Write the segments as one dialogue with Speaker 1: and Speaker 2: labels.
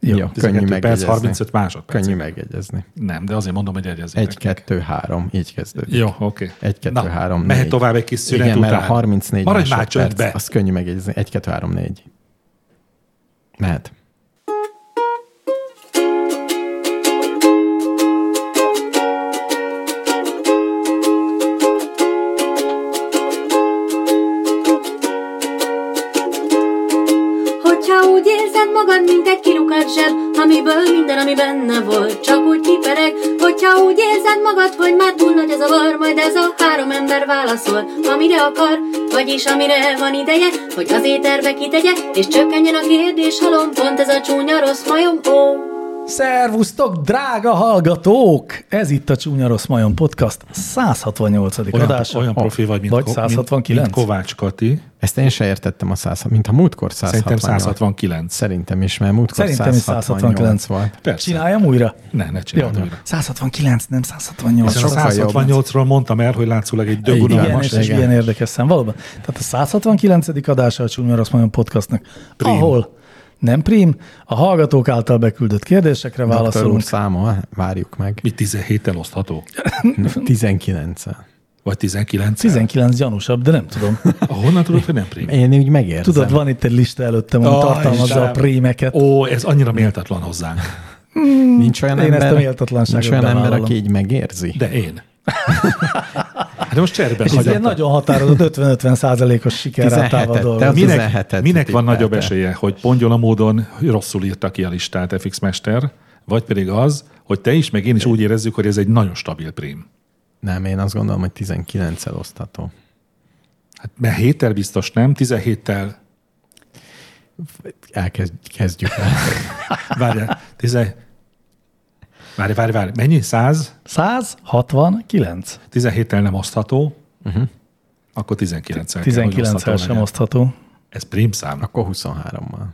Speaker 1: Jó, Jó könnyű
Speaker 2: perc,
Speaker 1: megegyezni.
Speaker 2: 35 másodperc.
Speaker 1: Könnyű megegyezni.
Speaker 2: Nem, de azért mondom, hogy egyezzétek.
Speaker 1: Egy, kettő, három, így kezdődik.
Speaker 2: Jó, oké.
Speaker 1: Egy, kettő,
Speaker 2: Na,
Speaker 1: három,
Speaker 2: mehet
Speaker 1: négy.
Speaker 2: tovább egy kis szünet
Speaker 1: Igen,
Speaker 2: után.
Speaker 1: mert a 34
Speaker 2: Maradj már
Speaker 1: másodperc,
Speaker 2: csöndbe!
Speaker 1: az könnyű megjegyezni. 1, 2, 3, 4. Mehet.
Speaker 3: Hogyha úgy érzed magad, mint egy kilukat zseb, amiből minden, ami benne volt, csak úgy kipereg. Hogyha úgy érzed magad, hogy már túl nagy ez a var, majd ez a három ember válaszol, amire akar, vagyis amire van ideje, hogy az éterbe kitegye, és csökkenjen a kérdés halom, pont ez a csúnya rossz majom, ó.
Speaker 4: Szervusztok, drága hallgatók! Ez itt a Csúnya Rossz Majom Podcast 168.
Speaker 2: Olyan,
Speaker 4: adása.
Speaker 2: olyan profi vagy, mint,
Speaker 4: Vagy
Speaker 2: Ko- mint-
Speaker 4: 169.
Speaker 2: mint Kovács Kati.
Speaker 1: Ezt én se értettem a 100, mint a múltkor 168.
Speaker 2: Szerintem 169.
Speaker 1: Szerintem is, mert múltkor
Speaker 4: Szerintem is
Speaker 1: 168
Speaker 4: 169
Speaker 1: volt.
Speaker 2: Persze.
Speaker 4: Csináljam újra?
Speaker 2: Ne, ne csináld
Speaker 4: Jó.
Speaker 2: újra.
Speaker 4: 169, nem 168.
Speaker 2: Hiszen a
Speaker 1: sokkal jobb.
Speaker 2: 168-ról mondtam el, hogy látszólag egy
Speaker 4: Igen,
Speaker 2: dögunalmas.
Speaker 4: és és
Speaker 1: igen.
Speaker 4: ilyen érdekes szám, valóban. Tehát a 169. adása a Csúnya Rossz Majom Podcastnak,
Speaker 2: Prím.
Speaker 4: ahol nem prim, a hallgatók által beküldött kérdésekre
Speaker 1: Doktor úr
Speaker 4: válaszolunk.
Speaker 1: száma, várjuk meg.
Speaker 2: Mi 17 elosztható?
Speaker 1: 19 -el.
Speaker 2: Vagy 19
Speaker 4: 19 gyanúsabb, de nem tudom.
Speaker 2: Honnan tudod, hogy nem prim?
Speaker 1: Én úgy megérzem.
Speaker 4: Tudod, van itt egy lista előttem, ami
Speaker 2: Ó,
Speaker 4: tartalmazza
Speaker 2: Istenem.
Speaker 4: a prímeket.
Speaker 2: Ó, ez annyira méltatlan hozzánk.
Speaker 1: nincs olyan
Speaker 4: Én ezt
Speaker 1: ember,
Speaker 4: a méltatlanságot
Speaker 1: nincs olyan ember,
Speaker 4: bevállalom.
Speaker 1: aki így megérzi.
Speaker 2: De én. Hát most cserben
Speaker 4: És egy ilyen
Speaker 2: hagyom.
Speaker 4: nagyon határozott 50-50 százalékos sikerrátával
Speaker 1: 17-et,
Speaker 4: dolgozik.
Speaker 1: te-
Speaker 2: Minek,
Speaker 1: 17-et
Speaker 2: minek van
Speaker 1: tippelte.
Speaker 2: nagyobb esélye, hogy pongyola módon rosszul írta ki a listát FX Mester, vagy pedig az, hogy te is, meg én is úgy érezzük, hogy ez egy nagyon stabil prím.
Speaker 1: Nem, én azt gondolom, hogy 19 elosztató.
Speaker 2: Hát mert héttel biztos nem, 17-tel,
Speaker 1: Elkezdjük el.
Speaker 2: várjál, 10, várj, várj, várj, mennyi? 100?
Speaker 4: 169.
Speaker 2: 17-tel nem osztható, uh-huh. akkor 19-tel kell, hogy
Speaker 4: 19-el
Speaker 2: osztható
Speaker 4: sem
Speaker 2: legyen.
Speaker 4: osztható.
Speaker 2: Ez prím szám.
Speaker 1: Akkor 23-mal.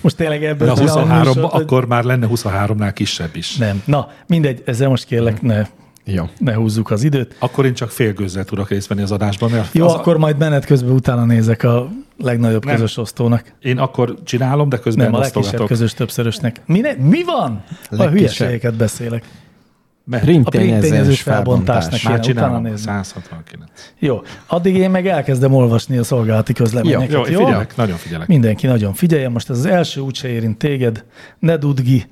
Speaker 4: Most tényleg ebből
Speaker 2: De a
Speaker 4: csinálom
Speaker 2: 23
Speaker 4: műsort, hogy-
Speaker 2: akkor már lenne 23-nál kisebb is.
Speaker 4: Nem. Na, mindegy, ezzel most kérlek, ne,
Speaker 1: Jó.
Speaker 4: ne húzzuk az időt.
Speaker 2: Akkor én csak félgőzzel tudok részt venni az adásban, mert
Speaker 4: Jó,
Speaker 2: az
Speaker 4: az akkor majd menet közben utána nézek a legnagyobb
Speaker 2: Nem.
Speaker 4: közös osztónak.
Speaker 2: én akkor csinálom, de közben
Speaker 4: Nem, a legkisebb
Speaker 2: osztogatok.
Speaker 4: közös többszörösnek. Mi, ne, mi van? A
Speaker 1: Legkisebb.
Speaker 4: hülyeségeket beszélek.
Speaker 2: Mert
Speaker 1: Print
Speaker 4: A printényezős
Speaker 1: tényezős
Speaker 4: felbontásnak
Speaker 1: felbontás.
Speaker 2: Már
Speaker 4: kéne utána
Speaker 2: csinálom,
Speaker 4: nézni.
Speaker 2: 169.
Speaker 4: Jó, addig én meg elkezdem olvasni a szolgálati közleményeket.
Speaker 2: Jó, én figyelek, nagyon figyelek.
Speaker 4: Mindenki nagyon figyeljen, most ez az első úgyse érint téged, ne dudgi,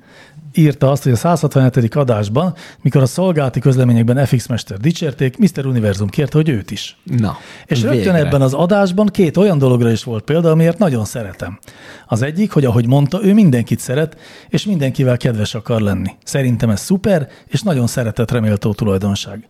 Speaker 4: írta azt, hogy a 167. adásban, mikor a szolgálati közleményekben FX Mester dicsérték, Mr. Univerzum kérte, hogy őt is.
Speaker 1: Na,
Speaker 4: És Végre. rögtön ebben az adásban két olyan dologra is volt példa, amiért nagyon szeretem. Az egyik, hogy ahogy mondta, ő mindenkit szeret, és mindenkivel kedves akar lenni. Szerintem ez szuper, és nagyon szeretetre méltó tulajdonság.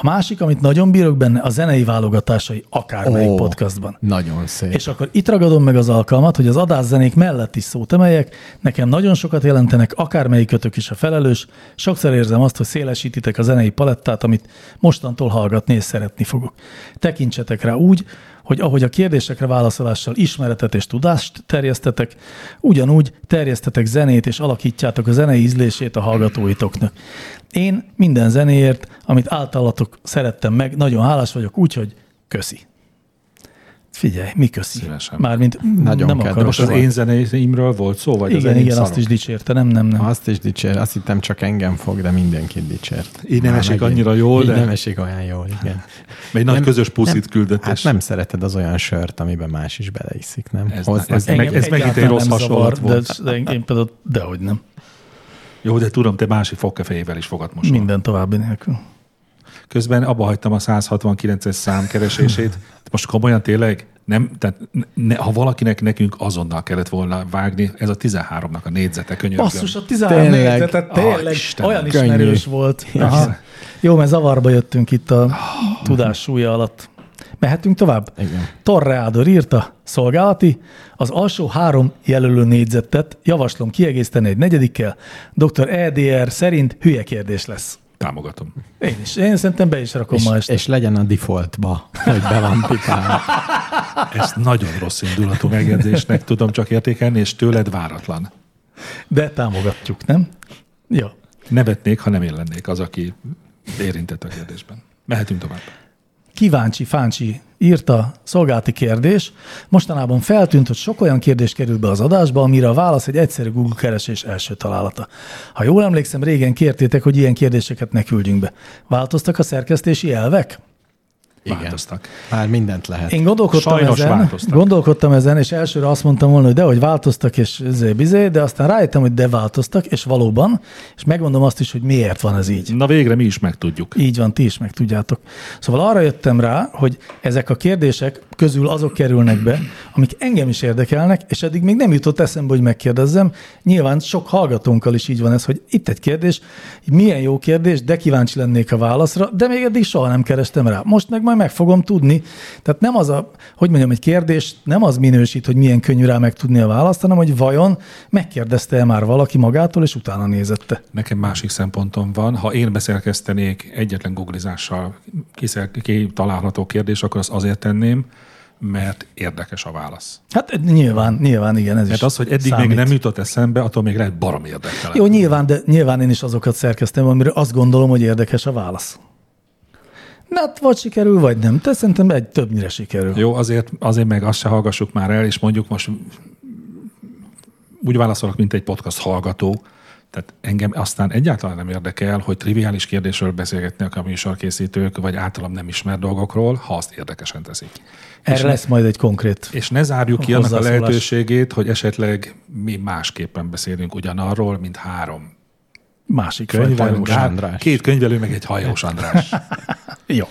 Speaker 4: A másik, amit nagyon bírok benne, a zenei válogatásai akármelyik
Speaker 1: Ó.
Speaker 4: podcastban.
Speaker 1: Nagyon szép.
Speaker 4: És akkor itt ragadom meg az alkalmat, hogy az adászenék mellett is szót emeljek, nekem nagyon sokat jelentenek, akármelyikötök is a felelős, sokszor érzem azt, hogy szélesítitek a zenei palettát, amit mostantól hallgatni és szeretni fogok. Tekintsetek rá úgy, hogy ahogy a kérdésekre válaszolással ismeretet és tudást terjesztetek, ugyanúgy terjesztetek zenét és alakítjátok a zenei ízlését a hallgatóitoknak. Én minden zenéért, amit általatok szerettem meg, nagyon hálás vagyok, úgyhogy köszi. Figyelj, mi köszi?
Speaker 2: Szívesen.
Speaker 4: Mármint
Speaker 1: Nagyon
Speaker 4: Nagyon nem
Speaker 1: kedves.
Speaker 4: akarok.
Speaker 2: Most az
Speaker 1: Volt.
Speaker 2: én zenéimről volt szó, vagy az
Speaker 4: Igen,
Speaker 2: én
Speaker 4: igen,
Speaker 2: szarok?
Speaker 4: azt is dicsérte, nem, nem,
Speaker 2: Ah,
Speaker 4: nem.
Speaker 1: Azt is dicsér, azt hittem csak engem fog, de mindenkit dicsért.
Speaker 2: Így nem
Speaker 1: Már
Speaker 2: esik annyira jól,
Speaker 1: így
Speaker 2: de-
Speaker 1: nem esik olyan jól, igen.
Speaker 2: Mert egy nagy közös puszit küldött,
Speaker 1: Hát
Speaker 2: és-
Speaker 1: nem szereted az olyan sört, amiben más is beleiszik, nem?
Speaker 2: Ez-
Speaker 1: Hozzá-
Speaker 2: ez- meg-
Speaker 4: Engem
Speaker 2: megint egy
Speaker 4: egyáltalán
Speaker 2: rossz
Speaker 4: nem
Speaker 2: hasonlat
Speaker 4: zavar,
Speaker 2: volt.
Speaker 4: De, de én például dehogy nem.
Speaker 2: Jó, de tudom, te másik fogkefejével is fogad most.
Speaker 4: Minden további nélkül.
Speaker 2: Közben abba hagytam a 169-es szám keresését. Most komolyan tényleg, nem, tehát ne, ha valakinek nekünk azonnal kellett volna vágni, ez a 13-nak a négyzete könyörgöm.
Speaker 4: Basszus, a 13
Speaker 1: Tényleg.
Speaker 4: négyzetet
Speaker 2: Ah,
Speaker 4: tényleg
Speaker 2: Istenem,
Speaker 4: olyan
Speaker 1: könnyű.
Speaker 4: ismerős volt. Aha. Jó, mert zavarba jöttünk itt
Speaker 2: Ah.
Speaker 4: a tudás súlya alatt. Mehetünk tovább?
Speaker 1: Igen.
Speaker 4: Torre Ádor írta, szolgálati, az alsó három jelölő négyzetet javaslom kiegészíteni egy negyedikkel. Dr. EDR szerint hülye kérdés lesz.
Speaker 2: Támogatom.
Speaker 4: Én is. Én szerintem be is rakom ma
Speaker 1: és,
Speaker 4: este.
Speaker 1: és legyen a defaultba, hogy be van pipálva.
Speaker 2: Ezt nagyon rossz indulatú megjegyzésnek tudom csak értékelni, és tőled váratlan.
Speaker 4: De támogatjuk, nem? Jó.
Speaker 2: Nevetnék, ha nem én lennék az, aki érintett a kérdésben. Mehetünk tovább.
Speaker 4: kíváncsi, fáncsi írta szolgálati kérdés. Mostanában feltűnt, hogy sok olyan kérdés kerül be az adásba, amire a válasz egy egyszerű Google keresés első találata. Ha jól emlékszem, régen kértétek, hogy ilyen kérdéseket ne küldjünk be. Változtak a szerkesztési elvek?
Speaker 1: Igen.
Speaker 2: Változtak.
Speaker 1: Már mindent lehet.
Speaker 4: Én gondolkodtam
Speaker 2: Sajnos
Speaker 4: ezen,
Speaker 2: változtak.
Speaker 4: gondolkodtam ezen, és elsőre azt mondtam volna, hogy dehogy változtak, és zé, bizé, de aztán rájöttem, hogy de változtak, és valóban, és megmondom azt is, hogy miért van ez így.
Speaker 2: Na végre mi is megtudjuk.
Speaker 4: Így van, ti is meg tudjátok. Szóval arra jöttem rá, hogy ezek a kérdések közül azok kerülnek be, amik engem is érdekelnek, és eddig még nem jutott eszembe, hogy megkérdezzem. Nyilván sok hallgatónkkal is így van ez, hogy itt egy kérdés, milyen jó kérdés, de kíváncsi lennék a válaszra, de még eddig soha nem kerestem rá. Most meg majd meg fogom tudni. Tehát nem az a, hogy mondjam, egy kérdés nem az minősít, hogy milyen könnyű rá megtudni a választ, hanem hogy vajon megkérdezte-e már valaki magától, és utána nézette.
Speaker 2: Nekem másik szempontom van, ha én beszerkesztenék egyetlen googlizással kiszer- ki található kérdés, akkor azt azért tenném, mert érdekes a válasz.
Speaker 4: Hát nyilván, nyilván igen, ez
Speaker 2: Tehát
Speaker 4: is
Speaker 2: Hát az, hogy eddig
Speaker 4: számít.
Speaker 2: még nem jutott eszembe, attól még lehet barom érdekel.
Speaker 4: Jó, nyilván, de nyilván én is azokat szerkesztem, amire azt gondolom, hogy érdekes a válasz. Na, hát vagy sikerül, vagy nem. Te szerintem egy többnyire sikerül.
Speaker 2: Jó, azért, azért meg azt se hallgassuk már el, és mondjuk most úgy válaszolok, mint egy podcast hallgató, tehát engem aztán egyáltalán nem érdekel, hogy triviális kérdésről beszélgetnek a műsorkészítők, vagy általam nem ismert dolgokról, ha azt érdekesen teszik.
Speaker 4: Erre lesz majd egy konkrét.
Speaker 2: És ne zárjuk ki
Speaker 4: A
Speaker 2: annak a
Speaker 4: hozzászólás.
Speaker 2: lehetőségét, hogy esetleg mi másképpen beszélünk ugyanarról, mint három
Speaker 4: Másik fajta.
Speaker 2: könyvelő.
Speaker 1: hajós András.
Speaker 2: Két könyvelő, meg egy hajós András.
Speaker 4: Jó.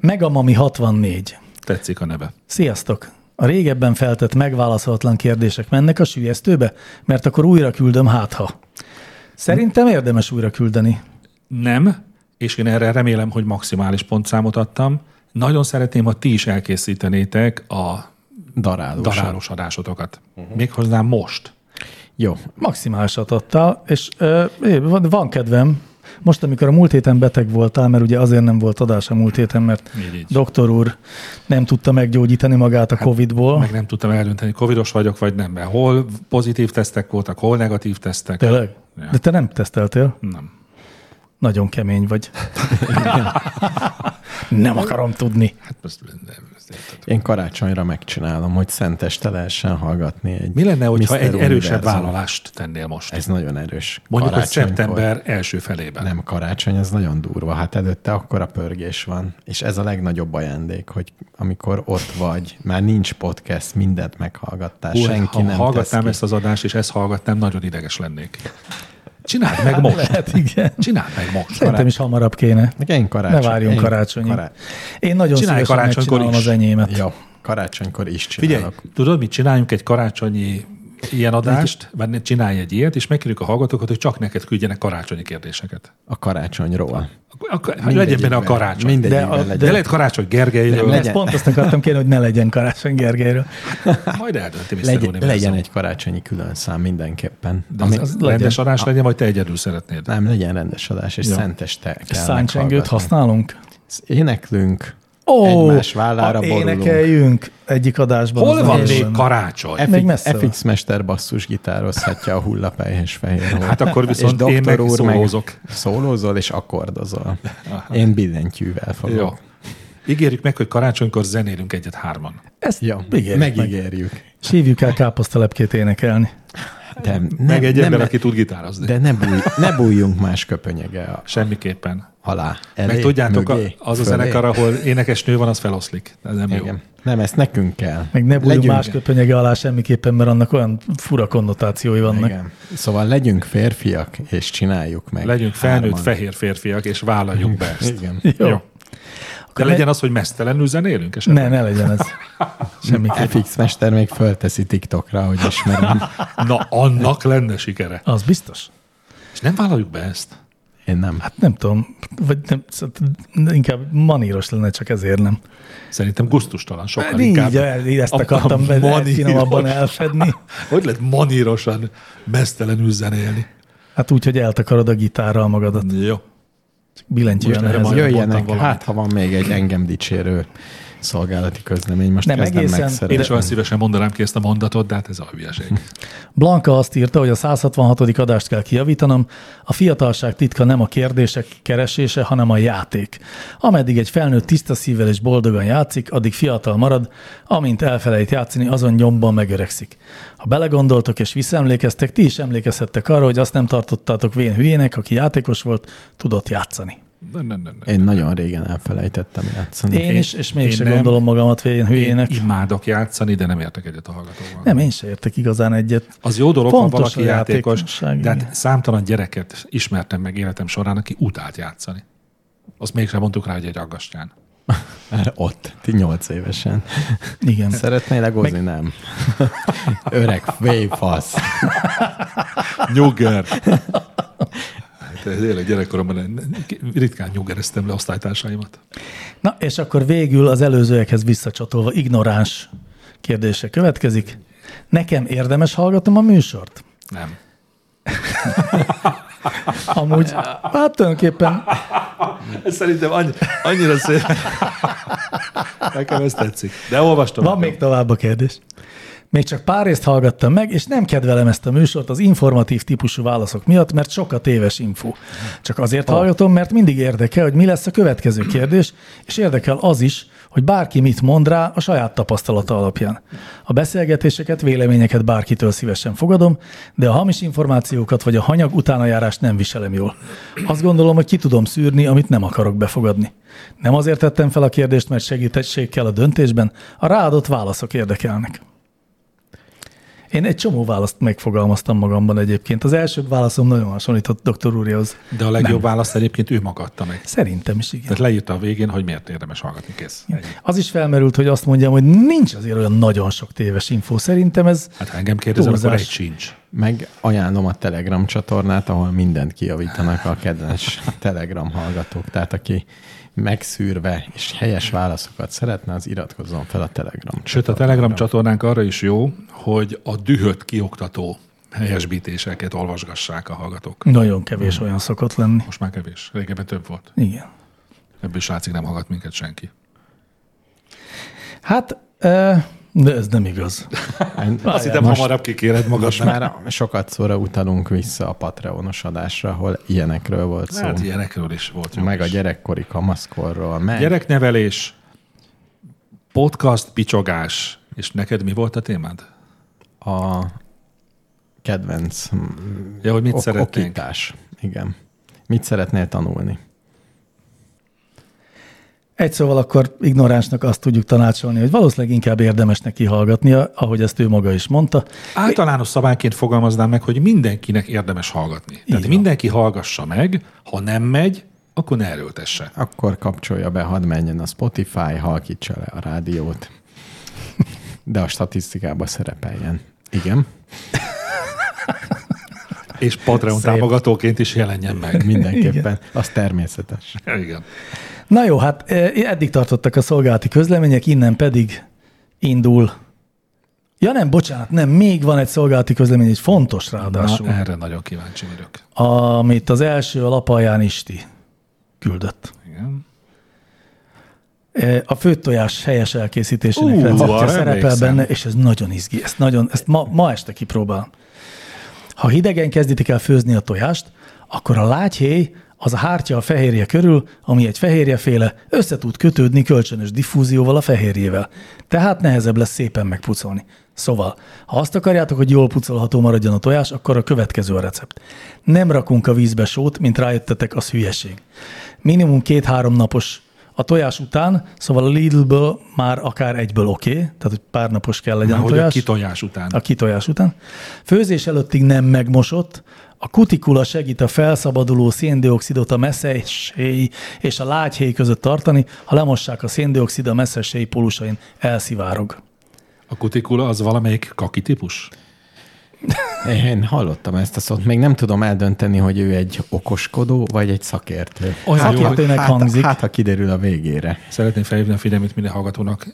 Speaker 4: Megamami 64.
Speaker 2: Tetszik a neve.
Speaker 4: Sziasztok! A régebben feltett megválaszolatlan kérdések mennek a sülyeztőbe, mert akkor újra küldöm hátha. Szerintem érdemes újra küldeni.
Speaker 2: Nem, és én erre remélem, hogy maximális pontszámot adtam. Nagyon szeretném, ha ti is elkészítenétek a
Speaker 1: Darálós.
Speaker 2: darálós adásotokat. Uh-huh. Méghozzá most.
Speaker 1: Jó.
Speaker 4: Maximálisat adtál, és ö, é, van, van kedvem. Most, amikor a múlt héten beteg voltál, mert ugye azért nem volt adás a múlt héten, mert
Speaker 2: Így, így.
Speaker 4: doktor úr nem tudta meggyógyítani magát a Covid-ból.
Speaker 2: Meg nem tudtam eldönteni, covidos vagyok, vagy nem, mert hol pozitív tesztek voltak, hol negatív tesztek.
Speaker 4: Tényleg?
Speaker 2: Ja.
Speaker 4: De te nem teszteltél?
Speaker 2: Nem.
Speaker 4: Nagyon kemény vagy. nem akarom tudni.
Speaker 2: Hát ezt, nem, ezt
Speaker 1: Én karácsonyra megcsinálom, hogy szenteste lehessen hallgatni egy
Speaker 2: Mi lenne, hogyha
Speaker 1: Mr.
Speaker 2: egy erősebb
Speaker 1: Univerzum.
Speaker 2: vállalást tennél most?
Speaker 1: Ez nagyon erős.
Speaker 2: Mondjuk, hogy
Speaker 1: Karácsonykor.
Speaker 2: szeptember első felében.
Speaker 1: Nem karácsony, ez nagyon durva. Hát előtte akkora pörgés van. És ez a legnagyobb ajándék, hogy amikor ott vagy, már nincs podcast, mindent meghallgattál,
Speaker 2: Hú, hát
Speaker 1: senki
Speaker 2: ha
Speaker 1: nem
Speaker 2: hallgatnám
Speaker 1: tesz
Speaker 2: ezt az adást, és ezt hallgatnám, nagyon ideges lennék. Csináld meg most!
Speaker 4: Lehet, igen.
Speaker 2: Csináld meg most!
Speaker 4: Szerintem is hamarabb kéne.
Speaker 1: ki. Én karácsony.
Speaker 4: Ne várjunk
Speaker 1: én
Speaker 4: karácsonyig.
Speaker 1: kará-
Speaker 4: Én nagyon
Speaker 2: Csinálj
Speaker 4: szívesen
Speaker 2: karácsonykor
Speaker 4: megcsinálom
Speaker 2: is.
Speaker 4: az enyémet.
Speaker 1: Jó, karácsonykor is
Speaker 2: Figyelj,
Speaker 1: csinálok.
Speaker 2: tudod, mit csináljunk egy karácsonyi ilyen adást, vagy ne- csinálj egy ilyet, és megkérjük a hallgatókat, hogy csak neked küldjenek karácsonyi kérdéseket.
Speaker 1: A karácsonyról.
Speaker 2: Ak- ak- hát legyen benne a karácsony.
Speaker 1: Mindegy,
Speaker 4: De a-
Speaker 1: de,
Speaker 2: De
Speaker 1: legyen.
Speaker 2: lehet karácsony Gergelyről,
Speaker 1: Le-
Speaker 4: Ezt
Speaker 1: legyen.
Speaker 4: pont azt akartam kérni, hogy ne legyen Karácsony Gergelyről.
Speaker 2: Hát majd eldönti Mr.
Speaker 1: legyen,
Speaker 2: Univerzum.
Speaker 1: legyen egy karácsonyi külön szám mindenképpen.
Speaker 2: De az, az rendes
Speaker 4: legyen.
Speaker 2: adás legyen, vagy te egyedül szeretnéd.
Speaker 1: Nem, legyen rendes adás, és
Speaker 2: Ja.
Speaker 1: ja. szenteste kell
Speaker 4: Száncsengőt
Speaker 1: meghallgatni.
Speaker 4: használunk?
Speaker 1: Éneklünk,
Speaker 4: Ó,
Speaker 1: egymás vállára
Speaker 4: ha
Speaker 1: borulunk.
Speaker 4: énekeljünk egyik adásban. az
Speaker 2: Hol van
Speaker 4: nagyon
Speaker 2: még
Speaker 4: lenne.
Speaker 2: karácsony?
Speaker 4: Még messze van.
Speaker 1: FX mester basszus gitározhatja a hullapej és fehér hol.
Speaker 2: Hát akkor viszont én meg szólózok.
Speaker 1: szólózol és akkordozol. Én billentyűvel fogok.
Speaker 2: Jó. Ígérjük meg, hogy karácsonykor zenélünk egyet hárman.
Speaker 4: Ezt
Speaker 1: Jó,
Speaker 4: ígérjük meg.
Speaker 1: megígérjük.
Speaker 4: És hívjuk el káposztalepkét énekelni.
Speaker 1: De, nem,
Speaker 2: Meg egy ember,
Speaker 1: nem,
Speaker 2: aki tud gitározni.
Speaker 1: De ne, búj, ne bújjunk más köpönyege a-
Speaker 2: Semmiképpen.
Speaker 1: alá.
Speaker 2: Elé,
Speaker 1: Elé,
Speaker 2: meg tudjátok,
Speaker 1: mögé,
Speaker 2: mögé, az a
Speaker 1: fölé.
Speaker 2: zenekar, ahol énekesnő van, az feloszlik. Ez nem jó.
Speaker 1: Igen. Nem, ezt nekünk kell.
Speaker 4: Meg ne bújjunk
Speaker 1: Legyünk-
Speaker 4: más köpönyege alá semmiképpen, mert annak olyan fura konnotációi vannak.
Speaker 1: Igen. Szóval legyünk férfiak, és csináljuk meg.
Speaker 2: Legyünk felnőtt
Speaker 1: Hárman.
Speaker 2: fehér férfiak, és vállaljuk be ezt.
Speaker 1: Igen.
Speaker 4: Jó.
Speaker 2: Jó. De
Speaker 4: le-
Speaker 2: legyen az, hogy mesztelenül zenélünk esetleg.
Speaker 4: Ne, ne legyen ez. Semmiképpen.
Speaker 1: FX mester még fölteszi TikTokra, hogy ismerem.
Speaker 2: Na, annak lenne sikere.
Speaker 4: Az biztos.
Speaker 2: És nem vállaljuk be ezt.
Speaker 1: Én nem. Hát
Speaker 4: Nem tudom, vagy nem, szóval inkább maníros lenne, csak ezért nem.
Speaker 2: Szerintem gusztustalan sokkal
Speaker 4: Hát Így,
Speaker 2: inkább.
Speaker 4: el- így ezt
Speaker 2: A- a
Speaker 4: akartam be-
Speaker 2: maníros.
Speaker 4: finomabban elfedni.
Speaker 2: Hogy lehet manírosan, mesztelenül zenélni?
Speaker 4: Hát úgy, hogy eltakarod a gitárral magadat.
Speaker 2: Jó.
Speaker 4: Csak billentyűen
Speaker 2: Most erre
Speaker 4: nehezebb.
Speaker 2: majd-
Speaker 1: jöjjenek,
Speaker 2: mondtam valamit.
Speaker 1: hát ha van még egy engem dicsérő szolgálati közlemény. Most
Speaker 4: Nem,
Speaker 1: nem kezdem
Speaker 4: egészen-
Speaker 2: Én
Speaker 1: megszeretni.
Speaker 2: is olyan szívesen mondanám ki ezt a mondatot, de hát ez a hülyeség.
Speaker 4: Blanka azt írta, hogy a 166. adást kell kijavítanom. A fiatalság titka nem a kérdések keresése, hanem a játék. Ameddig egy felnőtt tiszta szívvel és boldogan játszik, addig fiatal marad, amint elfelejt játszani, azon nyomban megöregszik. Ha belegondoltok és visszaemlékeztek, ti is emlékezhettek arra, hogy azt nem tartottátok vén hülyének, aki játékos volt, tudott játszani.
Speaker 2: Nem, nem, nem. nem.
Speaker 1: Én nagyon régen elfelejtettem játszani.
Speaker 4: Én, én is, és mégsem
Speaker 2: nem.
Speaker 4: gondolom magamat vén hülyének.
Speaker 2: Én imádok játszani, de nem értek egyet a hallgatóval.
Speaker 4: Nem, én se értek igazán egyet.
Speaker 2: Az jó dolog,
Speaker 4: Fontos
Speaker 2: ha valaki
Speaker 4: a
Speaker 2: játékos,
Speaker 4: játékosság,
Speaker 2: de
Speaker 4: igen.
Speaker 2: hát számtalan gyereket ismertem meg életem során, aki utált játszani. Azt mégsem mondtuk rá, hogy egy aggastyán.
Speaker 1: Már ott, ti nyolc évesen.
Speaker 4: Igen.
Speaker 1: Szeretnél legózni? Meg... Nem. Öreg, fasz.
Speaker 2: Nyugger! Hát, tényleg gyerekkoromban ritkán nyuggereztem le osztálytársaimat.
Speaker 4: Na, és akkor végül az előzőekhez visszacsatolva ignoráns kérdése következik. Nekem érdemes hallgatom a műsort?
Speaker 2: Nem.
Speaker 4: Amúgy, hát tulajdonképpen
Speaker 2: Ez szerintem annyi, annyira szép. Nekem ez tetszik. De olvastam.
Speaker 4: van még tovább a kérdés. Még csak pár részt hallgattam meg, és nem kedvelem ezt a műsort az informatív típusú válaszok miatt, mert sok a téves info. Csak azért hallgatom, mert mindig érdekel, hogy mi lesz a következő kérdés, és érdekel az is, hogy bárki mit mond rá a saját tapasztalata alapján. A beszélgetéseket, véleményeket bárkitől szívesen fogadom, de a hamis információkat vagy a hanyag utánajárást nem viselem jól. Azt gondolom, hogy ki tudom szűrni, amit nem akarok befogadni. Nem azért tettem fel a kérdést, mert segítség kell a döntésben, a ráadott válaszok érdekelnek. Én egy csomó választ megfogalmaztam magamban egyébként. Az első válaszom nagyon hasonlított doktor úrjához.
Speaker 2: De a legjobb választ egyébként ő maga adta meg.
Speaker 4: Szerintem is igen.
Speaker 2: Tehát leírta a végén, hogy miért érdemes hallgatni, kész. Ennyi.
Speaker 4: Az is felmerült, hogy azt mondjam, hogy nincs azért olyan nagyon sok téves info. Szerintem ez
Speaker 2: Hát ha engem kérdezel, akkor
Speaker 4: Túlzás.
Speaker 2: egy sincs.
Speaker 1: Meg ajánlom a Telegram csatornát, ahol mindent kijavítanak a kedves Telegram hallgatók. Tehát aki megszűrve és helyes válaszokat szeretne, az iratkozzon fel a Telegram
Speaker 2: Sőt, a Telegram csatornánk arra is jó, hogy a dühöt kioktató helyesbítéseket olvasgassák a hallgatók.
Speaker 4: nagyon kevés olyan szokott lenni.
Speaker 2: Most már kevés. Régebben több volt.
Speaker 4: Igen.
Speaker 2: Ebből srácig nem hallgat minket senki.
Speaker 4: Hát, eh, de ez nem igaz.
Speaker 2: Azt hittem,
Speaker 1: most-
Speaker 2: hamarabb kikéred
Speaker 1: Most
Speaker 2: magasra.
Speaker 1: már sokat szóra utalunk vissza a Patreonos adásra, ahol ilyenekről volt szó.
Speaker 2: Hát ilyenekről is volt. jó
Speaker 1: meg a
Speaker 2: is.
Speaker 1: gyerekkori kamaszkorról, meg
Speaker 2: Gyereknevelés, podcast picsogás, és neked mi volt a témád?
Speaker 1: a kedvenc mm,
Speaker 2: Ja, hogy mit
Speaker 1: ok-
Speaker 2: szeretnénk?
Speaker 1: okítás. Igen. Mit szeretnél tanulni?
Speaker 4: Egy szóval akkor ignoránsnak azt tudjuk tanácsolni, hogy valószínűleg inkább érdemes neki hallgatnia, ahogy ezt ő maga is mondta.
Speaker 2: Általános szabályként fogalmaznám meg, hogy mindenkinek érdemes hallgatni. Így Tehát
Speaker 4: van.
Speaker 2: mindenki hallgassa meg, ha nem megy, akkor ne erőltesse.
Speaker 1: Akkor kapcsolja be, hadd menjen a Spotify, halkítsa le a rádiót, de a statisztikába szerepeljen. Igen,
Speaker 2: És Patreon
Speaker 4: Szép.
Speaker 2: támogatóként is jelenjen meg.
Speaker 1: mindenképpen. Az természetes.
Speaker 2: Igen.
Speaker 4: Na jó, hát eh, eddig tartottak a szolgálati közlemények, innen pedig indul. Ja nem, bocsánat, nem, még van egy szolgálati közlemény, egy fontos
Speaker 2: Na,
Speaker 4: ráadásul,
Speaker 2: erre nagyon kíváncsi vagyok.
Speaker 4: amit az első a lapaján Isti küldött.
Speaker 2: Igen.
Speaker 4: Eh, A főtojás helyes elkészítésének
Speaker 2: Ú,
Speaker 4: uh, receptje
Speaker 2: arra
Speaker 4: szerepel
Speaker 2: emlékszem.
Speaker 4: benne, és ez nagyon izgi. Ezt, nagyon, ezt ma, ma este kipróbálom. Ha hidegen kezditek el főzni a tojást, akkor a lágyhéj az a hártya a fehérje körül, ami egy fehérjeféle, össze tud kötődni kölcsönös diffúzióval a fehérjével. Tehát nehezebb lesz szépen megpucolni. Szóval, ha azt akarjátok, hogy jól pucolható maradjon a tojás, akkor a következő a recept. Nem rakunk a vízbe sót, mint rájöttetek, az hülyeség. Minimum két-három napos a tojás után, szóval a Lidlből már akár egyből oké, okay, tehát hogy pár napos kell legyen
Speaker 2: Már
Speaker 4: a
Speaker 2: hogy a
Speaker 4: tojás.
Speaker 2: kitojás után.
Speaker 4: A kitojás után. Főzés előttig nem megmosott, a kutikula segít a felszabaduló széndiokszidot a messzesély és a lágyhéj között tartani, ha lemossák a széndiokszid a messzesély pólusain elszivárog.
Speaker 2: A kutikula az valamelyik kaki típus?
Speaker 1: Én hallottam ezt a szót. Még nem tudom eldönteni, hogy ő egy okoskodó, vagy egy szakértő.
Speaker 2: Olyan jó,
Speaker 4: Szakértőnek
Speaker 1: hát,
Speaker 4: hangzik.
Speaker 1: Hát, ha kiderül a végére.
Speaker 2: Szeretném felhívni a figyelmét minden hallgatónak.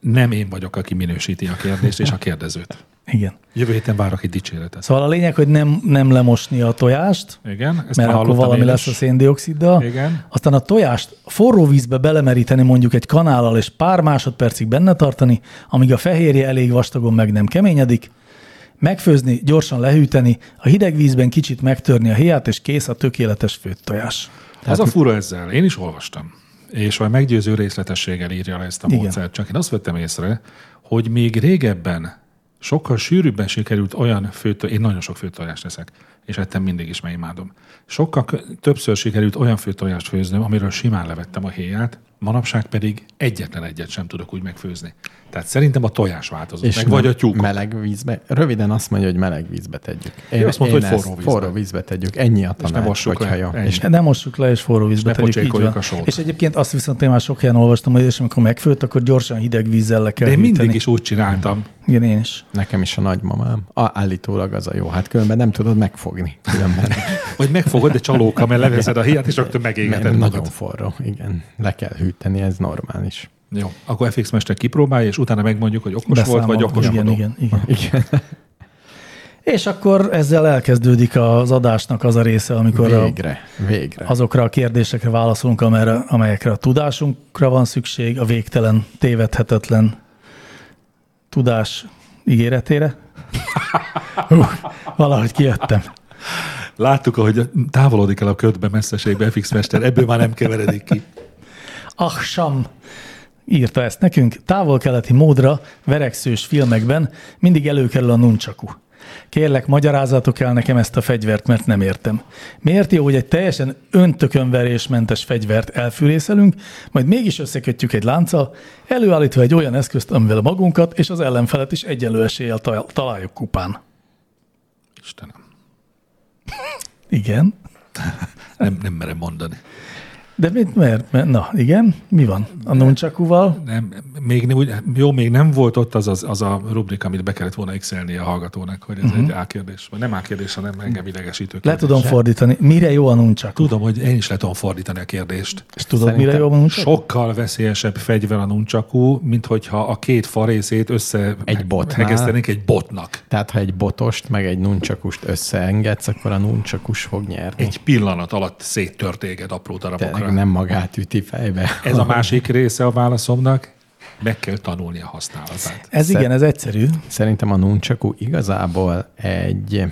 Speaker 2: nem én vagyok, aki minősíti a kérdést és a kérdezőt.
Speaker 4: Igen.
Speaker 2: Jövő héten várok egy dicséretet.
Speaker 4: Szóval a lényeg, hogy nem, nem lemosni a tojást,
Speaker 2: Igen, ezt
Speaker 4: mert
Speaker 2: már
Speaker 4: akkor
Speaker 2: hallottam
Speaker 4: valami
Speaker 2: én
Speaker 4: lesz a
Speaker 2: is.
Speaker 4: széndioksziddal.
Speaker 2: Igen.
Speaker 4: Aztán a tojást forró vízbe belemeríteni mondjuk egy kanállal, és pár másodpercig benne tartani, amíg a fehérje elég vastagon meg nem keményedik. Megfőzni, gyorsan lehűteni, a hideg vízben kicsit megtörni a héját, és kész a tökéletes főtt tojás.
Speaker 2: Az a fura ezzel, én is olvastam. És olyan meggyőző részletességgel írja le ezt a
Speaker 4: Igen.
Speaker 2: módszert. Csak én azt vettem észre, hogy még régebben sokkal sűrűbben sikerült olyan főtő, én nagyon sok főtojást teszek, és ettem mindig is, mert imádom. Sokkal kö- többször sikerült olyan főtojást főznöm, amiről simán levettem a héját, manapság pedig egyetlen egyet sem tudok úgy megfőzni. Tehát szerintem a tojás változott, és meg vagy a tyúk.
Speaker 1: Meleg vízbe. Röviden azt mondja, hogy meleg vízbe tegyük. Én,
Speaker 2: Ő azt mondta,
Speaker 1: én
Speaker 2: hogy
Speaker 1: ezt
Speaker 2: forró vízbe.
Speaker 1: Forró vízbe tegyük. Ennyi a
Speaker 2: ne
Speaker 1: tanács,
Speaker 2: mossuk
Speaker 1: hogyha
Speaker 2: le.
Speaker 1: jó.
Speaker 2: Ennyi.
Speaker 1: És
Speaker 4: Hát Nem mossuk le, és forró vízbe
Speaker 2: ne
Speaker 4: tegyük, így
Speaker 2: pocsékoljuk
Speaker 4: van.
Speaker 2: a sót.
Speaker 4: És egyébként azt viszont én már sok helyen olvastam, hogy és amikor megfőtt, akkor gyorsan hideg vízzel le kell
Speaker 2: De én mindig
Speaker 4: hűteni.
Speaker 2: is úgy csináltam.
Speaker 4: Igen, én is.
Speaker 1: nekem is a nagymamám. A, állítólag az a jó. Hát különben nem tudod megfogni. Különben
Speaker 2: Hogy megfogod, de csalóka, mert leveszed a héját, és rögtön megégeted
Speaker 1: Mert nagyon
Speaker 2: magad.
Speaker 1: forró. Igen. Le kell hűteni, ez normális.
Speaker 2: Jó, akkor FX Mester kipróbálja, és utána megmondjuk, hogy okos
Speaker 4: Beszámol-
Speaker 2: volt, vagy okoskodó.
Speaker 4: igen, igen, igen.
Speaker 1: Igen.
Speaker 4: És akkor ezzel elkezdődik az adásnak az a része, amikor a,
Speaker 1: Végre. Végre.
Speaker 4: azokra a kérdésekre válaszolunk, amelyre, amelyekre a tudásunkra van szükség, a végtelen, tévedhetetlen tudás ígéretére. Hú, valahogy kijöttem.
Speaker 2: Láttuk, ahogy távolodik el a ködbe messzeségbe FX Mester, ebből már nem keveredik ki.
Speaker 4: Ah, sam! írta ezt nekünk. Távol-keleti módra, verekszős filmekben mindig előkerül a nuncsaku. Kérlek, magyarázzatok el nekem ezt a fegyvert, mert nem értem. Miért jó, hogy egy teljesen öntökönverésmentes fegyvert elfűrészelünk, majd mégis összekötjük egy lánccal, előállítva egy olyan eszközt, amivel magunkat és az ellenfelet is egyenlő eséllyel ta- találjuk kupán.
Speaker 2: Istenem,
Speaker 4: Igen.
Speaker 2: nem, nem merem mondani.
Speaker 4: De mit, mert, mert, na, igen, mi van? A nuncsakuval?
Speaker 2: Nem, még, nem úgy, jó, még nem volt ott az, az, az a rubrika, amit be kellett volna x a hallgatónak, hogy ez uh-huh. egy ákérdés. Vagy nem ákérdés, hanem engem idegesítő
Speaker 4: Mhm. Le
Speaker 2: kérdés.
Speaker 4: tudom fordítani. Mire jó a nuncsaku?
Speaker 2: Tudom, hogy én is le tudom fordítani a kérdést.
Speaker 4: És tudod,
Speaker 1: Szerintem
Speaker 4: mire jó a nuncsaku?
Speaker 2: Sokkal veszélyesebb fegyver a nuncsakú, mint hogyha a két farészét össze
Speaker 1: Egy botnál.
Speaker 2: hegesztenénk egy botnak.
Speaker 1: Tehát, ha egy botost, meg egy nuncsakust összeengedsz, akkor a nuncsakus fog nyerni.
Speaker 2: Egy pillanat alatt széttört téged apró darabokra.
Speaker 1: Tényleg nem magát üti fejbe.
Speaker 2: Ez a másik része a válaszomnak, meg kell tanulni a használatát.
Speaker 4: Ez igen, ez egyszerű.
Speaker 1: Szerintem a nunchaku igazából egy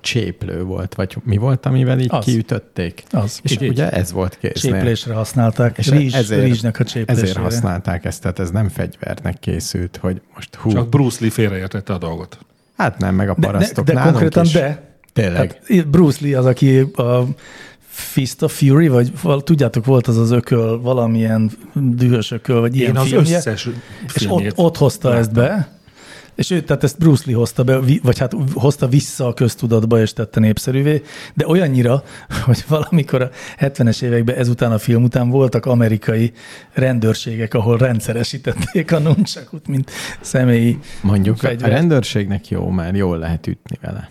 Speaker 1: cséplő volt, vagy mi volt, amivel így
Speaker 4: Az.
Speaker 1: az. kiütötték?
Speaker 4: Az.
Speaker 1: És
Speaker 4: Így, így.
Speaker 1: ugye ez volt kéznél.
Speaker 4: Cséplésre használták, és
Speaker 1: És
Speaker 4: rizs,
Speaker 1: ezért,
Speaker 4: rizsnek a cséplésére.
Speaker 1: ezért használták ezt, tehát ez nem fegyvernek készült, hogy most hú,
Speaker 2: Csak Bruce Lee félreértette a dolgot.
Speaker 1: hát nem, meg a
Speaker 4: De, de,
Speaker 1: parasztok
Speaker 4: de
Speaker 1: nálunk
Speaker 4: konkrétan
Speaker 1: is.
Speaker 4: de.
Speaker 1: Tényleg.
Speaker 4: Hát Bruce Lee az, aki a Fist of Fury, vagy val- tudjátok, volt az az ököl, valamilyen dühös ököl, vagy ilyen
Speaker 2: Én az
Speaker 4: filmje,
Speaker 2: összes
Speaker 4: és
Speaker 2: filmjét.
Speaker 4: ott, ott hozta
Speaker 2: láttam.
Speaker 4: ezt be, és ő, tehát ezt Bruce Lee hozta be, vi- vagy hát hozta vissza a köztudatba, és tette népszerűvé, de olyannyira, hogy valamikor a 70-es években ezután a film után voltak amerikai rendőrségek, ahol rendszeresítették a nuncsakut, mint személyi
Speaker 1: Mondjuk
Speaker 4: fegyvert.
Speaker 1: a rendőrségnek jó, mert jól lehet ütni vele.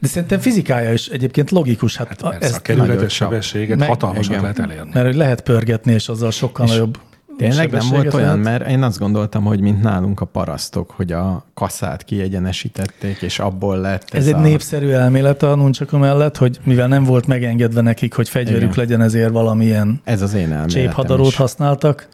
Speaker 4: De szerintem fizikája is egyébként logikus. Hát, hát
Speaker 2: Persze, a
Speaker 4: ezt,
Speaker 1: nagyon
Speaker 2: kerületes
Speaker 1: sok.
Speaker 2: sebességet
Speaker 4: Meg-
Speaker 2: hatalmasan
Speaker 1: igen.
Speaker 2: lehet elérni.
Speaker 4: mert hogy lehet pörgetni, és azzal sokkal és nagyobb
Speaker 1: Tényleg nem
Speaker 4: sebességet
Speaker 1: volt olyan,
Speaker 4: lehet.
Speaker 1: mert én azt gondoltam, hogy mint nálunk a parasztok, hogy a kaszát kiegyenesítették, és abból lett ez,
Speaker 4: Ez egy
Speaker 1: a...
Speaker 4: népszerű elmélet a nuncsaka mellett, hogy mivel nem volt megengedve nekik, hogy fegyverük
Speaker 1: Igen.
Speaker 4: legyen, ezért valamilyen
Speaker 1: Ez az én elméletem
Speaker 4: cséphadarót
Speaker 1: is.
Speaker 4: használtak,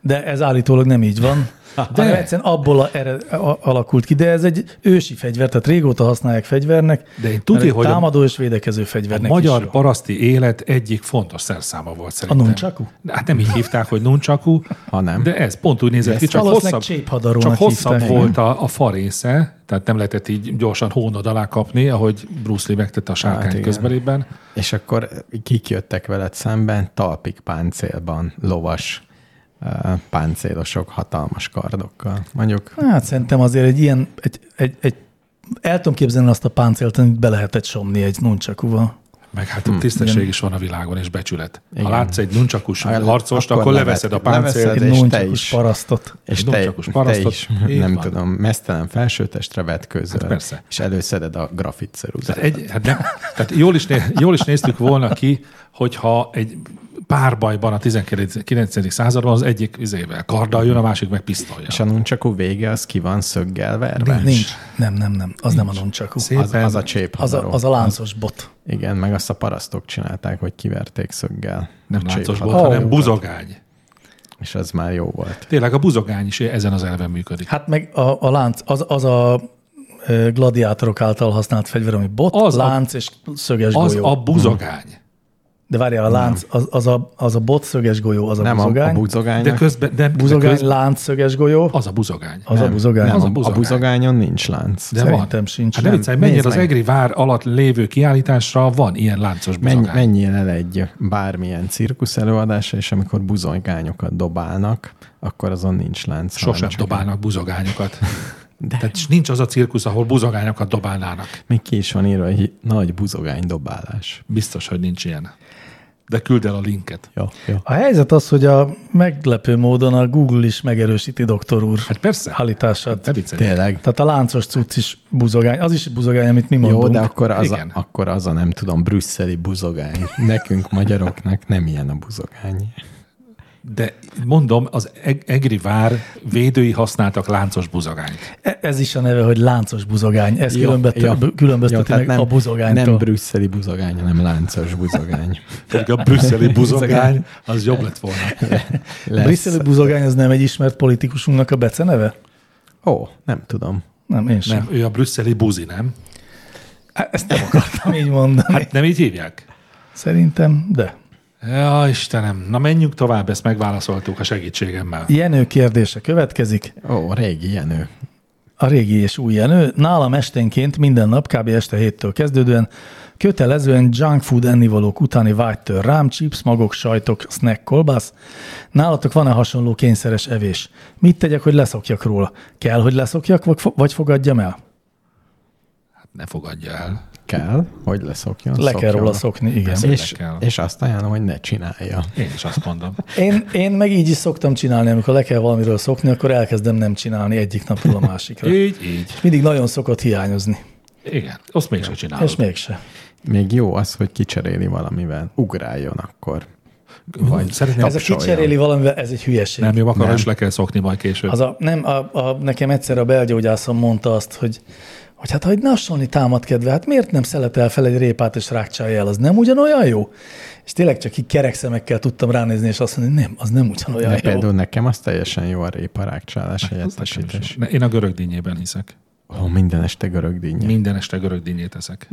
Speaker 4: de ez állítólag nem így van. De hanem egyszerűen abból a, ered, a, alakult ki, de ez egy ősi fegyver, tehát régóta használják fegyvernek.
Speaker 2: De én tudja,
Speaker 4: mert egy
Speaker 2: hogy a-
Speaker 4: támadó és védekező
Speaker 2: A
Speaker 4: fegyvernek is
Speaker 2: magyar
Speaker 4: jó.
Speaker 2: paraszti élet egyik fontos szerszáma volt
Speaker 4: A
Speaker 2: szerintem.
Speaker 4: nuncsakú?
Speaker 2: Hát nem így hívták, hogy nuncsakú,
Speaker 1: Hanem.
Speaker 2: de ez pont úgy nézett ki,
Speaker 4: ezt
Speaker 2: csak
Speaker 4: valószínűleg
Speaker 2: hosszabb,
Speaker 4: cséphadarónak
Speaker 2: csak hosszabb
Speaker 4: hívták.
Speaker 2: volt a, a fa része, tehát nem lehetett így gyorsan hónod alá kapni, ahogy Bruce Lee megtette a sárkány hát
Speaker 1: igen.
Speaker 2: közbelében.
Speaker 1: És akkor kik jöttek veled szemben? Talpik páncélban, lovas ö, páncélosok hatalmas kardokkal. Mondjuk
Speaker 4: Hát szerintem azért egy ilyen, egy, egy, egy el tudom képzelni azt a páncélt, amit be lehetett somni egy nuncsakúval.
Speaker 2: Meg hát hmm, tisztesség igen. is van a világon, és becsület. Igen. Ha
Speaker 1: Igen.
Speaker 2: látsz egy nuncsakus
Speaker 1: Ha-
Speaker 2: harcost, akkor,
Speaker 1: akkor
Speaker 2: akkor leveszed a
Speaker 1: nevet-
Speaker 2: páncélt.
Speaker 1: leveszed.
Speaker 4: Egy
Speaker 1: és te
Speaker 4: nunchakus
Speaker 1: is.
Speaker 4: parasztot.
Speaker 1: és te,
Speaker 2: Domcsakus
Speaker 1: te
Speaker 2: parasztot.
Speaker 1: is,
Speaker 2: Így
Speaker 1: nem
Speaker 2: van.
Speaker 1: tudom, mesztelen felsőtestre
Speaker 2: Hát
Speaker 1: vetkőzöl,
Speaker 2: persze.
Speaker 1: és előszeded a grafitceruzát.
Speaker 2: Tehát, egy, hát nem, tehát jól, is, né- jól is néztük volna ki, hogyha egy párbajban a 19. században az egyik izével karddal jön, a másik meg pisztolyjal.
Speaker 1: És a nuncsakú vége az ki van szöggel verve?
Speaker 4: Nincs. Nem, nem, nem. Az nem a nuncsakú.
Speaker 1: Az, az a csép
Speaker 4: Az a, az a láncos bot.
Speaker 1: Igen, meg azt a parasztok csinálták, hogy kiverték szöggel.
Speaker 2: Nem
Speaker 1: A
Speaker 2: láncos
Speaker 1: cséphadaró.
Speaker 2: volt, hanem buzogány.
Speaker 1: És az már jó volt.
Speaker 2: Tényleg a buzogány is ezen az elven működik.
Speaker 4: Hát meg a, a lánc, az, az a ö, gladiátorok által használt fegyver, ami bot,
Speaker 2: Az
Speaker 4: az
Speaker 2: a-
Speaker 4: lánc és szöges
Speaker 2: Az
Speaker 4: golyó.
Speaker 2: a buzogány.
Speaker 4: De várjál, a lánc, az, az, a, az a bot szöges golyó, az a
Speaker 1: Nem
Speaker 4: buzogány.
Speaker 1: a, a buzogány.
Speaker 2: De közben, de, de
Speaker 4: buzogány,
Speaker 2: közben
Speaker 4: lánc szöges golyó,
Speaker 2: az a buzogány.
Speaker 4: az a buzogány.
Speaker 1: Nem,
Speaker 4: Az
Speaker 1: az
Speaker 4: a
Speaker 1: a,
Speaker 2: buzogány.
Speaker 1: a buzogányon nincs lánc. Szóval
Speaker 2: De
Speaker 4: Szerintem
Speaker 2: van.
Speaker 4: sincs.
Speaker 2: Hát ne
Speaker 4: Nem.
Speaker 2: viccelj, mennyire
Speaker 1: Nézd
Speaker 2: az
Speaker 1: meg.
Speaker 2: Egri vár alatt lévő kiállításra van ilyen láncos
Speaker 1: Menj,
Speaker 2: buzogány.
Speaker 1: menjél el egy bármilyen cirkusz előadásra, és amikor buzogányokat dobálnak, akkor azon nincs lánc.
Speaker 2: Sosem
Speaker 1: hanem csak-
Speaker 2: dobálnak buzogányokat. De. Tehát nincs az a cirkusz, ahol buzogányokat dobálnának.
Speaker 1: Még ki is van írva egy nagy buzogány dobálás.
Speaker 2: Biztos, hogy nincs ilyen. De küld el a linket.
Speaker 1: Jó, jó.
Speaker 4: A helyzet az, hogy a meglepő módon a Google is megerősíti doktor úr
Speaker 2: Hát persze.
Speaker 4: halitását.
Speaker 2: Ne viccelj.
Speaker 1: Hát Tényleg.
Speaker 4: Tehát a láncos cucc is buzogány, az is buzogány, amit mi
Speaker 1: Jó,
Speaker 4: mondunk.
Speaker 1: de akkor az, a,
Speaker 2: Igen.
Speaker 1: akkor az a nem tudom, brüsszeli buzogány. Nekünk, magyaroknak nem ilyen a buzogány.
Speaker 2: De mondom, az Eg- Egri vár védői használtak láncos buzogányt.
Speaker 4: E- Ez is a neve, hogy láncos buzogány. Ez
Speaker 1: Jó,
Speaker 4: különböztet,
Speaker 1: jó. Jó,
Speaker 4: különbözteti
Speaker 1: tehát
Speaker 4: meg a buzogánytól.
Speaker 1: Nem brüsszeli buzogány, hanem láncos buzogány.
Speaker 2: Pedig a brüsszeli buzogány az jobb lett volna.
Speaker 1: Lesz.
Speaker 4: Brüsszeli buzogány az nem egy ismert politikusunknak a beceneve?
Speaker 1: Ó, nem tudom.
Speaker 4: Nem, én sem.
Speaker 2: Nem, ő a brüsszeli buzi, nem?
Speaker 4: Ezt nem akartam így mondani. Hát,
Speaker 2: Hát nem így hívják?
Speaker 4: Szerintem, de.
Speaker 2: Ja, Istenem, na menjünk tovább, ezt megválaszoltuk a segítségemmel.
Speaker 4: Jenő kérdése következik.
Speaker 1: Ó, régi Jenő.
Speaker 4: A régi és új Jenő. Nálam esténként minden nap, kb. este héttől kezdődően kötelezően junk food ennivalók utáni vágytör, rám, chips, magok, sajtok, snack, kolbász. Nálatok van-e hasonló kényszeres evés? Mit tegyek, hogy leszokjak róla? Kell, hogy leszokjak, vagy fo- vagy fogadjam el?
Speaker 2: Ne fogadja el.
Speaker 1: Kell, hogy leszokjon.
Speaker 4: Le kell
Speaker 1: szokjon.
Speaker 4: róla szokni, igen.
Speaker 2: Persze.
Speaker 1: És,
Speaker 2: Le kell.
Speaker 1: és azt ajánlom, hogy ne csinálja.
Speaker 2: Én is azt mondom.
Speaker 4: Én, én meg így is szoktam csinálni, amikor le kell valamiről szokni, akkor elkezdem nem csinálni egyik napról a másikra.
Speaker 2: Így, így.
Speaker 4: Mindig nagyon szokott hiányozni,
Speaker 2: Igen, azt mégsem
Speaker 4: Állod. és
Speaker 2: csinálod.
Speaker 4: mégse.
Speaker 1: Még jó az, hogy kicseréli valamivel. Ugráljon akkor.
Speaker 2: Vagy szeretném,
Speaker 4: Ez a kicseréli valamivel, ez egy hülyeség.
Speaker 2: nem jó, akkor is le kell szokni majd később.
Speaker 4: Az a, nem, a, a, nekem egyszer a belgyógyászom mondta azt, hogy, hogy hát ha egy nassolni támad kedve, hát miért nem szeletel fel egy répát és rákcsálja el, az nem ugyanolyan jó? És tényleg csak így kerek szemekkel tudtam ránézni, és azt mondani, nem, az nem ugyanolyan
Speaker 1: De
Speaker 4: jó. Hát,
Speaker 1: például nekem az teljesen jó a réparákcsálás
Speaker 2: Nekem is
Speaker 1: helyettesítés.
Speaker 2: jó. Ne, Én a görög dinnyében hiszek.
Speaker 1: Ó, minden este görög dinnye.
Speaker 2: Minden este görög dinnyét eszek.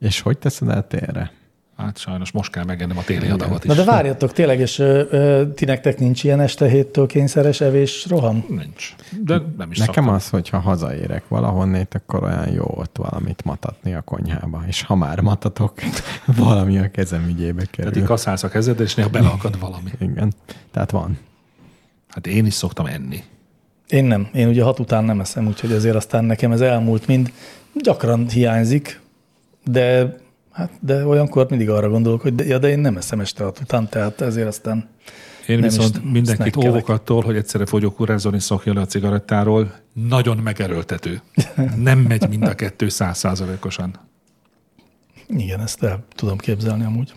Speaker 1: És hogy teszed el térre?
Speaker 2: Hát sajnos most kell megennem a téli adagot is.
Speaker 4: Na de várjatok tényleg, és ö, ö, ti nektek nincs ilyen este héttől kényszeres evés roham?
Speaker 2: Nincs. De nem is
Speaker 1: Nekem
Speaker 2: szoktam.
Speaker 1: az, hogyha hazaérek valahonnét, akkor olyan jó ott valamit matatni a konyhába. És ha már matatok, valami a kezem ügyébe
Speaker 2: Pedig
Speaker 1: kerül.
Speaker 2: kaszálsz a kezed, és néha beleakad valami.
Speaker 1: Igen. Tehát van.
Speaker 2: Hát én is szoktam enni.
Speaker 4: Én nem. Én ugye hat után nem eszem, úgyhogy azért aztán nekem ez elmúlt mind. Gyakran hiányzik, de hát de olyankor mindig arra gondolok, hogy de, ja, de én nem eszem este hat után, tehát ezért aztán
Speaker 2: Én
Speaker 4: Nem
Speaker 2: nem
Speaker 4: is
Speaker 2: viszont
Speaker 4: snack-
Speaker 2: mindenkit
Speaker 4: snackelek.
Speaker 2: óvok attól, hogy egyszerre fogyok urázoni szokja le a cigarettáról. Nagyon megerőltető. Nem megy mind a kettő százszázalékosan.
Speaker 4: igen, ezt el tudom képzelni amúgy.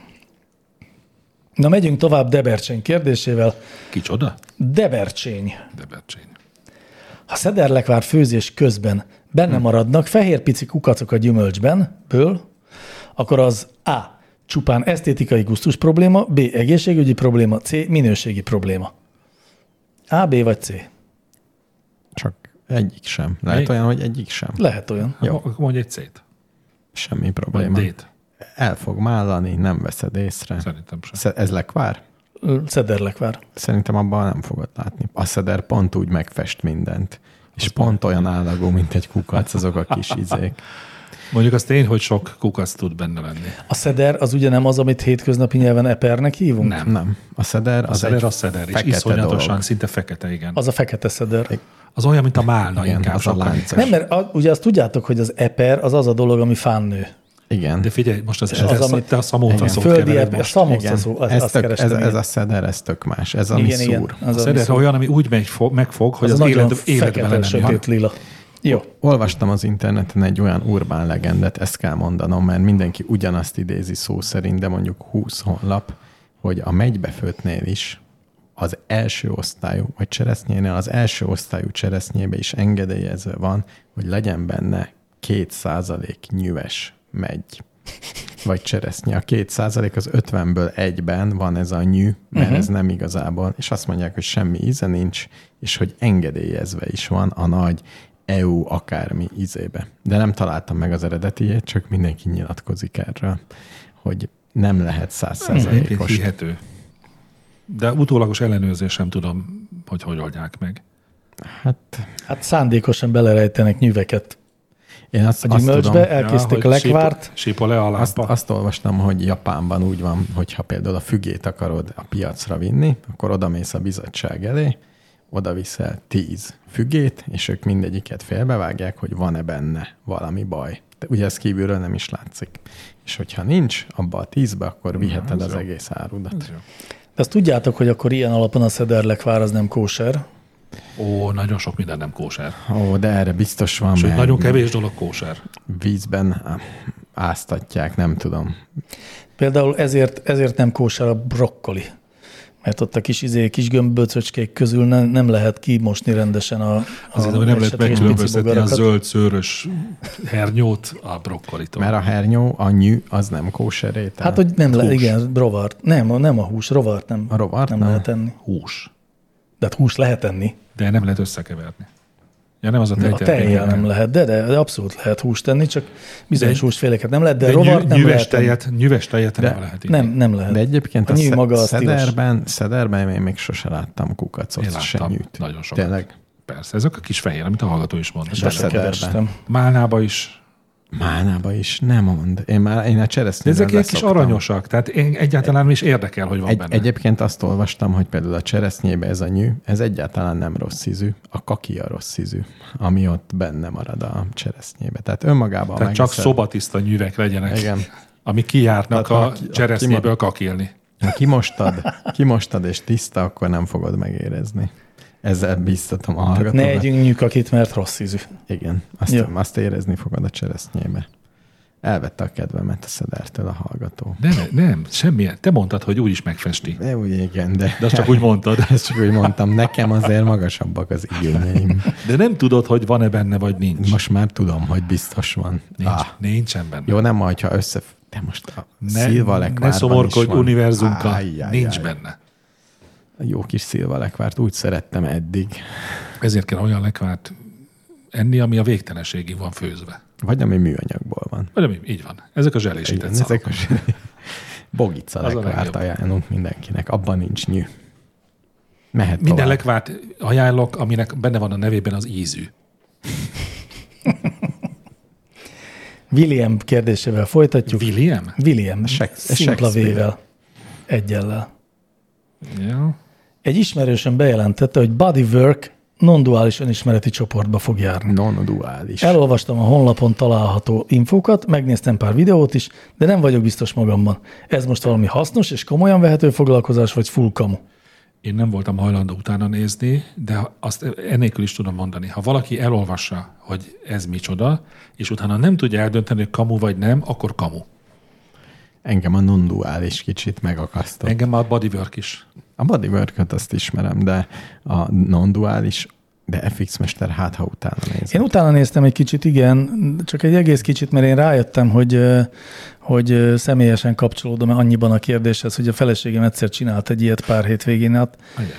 Speaker 4: Na, megyünk tovább Debercsény kérdésével.
Speaker 2: Kicsoda?
Speaker 4: Debercsény.
Speaker 2: De becsény.
Speaker 4: Ha szederlekvár főzés közben benne
Speaker 2: Hm.
Speaker 4: maradnak fehér pici kukacok a gyümölcsben, ből, akkor az A. Csupán esztétikai gusztus probléma, B. Egészségügyi probléma, C. Minőségi probléma. A, B vagy C.
Speaker 1: Csak egyik sem. Lehet
Speaker 2: Egy-
Speaker 1: olyan, hogy egyik sem.
Speaker 4: Lehet olyan.
Speaker 2: Jó.
Speaker 1: Jó.
Speaker 2: Akkor Hát mondj egy C-t.
Speaker 1: Semmi
Speaker 2: Vagy
Speaker 1: probléma.
Speaker 2: D-t.
Speaker 1: El fog mállani, nem veszed észre.
Speaker 2: Szerintem sem.
Speaker 1: Sze- Ez lekvár?
Speaker 4: Szederlekvár.
Speaker 1: Szerintem abban nem fogod látni. A szeder pont úgy megfest mindent. És pont olyan állagú, mint egy kukac, azok a kis izék.
Speaker 2: Mondjuk az tény, hogy sok kukac tud benne lenni.
Speaker 4: A szeder az ugye nem az, amit hétköznapi nyelven epernek hívunk?
Speaker 2: Nem.
Speaker 1: Nem. A szeder
Speaker 2: A
Speaker 1: az
Speaker 2: szeder
Speaker 1: egy
Speaker 2: a szeder, és
Speaker 1: fekete
Speaker 2: iszonyatosan,
Speaker 1: dolog.
Speaker 2: szinte fekete, igen. Az,
Speaker 4: Az a fekete szeder.
Speaker 2: az olyan, mint a málna
Speaker 1: Igen,
Speaker 2: inkább.
Speaker 1: az a
Speaker 2: sokkal.
Speaker 1: láncos.
Speaker 4: Nem, mert a, ugye azt tudjátok, hogy az eper az az a dolog, ami fán nő.
Speaker 1: Igen.
Speaker 2: De figyelj, most az,
Speaker 4: az,
Speaker 2: az, az
Speaker 4: amit-
Speaker 2: te a szamóta szót
Speaker 4: Földi
Speaker 2: kevered
Speaker 4: eper, a
Speaker 2: most.
Speaker 4: szamosza
Speaker 1: Igen.
Speaker 4: szó, az,
Speaker 1: ez,
Speaker 4: azt
Speaker 1: tök, ez,
Speaker 4: kerestem. én.
Speaker 1: ez a szeder, ez tök más. Ez, ami
Speaker 4: igen,
Speaker 1: szúr.
Speaker 4: igen. Az,
Speaker 2: A
Speaker 4: ami
Speaker 2: szeder
Speaker 4: szúr.
Speaker 2: olyan, ami úgy megy, fog, megfog, hogy az,
Speaker 4: nagyon
Speaker 2: életben,
Speaker 4: fekete,
Speaker 2: életben le nem jön.
Speaker 4: sötét lila. Jó.
Speaker 1: Olvastam az interneten egy olyan urbán legendet, ezt kell mondanom, mert mindenki ugyanazt idézi szó szerint, de mondjuk 20 honlap hogy a megybefőtnél is az első osztályú, vagy cseresznyénél az első osztályú cseresznyébe is engedélyezve van, hogy legyen benne két százalék nyüves megy, vagy cseresznye. A két százalék az 50-ből egyben van ez a nyű, mert uh-huh. ez nem igazából, és azt mondják, hogy semmi íze nincs, és hogy engedélyezve is van a nagy EU akármi ízébe. De nem találtam meg az eredetiét, csak mindenki nyilatkozik erről, hogy nem lehet
Speaker 4: Mhm.
Speaker 2: Egyébként
Speaker 1: százszerzalékos.
Speaker 2: hihető. De utólagos ellenőrzés sem tudom, hogy hogy oldják meg.
Speaker 1: Hát
Speaker 4: Hát szándékosan belerejtenek nyüveket
Speaker 1: én azt,
Speaker 4: a
Speaker 1: azt tudom,
Speaker 4: gyümölcsbe, elkészítik a
Speaker 2: hogy síp-
Speaker 4: lekvárt,
Speaker 2: Sípa le a lámpa.
Speaker 1: Azt, azt olvastam, hogy Japánban úgy van, hogy ha például a fügét akarod a piacra vinni, akkor odamész a bizottság elé, oda viszel tíz fügét, és ők mindegyiket félbevágják, hogy van-e benne valami baj. De ugye ez kívülről nem is látszik. És hogyha nincs, abba a tízbe, akkor viheted
Speaker 2: ez
Speaker 1: az
Speaker 2: jó.
Speaker 1: egész árudat.
Speaker 2: Ez jó.
Speaker 4: De azt tudjátok, hogy akkor ilyen alapon a szederlekvár az nem kóser.
Speaker 2: Ó, nagyon sok minden nem kóser.
Speaker 1: Ó, de erre biztos van,
Speaker 2: Sőt,
Speaker 1: mert
Speaker 2: nagyon kevés dolog kóser.
Speaker 1: vízben á, áztatják, nem tudom.
Speaker 4: Például ezért, ezért nem kóser a brokkoli. Mert ott a kis izé, kis gömböcöcskék közül ne, nem lehet kimosni rendesen a,
Speaker 2: Az
Speaker 4: a
Speaker 2: nem lehet
Speaker 4: esetleges pici
Speaker 2: megkülönböztetni a
Speaker 4: bogarakat.
Speaker 2: zöld szőrös hernyót a brokkolitól.
Speaker 1: Mert a hernyó, a nyű, az nem kóser étel.
Speaker 4: Hát, hogy nem lehet,
Speaker 1: Hús.
Speaker 4: igen, rovart. Nem, a- nem a hús, rovart nem,
Speaker 1: A rovart
Speaker 4: nem,
Speaker 1: nem?
Speaker 4: lehet enni.
Speaker 2: hús.
Speaker 4: De hát hús lehet enni.
Speaker 2: De nem lehet összekeverni. Ja, nem az a tej.
Speaker 4: A tejjel nem lehet, de, de, de abszolút lehet húst enni, csak bizonyos
Speaker 2: De-
Speaker 4: húsféleket nem lehet, de,
Speaker 2: De
Speaker 4: rovart nem
Speaker 2: nyüves,
Speaker 4: lehet enni.
Speaker 2: tejet, nyüves tejet nem lehet
Speaker 4: Nem, nem lehet.
Speaker 1: De egyébként
Speaker 4: a
Speaker 1: a,
Speaker 4: nyíl
Speaker 1: a,
Speaker 4: maga
Speaker 1: maga
Speaker 4: a stílus.
Speaker 1: szederben, szederben én még sose láttam kukacot,
Speaker 2: Én láttam
Speaker 1: senyűt.
Speaker 2: nagyon sokat.
Speaker 1: Tényleg.
Speaker 2: Persze, ezek a kis fehér, amit a hallgató is mond.
Speaker 1: De
Speaker 4: Sose
Speaker 1: szederben.
Speaker 4: kerestem.
Speaker 2: Málnába is.
Speaker 1: Mánába is, nem mond. Én már én a
Speaker 2: De
Speaker 1: cseresznyőről
Speaker 2: ezek ilyen kis
Speaker 1: leszoktam.
Speaker 2: aranyosak, tehát én egyáltalán nem is érdekel, hogy van
Speaker 1: Egy,
Speaker 2: benne.
Speaker 1: egyébként azt olvastam, hogy például a cseresznyébe ez a nyű, ez egyáltalán nem rossz ízű, a kaki a rossz ízű, ami ott benne marad a cseresznyébe. Tehát önmagában
Speaker 2: tehát csak
Speaker 1: megeszed.
Speaker 2: szobatiszta nyűvek legyenek,
Speaker 1: Igen.
Speaker 2: ami kijárnak
Speaker 1: Tehát
Speaker 2: a
Speaker 1: aki- aki
Speaker 2: cseresznyéből kakilni.
Speaker 1: Ha kimostad, kimostad és tiszta, akkor nem fogod megérezni. Ezzel biztatom
Speaker 2: Hát
Speaker 1: a
Speaker 4: Tehát ne
Speaker 1: hallgatókat.
Speaker 4: együnk nyükakit, mert rossz ízű.
Speaker 1: Igen, azt,
Speaker 4: Ja.
Speaker 1: azt érezni fogod a cseresznyébe. Elvette a kedvemet a szedertől a hallgató.
Speaker 2: Nem, nem, semmilyen. Te mondtad, hogy úgy is megfesti.
Speaker 1: De úgy igen, de,
Speaker 2: De azt csak úgy mondtad.
Speaker 1: ezt csak úgy mondtam, nekem azért magasabbak az igényeim.
Speaker 2: De nem tudod, hogy van-e benne, vagy nincs.
Speaker 1: Most már tudom, hogy biztos van.
Speaker 2: nincs.
Speaker 1: Ah,
Speaker 2: Nincsen benne.
Speaker 1: jó, nem majd, ha össze... De most a
Speaker 2: Ne,
Speaker 1: szilvalekvárban
Speaker 2: ne szomorkodj
Speaker 1: is van.
Speaker 2: univerzumka,
Speaker 1: Áj, áj,
Speaker 2: nincs
Speaker 1: áj.
Speaker 2: benne.
Speaker 1: Jó kis szilvalekvárt, úgy szerettem eddig.
Speaker 2: Ezért kell olyan lekvárt enni, ami a végtelenségig van főzve.
Speaker 1: Vagy ami műanyagból van.
Speaker 2: Vagy ami, így van. Ezek a zselésített
Speaker 1: Igen,
Speaker 2: szarok.
Speaker 1: ezek a bogica
Speaker 2: Az a
Speaker 1: lekvárt
Speaker 2: legjobb.
Speaker 1: ajánlunk mindenkinek. Abban nincs nyű. Mehet
Speaker 2: Minden
Speaker 1: tovább.
Speaker 2: lekvárt ajánlok, aminek benne van a nevében az ízű.
Speaker 4: William kérdésével folytatjuk.
Speaker 2: William?
Speaker 4: William,
Speaker 1: Shak-
Speaker 4: szimpla
Speaker 1: Shakespeare.
Speaker 4: vével, egyellel.
Speaker 2: Ja.
Speaker 4: Egy ismerősöm bejelentette, hogy Bodywork non-duális önismereti csoportba fog járni.
Speaker 1: Non-duális.
Speaker 4: Elolvastam a honlapon található infókat, megnéztem pár videót is, de nem vagyok biztos magamban. Ez most valami hasznos és komolyan vehető foglalkozás, vagy full kamu?
Speaker 2: Én nem voltam hajlandó utána nézni, de azt enélkül is tudom mondani. Ha valaki elolvassa, hogy ez micsoda, és utána nem tudja eldönteni, hogy kamu vagy nem, akkor kamu.
Speaker 1: Engem a non-duális kicsit megakasztott.
Speaker 2: Engem már a bodywork is.
Speaker 1: A bodywork azt ismerem, de a non-duális, de FX Mester hát, ha utána néz.
Speaker 4: Én utána néztem egy kicsit, igen, csak egy egész kicsit, mert én rájöttem, hogy, ö, hogy ö, személyesen kapcsolódom annyiban a kérdéshez, hogy a feleségem egyszer csinált egy ilyet pár hétvégén át,
Speaker 2: Ajaj.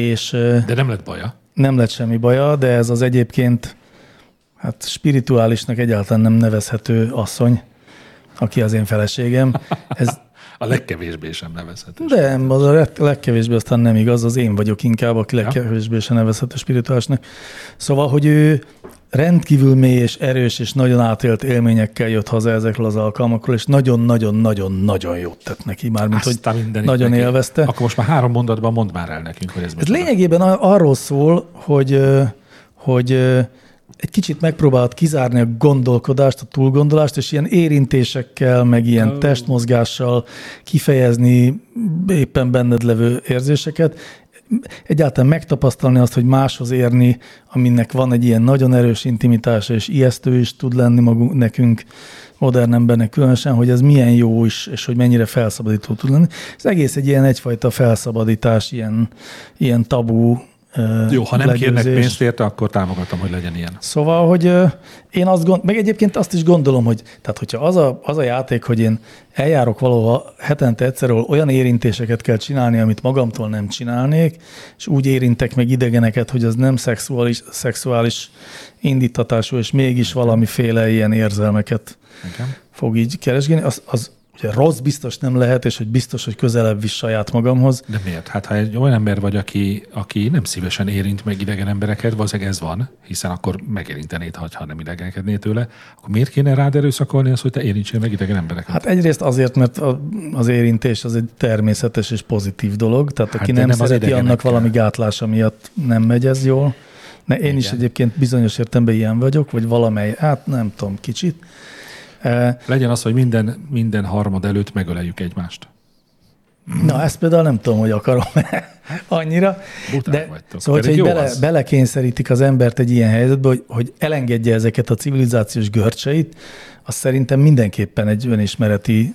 Speaker 4: és ö,
Speaker 2: De nem lett baja.
Speaker 4: nem lett semmi baja, de ez az egyébként hát spirituálisnak egyáltalán nem nevezhető asszony, aki az én feleségem. Ez,
Speaker 2: A legkevésbé sem nevezhető.
Speaker 4: de az a leg- legkevésbé aztán nem igaz, az én vagyok inkább, aki legkevésbé se nevezhető spirituálisnak. Szóval, hogy ő rendkívül mély és erős és nagyon átélt élményekkel jött haza ezekről az alkalmakról, és nagyon-nagyon-nagyon-nagyon jót tett neki, mármint, hogy
Speaker 2: Aztán mindenit
Speaker 4: nagyon
Speaker 2: neki.
Speaker 4: élvezte.
Speaker 2: Akkor most már három mondatban mondd már el nekünk, hogy ez
Speaker 4: Ez
Speaker 2: micsoda.
Speaker 4: lényegében ar- arról szól, hogy, ö, hogy ö, egy kicsit megpróbált kizárni a gondolkodást, a túlgondolást, és ilyen érintésekkel, meg ilyen
Speaker 2: Ó.
Speaker 4: oh. testmozgással kifejezni éppen benned levő érzéseket. egyáltalán megtapasztalni azt, hogy máshoz érni, aminek van egy ilyen nagyon erős intimitása, és ijesztő is tud lenni magunk, nekünk, modern embernek különösen, hogy ez milyen jó is, és hogy mennyire felszabadító tud lenni. Ez egész egy ilyen egyfajta felszabadítás, ilyen, ilyen tabú
Speaker 2: Jó, ha nem legyőzés. kérnek pénzt érte, akkor támogatom, hogy legyen ilyen.
Speaker 4: Szóval, hogy ö, én azt gondolom, meg egyébként azt is gondolom, hogy tehát hogyha az a, az a játék, hogy én eljárok valahol hetente egyszer, ahol olyan érintéseket kell csinálni, amit magamtól nem csinálnék, és úgy érintek meg idegeneket, hogy az nem szexuális, szexuális indítatású, és mégis valamiféle ilyen érzelmeket Igen. fog így keresgélni, az, az Ugye rossz biztos nem lehet, és hogy biztos, hogy közelebb visz saját magamhoz.
Speaker 2: De miért? Hát ha egy olyan ember vagy, aki, aki nem szívesen érint meg idegen embereket, valószínűleg ez van, hiszen akkor megérintenéd, ha nem idegenkednél tőle, akkor miért kéne rád erőszakolni azt, hogy te érintsél meg idegen embereket?
Speaker 4: Hát egyrészt azért, mert a, az érintés az egy természetes és pozitív dolog, tehát hát aki nem, nem szereti, az annak valami gátlása miatt nem megy ez jól. Ne, én Igen. is egyébként bizonyos értelemben ilyen vagyok, vagy valamely, hát nem tudom, kicsit. E,
Speaker 2: Legyen az, hogy minden, minden harmad előtt megöleljük egymást.
Speaker 4: Na, ezt például nem tudom, hogy akarom annyira.
Speaker 2: Buták
Speaker 4: de,
Speaker 2: vagytok.
Speaker 4: Szóval,
Speaker 2: Pedig
Speaker 4: hogyha
Speaker 2: jó
Speaker 4: bele,
Speaker 2: az.
Speaker 4: belekényszerítik az embert egy ilyen helyzetbe, hogy, hogy elengedje ezeket a civilizációs görcseit, az szerintem mindenképpen egy önismereti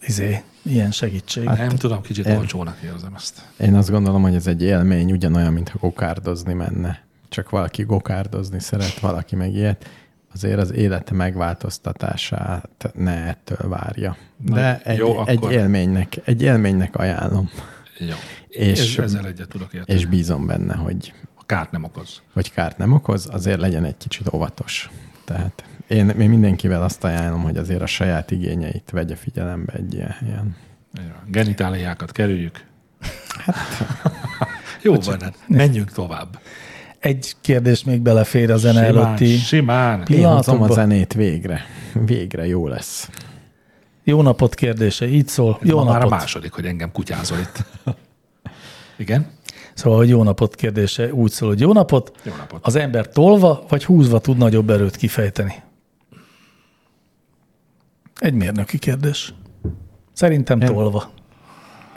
Speaker 4: izé, ilyen segítség.
Speaker 2: Hát, nem tudom, kicsit
Speaker 1: én-
Speaker 2: olcsónak érzem ezt.
Speaker 1: Én azt gondolom, hogy ez egy élmény ugyanolyan, mintha gokárdozni menne. Csak valaki gokárdozni szeret, valaki meg ilyet. Azért az élete megváltoztatását ne ettől várja.
Speaker 2: Na,
Speaker 1: De egy,
Speaker 2: jó,
Speaker 1: jó, egy,
Speaker 2: akkor-
Speaker 1: élménynek, egy élménynek ajánlom,
Speaker 2: Jó.
Speaker 1: És-
Speaker 2: Ez, ezzel egyet tudok érteni.
Speaker 1: és bízom benne, hogy
Speaker 2: A kárt nem okoz.
Speaker 1: hogy kárt nem okoz, azért legyen egy kicsit óvatos. Tehát én, én mindenkivel azt ajánlom, hogy azért a saját igényeit vegye figyelembe egy ilyen helyen.
Speaker 2: Jó. Genitáliákat kerüljük. jó van, hát menjünk tovább.
Speaker 4: Egy kérdés még belefér a zene előtti.
Speaker 2: simán.
Speaker 4: Pi-
Speaker 1: Én hozom a
Speaker 4: Pillanatokban.
Speaker 1: zenét végre. Végre jó lesz.
Speaker 4: Jó napot kérdése, így szól.
Speaker 2: Ez
Speaker 4: Jó
Speaker 2: ma már a
Speaker 4: napot.
Speaker 2: második, hogy engem kutyázol itt. Igen?
Speaker 4: Szóval, hogy jó napot kérdése úgy szól, hogy jó napot.
Speaker 2: Jó napot.
Speaker 4: Az ember tolva vagy húzva tud nagyobb erőt kifejteni? Egy mérnöki kérdés. Szerintem tolva.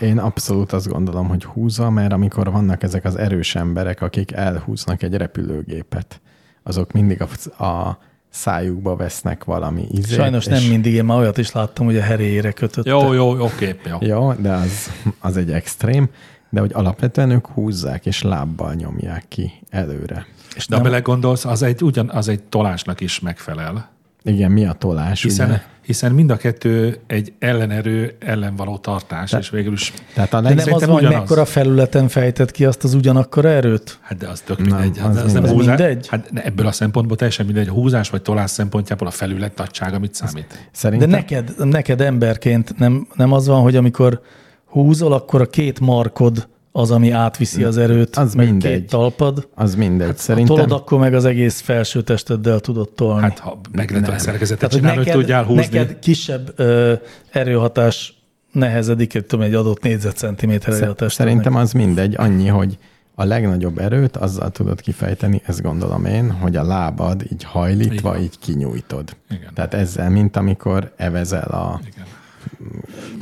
Speaker 1: Én abszolút azt gondolom, hogy húzza, mert amikor vannak ezek az erős emberek, akik elhúznak egy repülőgépet, azok mindig a, a szájukba vesznek valami ízét.
Speaker 4: Sajnos nem
Speaker 1: és-
Speaker 4: mindig, én már olyat is láttam, hogy a heréjére kötötte.
Speaker 2: Jó, jó, jó kép, jó.
Speaker 1: Jó, de az, az egy extrém, de hogy alapvetően ők húzzák és lábbal nyomják ki előre.
Speaker 4: És
Speaker 2: De
Speaker 4: nem,
Speaker 2: ha belegondolsz, az egy, ugyan, az egy tolásnak is megfelel,
Speaker 1: Igen, mi a tolás? ugye?
Speaker 2: hiszen, hiszen mind a kettő egy ellenerő, ellenvaló tartás, és végül is,
Speaker 1: Tehát a
Speaker 4: de
Speaker 1: leg...
Speaker 4: nem az
Speaker 2: szerintem
Speaker 4: van, hogy
Speaker 2: ugyanaz.
Speaker 4: mekkora felületen fejtett ki azt az ugyanakkora erőt?
Speaker 2: hát de az tök mindegy.
Speaker 1: az
Speaker 2: hát az nem
Speaker 1: mindegy.
Speaker 2: húzás,
Speaker 4: Mindegy?
Speaker 2: Hát ne, ebből a szempontból teljesen mindegy, a húzás vagy tolás szempontjából a felület nagysága mit számít?
Speaker 4: De
Speaker 1: szerintem
Speaker 4: neked, neked emberként nem, nem az van, hogy amikor húzol, akkor a két markod az, ami átviszi az erőt,
Speaker 1: Az
Speaker 4: meg
Speaker 1: mindegy.
Speaker 4: két talpad.
Speaker 1: az mindegy. Hát,
Speaker 4: Szerintem...
Speaker 1: szerintem
Speaker 4: Tolod, akkor meg az egész felső testeddel tudod tolni.
Speaker 2: Hát ha megletlen szerkezetet csinál, hogy
Speaker 4: neked,
Speaker 2: tudjál húzni.
Speaker 4: neked kisebb ö, erőhatás nehezedik, egy, tudom, egy adott négyzetcentiméterre a testednek.
Speaker 1: szerintem az mindegy, annyi, hogy a legnagyobb erőt azzal tudod kifejteni, ezt gondolom én, hogy a lábad így hajlítva, így, így kinyújtod.
Speaker 2: Igen.
Speaker 1: Tehát ezzel, mint amikor evezel a
Speaker 2: Igen.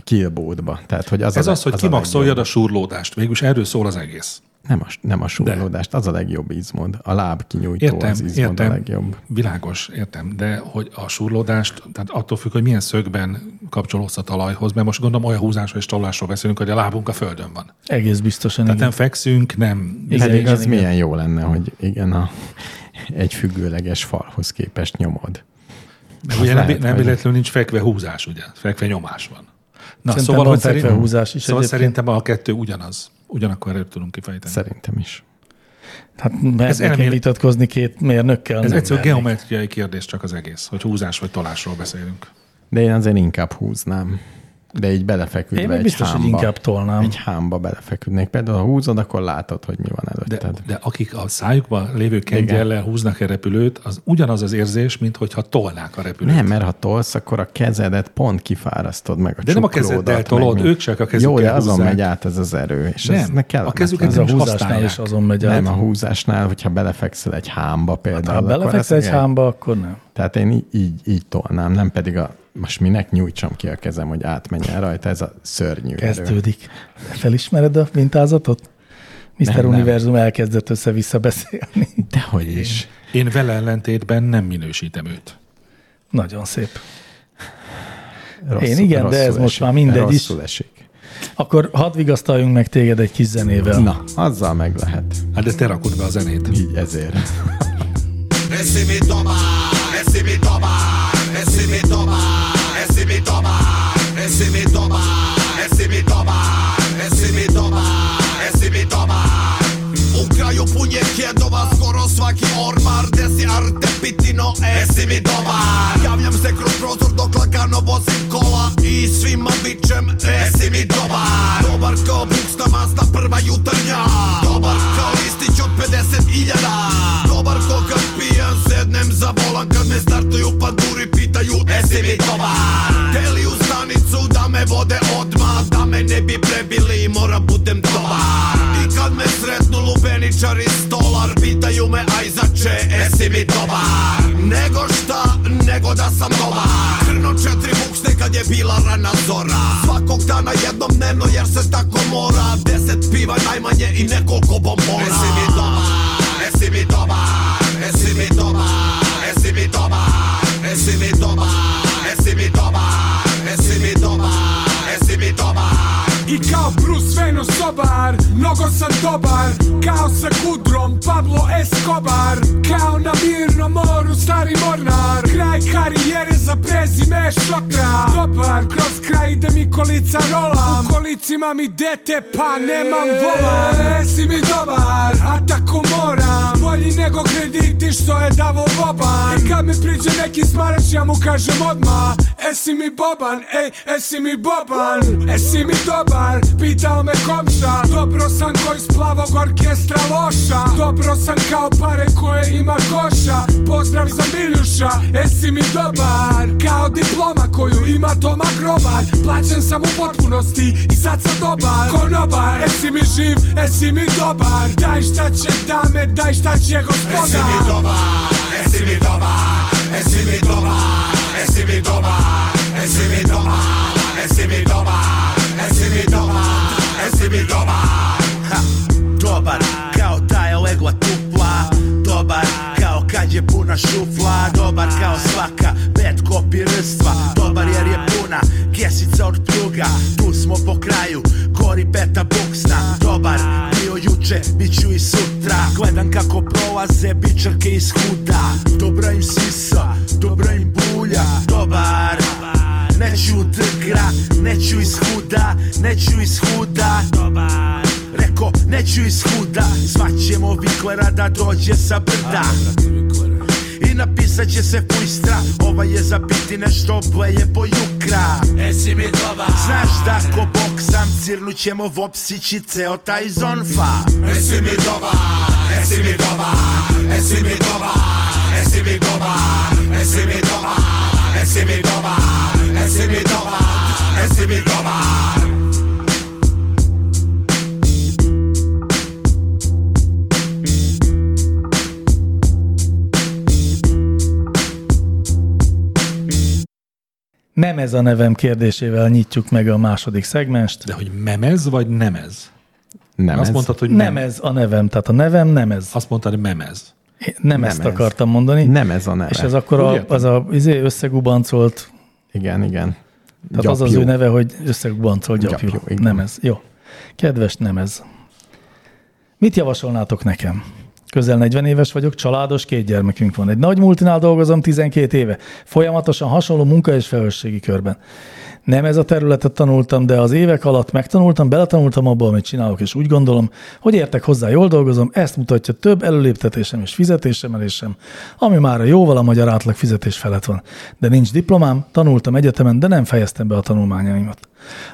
Speaker 1: killbódba. Tehát, hogy az
Speaker 2: Ez
Speaker 1: a,
Speaker 2: az, hogy
Speaker 1: a
Speaker 2: kimaxoljad a surlódást, végülis erről szól az egész.
Speaker 1: Nem a, nem a súrlódást, az a legjobb izmod. A láb kinyújtó
Speaker 2: Értem,
Speaker 1: az izmod
Speaker 2: értem.
Speaker 1: a legjobb.
Speaker 2: Világos, értem, de hogy a surlódást, tehát attól függ, hogy milyen szögben kapcsolódsz a talajhoz, mert most gondolom olyan húzásról és tolásról beszélünk, hogy a lábunk a földön van. Tehát
Speaker 4: Egész biztosan
Speaker 2: nem
Speaker 4: igen.
Speaker 2: fekszünk, nem... izé-
Speaker 4: Igen,
Speaker 1: Pedig
Speaker 4: igen,
Speaker 1: az
Speaker 4: igen.
Speaker 1: milyen jó lenne, hogy igen, a, egy függőleges falhoz képest nyomod.
Speaker 2: Meg ugye nem,
Speaker 1: lehet,
Speaker 2: nem
Speaker 1: hogy-
Speaker 2: véletlenül nincs fekve húzás, ugye? Fekve nyomás van. Na,
Speaker 4: Szerintem van fekve húzás is
Speaker 2: Szóval
Speaker 4: egyébként.
Speaker 2: szerintem a kettő ugyanaz. Ugyanakkor erőt tudunk kifejteni.
Speaker 1: Szerintem is.
Speaker 4: Hát mert nekem
Speaker 2: elmélet-
Speaker 4: vitatkozni két mérnökkel.
Speaker 2: Ez
Speaker 4: nem
Speaker 2: egyszerűen
Speaker 4: mernék.
Speaker 2: geometriai kérdés csak az egész, hogy húzás vagy tolásról beszélünk.
Speaker 1: De én azért inkább húznám. De így belefeküdve
Speaker 4: Én
Speaker 1: egy
Speaker 4: meg biztos,
Speaker 1: hámba.
Speaker 4: hogy inkább tolnám.
Speaker 1: Egy hámba belefeküdnék. Például, ha húzod, akkor látod, hogy mi van
Speaker 2: De,
Speaker 1: előtted. De,
Speaker 2: de akik a szájukban lévő kengyellel húznak egy repülőt, az ugyanaz az érzés, mint hogyha tolnák a repülőt.
Speaker 1: nem, mert ha tolsz, akkor a kezedet pont kifárasztod meg a
Speaker 2: De nem a
Speaker 1: csuklódat,
Speaker 2: kezeddel
Speaker 1: meg
Speaker 2: tolod,
Speaker 1: mind-
Speaker 2: ők csak a kezükkel
Speaker 1: Jó, de azon
Speaker 2: húzzák.
Speaker 1: megy át ez az erő, és ez
Speaker 2: Nem,
Speaker 1: ne kell.
Speaker 2: a kezüket
Speaker 4: Ez
Speaker 2: nem
Speaker 4: a
Speaker 2: is
Speaker 4: húzásnál
Speaker 2: használják.
Speaker 4: is azon megy
Speaker 1: nem a
Speaker 4: át.
Speaker 1: húzásnál, hogyha belefekszel egy
Speaker 2: Hát,
Speaker 1: hámba például.
Speaker 4: Ha
Speaker 1: akkor
Speaker 4: belefeksz
Speaker 1: ez
Speaker 4: egy hámba, akkor nem.
Speaker 1: Tehát én í- így, így tolnám, nem pedig a most minek nyújtsam ki a kezem, hogy átmenjen rajta, ez a szörnyű erő.
Speaker 4: Kezdődik. Felismered a mintázatot? Mr.
Speaker 1: Nem, nem.
Speaker 4: Univerzum elkezdett össze-vissza beszélni.
Speaker 1: Dehogy is.
Speaker 2: Én vele ellentétben nem minősítem őt.
Speaker 4: Nagyon szép. Én igen, de ez
Speaker 1: rosszul
Speaker 4: most már mindegy is.
Speaker 1: Rosszul esik.
Speaker 4: Akkor hadd vigasztaljunk meg téged egy kis zenével.
Speaker 1: Na, azzal meg lehet.
Speaker 2: Hát de te rakod be a zenét.
Speaker 1: Így ezért.
Speaker 5: Eszémi dobál, eszémi dobál, eszémi dobál, eszémi dobál, eszémi dobál, eszémi dobál, eszémi dobál, eszémi dobál. Ukraju płyniecie do was Korosłaki Ormar, Desi Arte Pitino Esimi Dobar Ja wiem, że kroz prozor doklakano bosim kola I svima bićem Esimi Dobar Dobar kao buksna masna prva jutarnja Dobar kao listić od 50 iljada Dobar ko kad pijan sednem za volan Kad me startuju pa duri pitaju Esimi Dobar Teli u stanicu da me vode odmah Da me ne bi prebili mora budem dobar I kad me sretnu lubeničari stolar Pitaju me aj za če, esi mi dobar Nego šta, nego da sam dobar Krno četiri buksne kad je bila rana zora Svakog dana jednom dnevno jer se tako mora Deset piva najmanje i nekoliko bombora Esi mi dobar, esi mi dobar Esi mi dobar, esi mi dobar Esi mi dobar, esi mi dobar Esi mi dobar, esi mi dobar
Speaker 6: I kao Bruce Veno Sobar Mnogo sam dobar Kao sa kudrom Pablo Escobar Kao na mirnom moru Stari mornar Kraj karijere za prezime šokra Dobar, kroz kraj ide mi kolica rolam U kolicima mi dete pa nemam volan Esi mi dobar, a tako moram Bolji nego krediti što je davo Boban I kad mi priđe neki smarač ja mu kažem odma Esi e mi Boban, ej, esi mi Boban Esi mi dobar, pitao me komša Dobro sam ko iz plavog orkestra loša Dobro sam kao pare koje ima koša Pozdrav za Miljuša, esi mi dobar Kao diploma koju ima Toma Grobar Plaćen sam u potpunosti i sad sam dobar Konobar, esi mi živ, esi mi dobar Daj šta će dame, daj šta će
Speaker 5: Esi E mi
Speaker 6: gospoda
Speaker 5: dobar, esi mi dobar, esi mi dobar, esi mi dobar, esi mi dobar, esi mi dobar, esi mi dobar, esi mi dobar. Ha, dobar, kao da je legla tupla, dobar, kao kad je puna šufla, dobar kao svaka pet kopi rstva, dobar jer je puna kesica od pluga, tu smo po kraju, gori peta buksna, dobar, bio juče, bit ću i sutra, gledam kako prolaze bičarke iz huda, dobra im sisa, dobra im bulja, dobar, neću u drgra, neću iz huda, neću iz huda, dobar. Reko, neću iz huda Zvaćemo Viklera da dođe sa brda I napisat će se pustra Ova je za biti nešto bleje po jukra Esi mi dobar Znaš da ko boksam Cirnut ćemo vopsići ceo taj zonfa Esi mi dobar Esi mi dobar Esi mi dobar Esi mi dobar Esi mi dobar Esi mi dobar Esi mi dobar Esi mi dobar
Speaker 4: Nem ez a nevem kérdésével nyitjuk meg a második szegmest.
Speaker 2: De hogy memez vagy nemez?
Speaker 1: Nem
Speaker 2: Azt
Speaker 1: ez?
Speaker 2: mondtad, hogy
Speaker 4: Nem
Speaker 2: nem.
Speaker 4: ez a nevem, tehát a nevem nem ez.
Speaker 2: Azt mondtad, hogy memez.
Speaker 4: Én nem, nem ezt
Speaker 1: ez.
Speaker 4: akartam mondani.
Speaker 1: Nem ez a neve.
Speaker 4: És ez akkor a, az a izé összegubancolt,
Speaker 1: Igen, igen.
Speaker 4: tehát az az ő neve, hogy összegubancolt gyapjú.
Speaker 1: Gyapjú, igen.
Speaker 4: nem ez. Jó. Kedves nem ez. Mit javasolnátok nekem? Közel 40 éves vagyok, családos, két gyermekünk van. Egy nagy multinál dolgozom 12 éve, folyamatosan hasonló munka és felelősségi körben. Nem ez a területet tanultam, de az évek alatt megtanultam, beletanultam abba, amit csinálok, és úgy gondolom, hogy értek hozzá, jól dolgozom, ezt mutatja több előléptetésem és fizetésemelésem, ami már a jóval a magyar átlag fizetés felett van. De nincs diplomám, tanultam egyetemen, de nem fejeztem be a tanulmányaimat.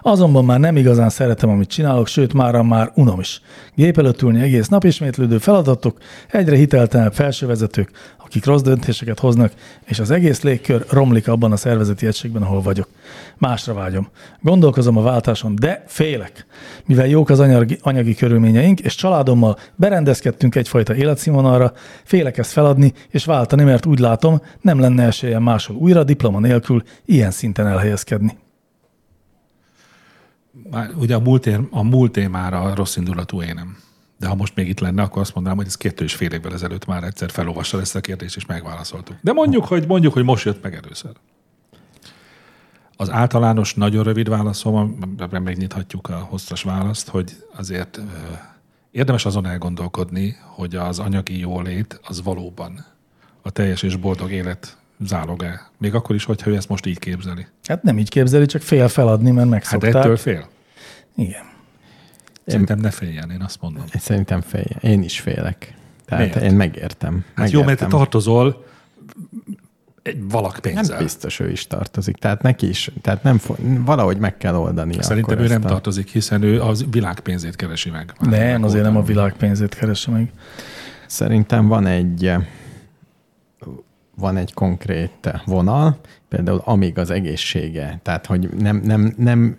Speaker 4: Azonban már nem igazán szeretem, amit csinálok, sőt, mára már unom is. Gép előtt ülni egész nap ismétlődő feladatok, egyre hiteltelenebb felsővezetők, akik rossz döntéseket hoznak, és az egész légkör romlik abban a szervezeti egységben, ahol vagyok. Másra vágyom. Gondolkozom a váltáson, de félek. Mivel jók az anyagi, anyagi körülményeink, és családommal berendezkedtünk egyfajta életszínvonalra, félek ezt feladni és váltani, mert úgy látom, nem lenne esélyem máshol újra diploma nélkül ilyen szinten elhelyezkedni.
Speaker 2: Már ugye a múlt, ér, a múlt témára rossz indulatú énem. De ha most még itt lenne, akkor azt mondanám, hogy ez kettő és fél évvel ezelőtt már egyszer felolvassa ezt a kérdést, és megválaszoltuk. De mondjuk, hogy, mondjuk, hogy most jött meg először. Az általános, nagyon rövid válaszom, amire megnyithatjuk a hosszas választ, hogy azért ö, érdemes azon elgondolkodni, hogy az anyagi jólét az valóban a teljes és boldog élet záloga. Még akkor is, hogyha ő ezt most így képzeli.
Speaker 4: Hát nem így képzeli, csak fél feladni, mert
Speaker 2: Hát
Speaker 4: megszokták.
Speaker 2: de ettől fél.
Speaker 4: Igen.
Speaker 2: Szerintem ne féljen, én azt mondom.
Speaker 1: Én Szerintem féljen. Én is félek. Tehát
Speaker 2: Miért?
Speaker 1: én megértem. megértem.
Speaker 2: Hát jó, mert te tartozol egy valak
Speaker 1: Nem
Speaker 2: pénzzel.
Speaker 1: biztos ő is tartozik. Tehát neki is. Tehát nem fo- valahogy meg kell oldani.
Speaker 2: Szerintem
Speaker 1: akkor
Speaker 2: ő nem
Speaker 1: ezt a-
Speaker 2: tartozik, hiszen ő az világ pénzét keresi meg. Már
Speaker 1: Hát
Speaker 4: Nem, azért nem a
Speaker 2: óta.
Speaker 4: világ pénzét keresi meg.
Speaker 1: Szerintem van egy eh, van egy konkrét vonal, például amíg az egészsége, tehát hogy nem, nem, nem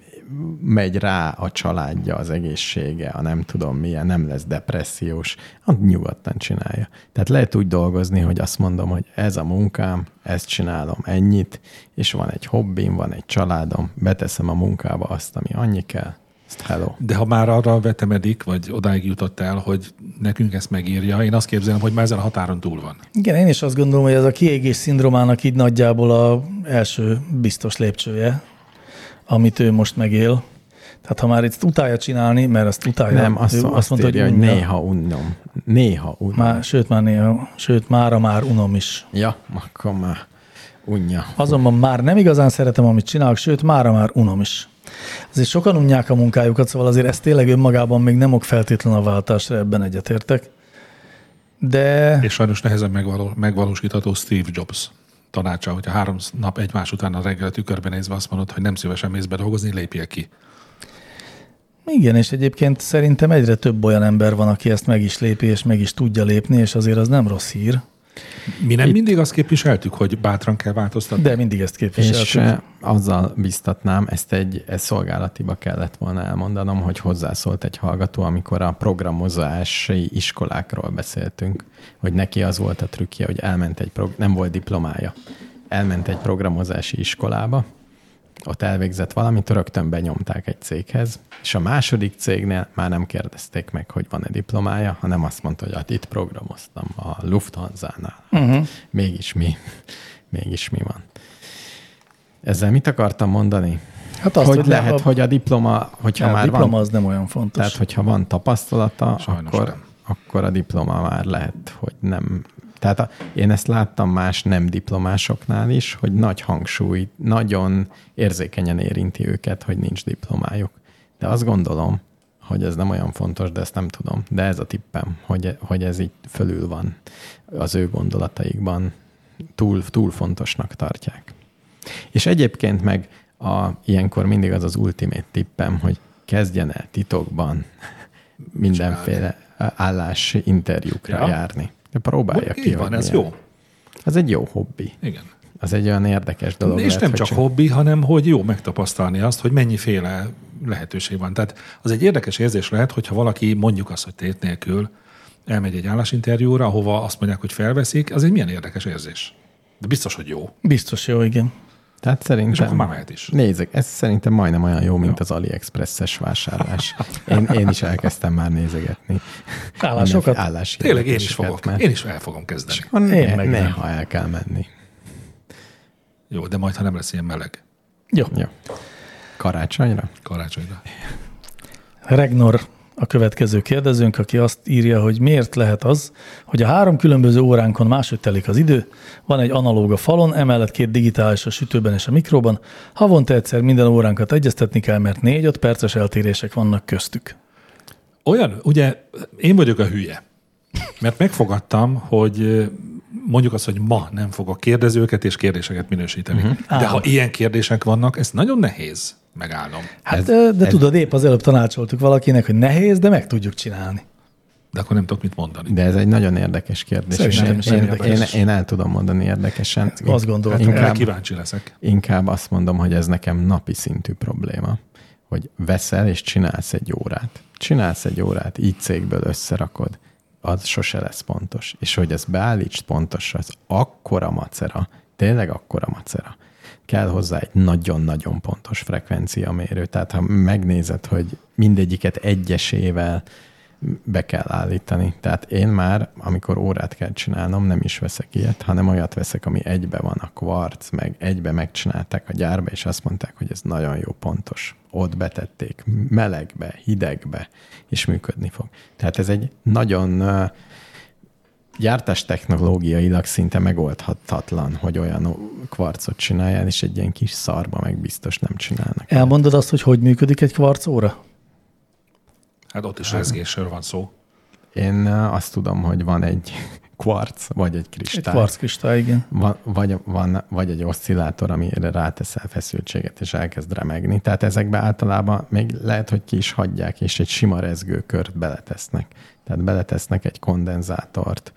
Speaker 1: megy rá a családja az egészsége, a nem tudom milyen, nem lesz depressziós, az nyugodtan csinálja. Tehát lehet úgy dolgozni, hogy azt mondom, hogy ez a munkám, ezt csinálom ennyit, és van egy hobbim, van egy családom, beteszem a munkába azt, ami annyi kell, ezt hello.
Speaker 2: De ha már arra vetemedik, vagy odáig jutott el, hogy nekünk ezt megírja, én azt képzelem, hogy már ezen a határon túl van.
Speaker 4: Igen, én is azt gondolom, hogy ez a kiégés szindromának így nagyjából a első biztos lépcsője, amit ő most megél. Tehát ha már itt utálja csinálni, mert azt utálja.
Speaker 1: Nem, azt,
Speaker 4: ő
Speaker 1: azt, azt mondta, írja, hogy,
Speaker 4: unja.
Speaker 1: néha unnom. Néha unnom.
Speaker 4: Már, sőt, már néha, sőt, mára már unom is.
Speaker 1: Ja, akkor már unja.
Speaker 4: Azonban már nem igazán szeretem, amit csinálok, sőt, mára már unom is. Azért sokan unják a munkájukat, szóval azért ez tényleg önmagában még nem ok feltétlen a váltásra, ebben egyetértek. De
Speaker 2: És sajnos nehezen megvaló, megvalósítható Steve Jobs tanácsa, hogyha három nap egymás után a reggel a tükörbe nézve azt mondod, hogy nem szívesen mész be dolgozni, lépjél ki.
Speaker 4: igen, és egyébként szerintem egyre több olyan ember van, aki ezt meg is lépi, és meg is tudja lépni, és azért az nem rossz hír,
Speaker 2: Mi nem Itt. mindig azt képviseltük, hogy bátran kell változtatni?
Speaker 4: de mindig ezt
Speaker 1: És
Speaker 4: képviseltük.
Speaker 1: eh, azzal biztatnám, ezt egy ezt szolgálatiba kellett volna elmondanom, hogy hozzászólt egy hallgató, amikor a programozási iskolákról beszéltünk, hogy neki az volt a trükkje, hogy elment egy, prog- nem volt diplomája, elment egy programozási iskolába, ott elvégzett valamit, rögtön benyomták egy céghez, és a második cégnél már nem kérdezték meg, hogy van-e diplomája, hanem azt mondta, hogy hát itt programoztam a Lufthansa-nál. Uh-huh. Mégis mi, mégis mi van. Ezzel mit akartam mondani?
Speaker 4: Hát
Speaker 1: Azt, hogy, hogy
Speaker 4: nem-
Speaker 1: lehet, a... hogy a diploma, hogyha
Speaker 4: a
Speaker 1: már
Speaker 4: diploma
Speaker 1: van,
Speaker 4: az nem olyan fontos.
Speaker 1: tehát hogyha van tapasztalata,
Speaker 2: Sajnos
Speaker 1: akkor,
Speaker 2: nem.
Speaker 1: akkor a diploma már lehet, hogy nem. Tehát a, én ezt láttam más nem diplomásoknál is, hogy nagy hangsúly, nagyon érzékenyen érinti őket, hogy nincs diplomájuk. De azt gondolom, hogy ez nem olyan fontos, de ezt nem tudom. De ez a tippem, hogy, hogy ez így fölül van az ő gondolataikban. Túl, túl fontosnak tartják. És egyébként meg a, ilyenkor mindig az az ultimate tippem, hogy kezdjen el titokban mindenféle állásinterjúkra
Speaker 2: Ja.
Speaker 1: ja. járni. De próbálja
Speaker 2: Így
Speaker 1: ki.
Speaker 2: van,
Speaker 1: hogy
Speaker 2: ez
Speaker 1: milyen.
Speaker 2: jó.
Speaker 1: Ez egy jó hobbi.
Speaker 2: Igen.
Speaker 1: Az egy olyan érdekes dolog.
Speaker 2: És
Speaker 1: lehet,
Speaker 2: nem
Speaker 1: hogy
Speaker 2: csak hobbi, hanem hogy jó megtapasztalni azt, hogy mennyiféle lehetőség van. Tehát az egy érdekes érzés lehet, hogyha valaki mondjuk azt, hogy tét nélkül elmegy egy állásinterjúra, ahova azt mondják, hogy felveszik, az egy milyen érdekes érzés. De biztos, hogy jó.
Speaker 4: Biztos jó, igen.
Speaker 1: Tehát szerintem...
Speaker 2: És akkor már mehet is.
Speaker 1: Nézzük, ez szerintem majdnem olyan jó, mint az AliExpress-es vásárlás. Én, én is elkezdtem már nézegetni.
Speaker 4: Állásokat?
Speaker 1: Állás
Speaker 2: Tényleg én is fogok. Én is el fogom kezdeni.
Speaker 4: Én
Speaker 1: Én
Speaker 4: meg
Speaker 1: meg
Speaker 4: nem.
Speaker 1: néha el kell menni.
Speaker 2: Jó, de majd, ha nem lesz ilyen meleg
Speaker 4: Jó.
Speaker 1: Jó. Karácsonyra?
Speaker 2: karácsonyra.
Speaker 4: Regnor a következő kérdezőnk, aki azt írja, hogy miért lehet az, hogy a három különböző óránkon máshogy telik az idő, van egy analóg a falon, emellett két digitális a sütőben és a mikróban, havonta egyszer minden óránkat egyeztetni kell, mert 4-5 perces eltérések vannak köztük.
Speaker 2: Olyan, ugye én vagyok a hülye, mert megfogadtam, hogy ö, mondjuk azt, hogy ma nem fogok kérdezőket és kérdéseket minősíteni.
Speaker 1: Mhm.
Speaker 2: Uh-huh. De ha ilyen kérdések vannak, ez nagyon nehéz megállnom.
Speaker 4: Hát, ez, de ez... tudod, épp az előbb tanácsoltuk valakinek, hogy nehéz, de meg tudjuk csinálni.
Speaker 2: De akkor nem tudok mit mondani.
Speaker 1: De ez egy nagyon érdekes kérdés.
Speaker 4: Szerintem
Speaker 1: és én,
Speaker 4: is
Speaker 1: én, én,
Speaker 4: érdekes.
Speaker 1: én el tudom mondani érdekesen.
Speaker 4: Azt gondoltam.
Speaker 2: Erre
Speaker 1: Inkább,
Speaker 2: kíváncsi leszek.
Speaker 1: inkább azt mondom, hogy ez nekem napi szintű probléma, hogy veszel és csinálsz egy órát. Csinálsz egy órát, így cégből összerakod, az sose lesz pontos. És hogy ezt beállítsd pontosra, az akkora macera, tényleg akkora macera. Kell hozzá egy nagyon-nagyon pontos frekvenciamérő. Tehát ha megnézed, hogy mindegyiket egyesével be kell állítani. Tehát én már, amikor órát kell csinálnom, nem is veszek ilyet, hanem olyat veszek, ami egybe van a kvarc, meg egybe megcsinálták a gyárba, és azt mondták, hogy ez nagyon jó, pontos. Ott betették melegbe, hidegbe, és működni fog. Tehát ez egy nagyon uh, gyártás technológiailag szinte megoldhatatlan, hogy olyan kvarcot csináljál, és egy ilyen kis szarba meg biztos nem csinálnak.
Speaker 4: Elmondod azt, hogy hogy működik egy kvarc óra?
Speaker 2: Hát ott is rezgésről van szó.
Speaker 1: Én azt tudom, hogy van egy kvarc, vagy egy
Speaker 4: Egy
Speaker 1: kristály.
Speaker 4: kvarckristály, igen.
Speaker 1: Van, vagy, van, vagy egy oszcillátor, amire ráteszel feszültséget, és elkezd remegni. Tehát ezekbe általában még lehet, hogy ki is hagyják, és egy sima rezgőkört beletesznek. Tehát beletesznek egy kondenzátort,